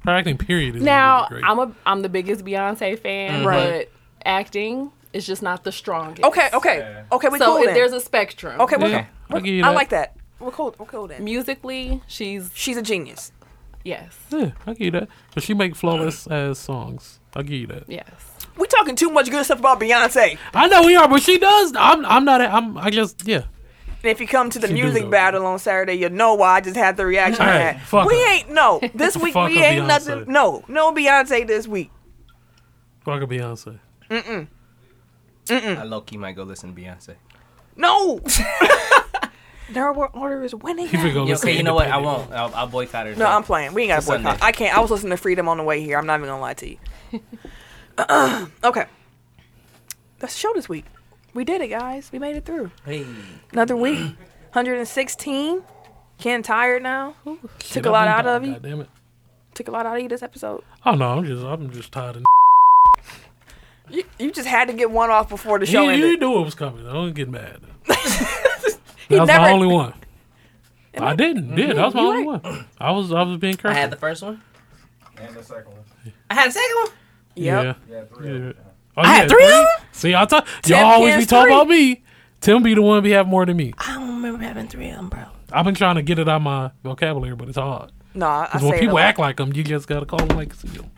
Her acting period is
now
really great.
I'm a I'm the biggest Beyonce fan,
Right.
but acting is just not the strongest.
Okay, okay, okay. We
so
cool
if
then.
there's a spectrum.
okay, we're,
Yeah,
we're-
I'll give you
I
that.
like that. We're cool. We're cool then.
Musically, she's
She's a genius.
yes,
yeah, I'll give you that. But she make flawless ass songs. I'll give you that.
yes.
We talking too much good stuff about Beyonce.
I know we are, but she does. I'm. I'm not. I'm. I just. Yeah.
And if you come to the
She do
music
though.
battle on Saturday, you know why I just had the reaction I
Hey,
had.
fuck
we
her.
ain't no this week.
Fuck
we
her,
ain't
Beyonce.
nothing. No, no Beyonce this week.
Fuck a Beyonce.
I low key might go listen to Beyonce.
No. Their wor- order is winning.
Keep it going.
Yeah, okay, you know what? I won't. I'll, I'll boycott her.
No, I'm playing. We ain't got to
It's Sunday.
boycott. I can't. I was listening to Freedom on the way here. I'm not even gonna lie to you. okay, that's the show this week. We did it, guys. We made it through
Hey.
another week. 116. Ken tired now. Took a lot out of you.
Damn it.
Took a lot out of you this episode.
Oh no, I'm just. I'm just tired of.
You, you just had to get one off before the show
you,
ended.
you knew it was coming. I don't get mad.
He
that was
never- Mm-hmm.
my only one. I didn't. Did that was my
you
only one. I was. I was being
I
careful.
had the first one.
And the second one.
I had a second one.
Yep.
Yeah.
Yeah, three. of
Yeah.
them.
Oh,
I
you
had three of them.
See, I thought
Tim
y'all always be
has
talking
three.
about me. Tim be the one be have more than me.
I don't remember having three of them, bro.
I've been trying to get it out of my vocabulary, but it's hard.
No, I, I
Because when
say it a
people
lot.
act like them, you just gotta call them like see them.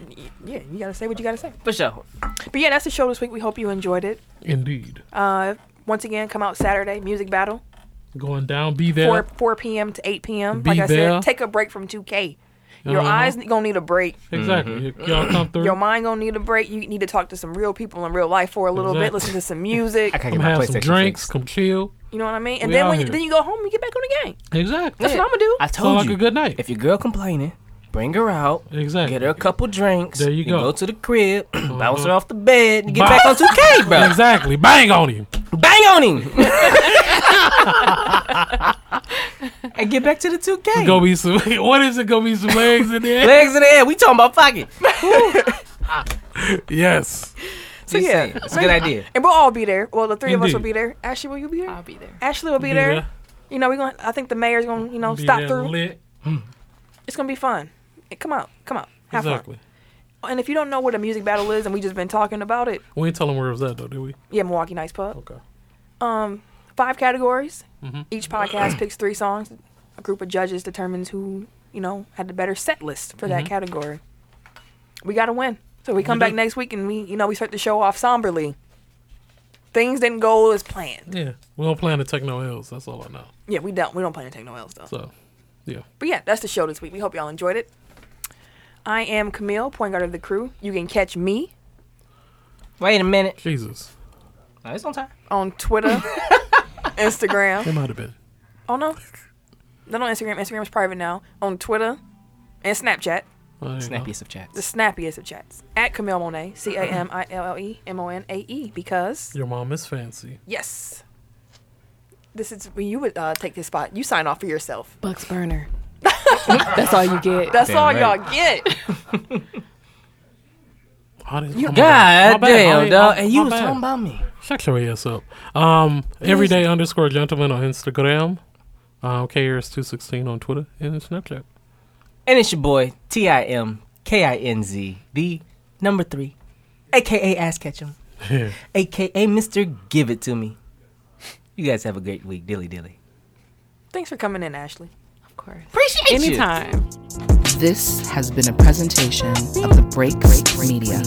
Yeah, you gotta say what you gotta say.
For sure.
But yeah, that's the show this week. We hope you enjoyed it.
Indeed.
Uh, once again, come out Saturday. Music battle.
Going down, be there.
Four four p.m. to eight p.m.
Be
like I
there.
said, take a break from 2K. Your
Uh-huh.
eyes gonna need a break.
Exactly.
Mm-hmm.
If Y'all come through.
Your mind gonna need a break. You need to talk to some real people in real life for a little bit.
Exactly.
Listen to some music.
can't
come have some drinks. Come chill.
You know what I mean? And
We
then
out
when you,
here.
then you go home, and you get back on the game.
Exactly.
That's what I'm gonna do.
I
Sound
told
like
you.
a good night.
If your girl complaining, bring her out.
exactly.
Get her a couple drinks.
There you go.
Go Uh-huh. to the crib, bounce her off the bed, and get back
Bye.
on 2K, bro.
Exactly. Bang on him.
Bang on him. and get back to the 2K.
Go be some. What is it? Go be some legs in there.
Legs in the air. We talking about fucking.
Yes.
So
yeah.
it's a good idea.
And we'll all be there. Well, the three of us will
Indeed.
be there. Ashley, will you be there?
I'll be there.
Ashley will be,
Be
there.
there.
You know, we're gonna. I think the mayor's gonna, you know,
Be
stop
there
through.
Lit.
It's gonna be fun. Eh, Come out, come out, have
Exactly.
fun. And if you don't know what a music battle is, and we just been talking about it,
We ain't tell them where it was at though, did we?
yeah, Milwaukee Nights Pub.
Okay.
Um, five categories. Each podcast picks three songs. A group of judges determines who you know had the better set list for that category. We gotta win, so we come back
do.
next week and we you know we start the show off somberly. Things didn't go as planned.
Yeah. We don't plan to take no L's. That's all I know.
Yeah, we don't we don't plan to take no L's though.
So, yeah.
But yeah, that's the show this week. We hope y'all enjoyed it. I am Camille, point guard of the crew. You can catch me
Wait a minute.
Jesus.
No, it's on time.
on Twitter,
It
Instagram.
might have been.
Oh no, not on Instagram. Instagram is private now. On Twitter and Snapchat,
Well, there you go.
Snappiest of chats.
the snappiest of chats. At Camille Monet, C A M I L L E M O N A E. Because
Your mom is fancy.
yes, this is when you would uh, take this spot. You sign off for yourself.
Bucks burner. That's all you get.
That's
Damn
all
right.
y'all get.
Oh, this- my
God
bad. My bad. I
damn, dog.
ain't- my-
Oh, And you
my
was
bad.
talking about me.
Shut your ass up. Um, everyday underscore gentleman on Instagram. Um, KRS216 on Twitter and Snapchat.
And it's your boy, T I M K I N Z, the number three, aka Ass Ketchum, aka Mr. Give It To Me. You guys have a great week. Dilly dilly.
Thanks for coming in, Ashley.
of course.
Appreciate you.
Anytime.
This has been a presentation of the Break Break Media.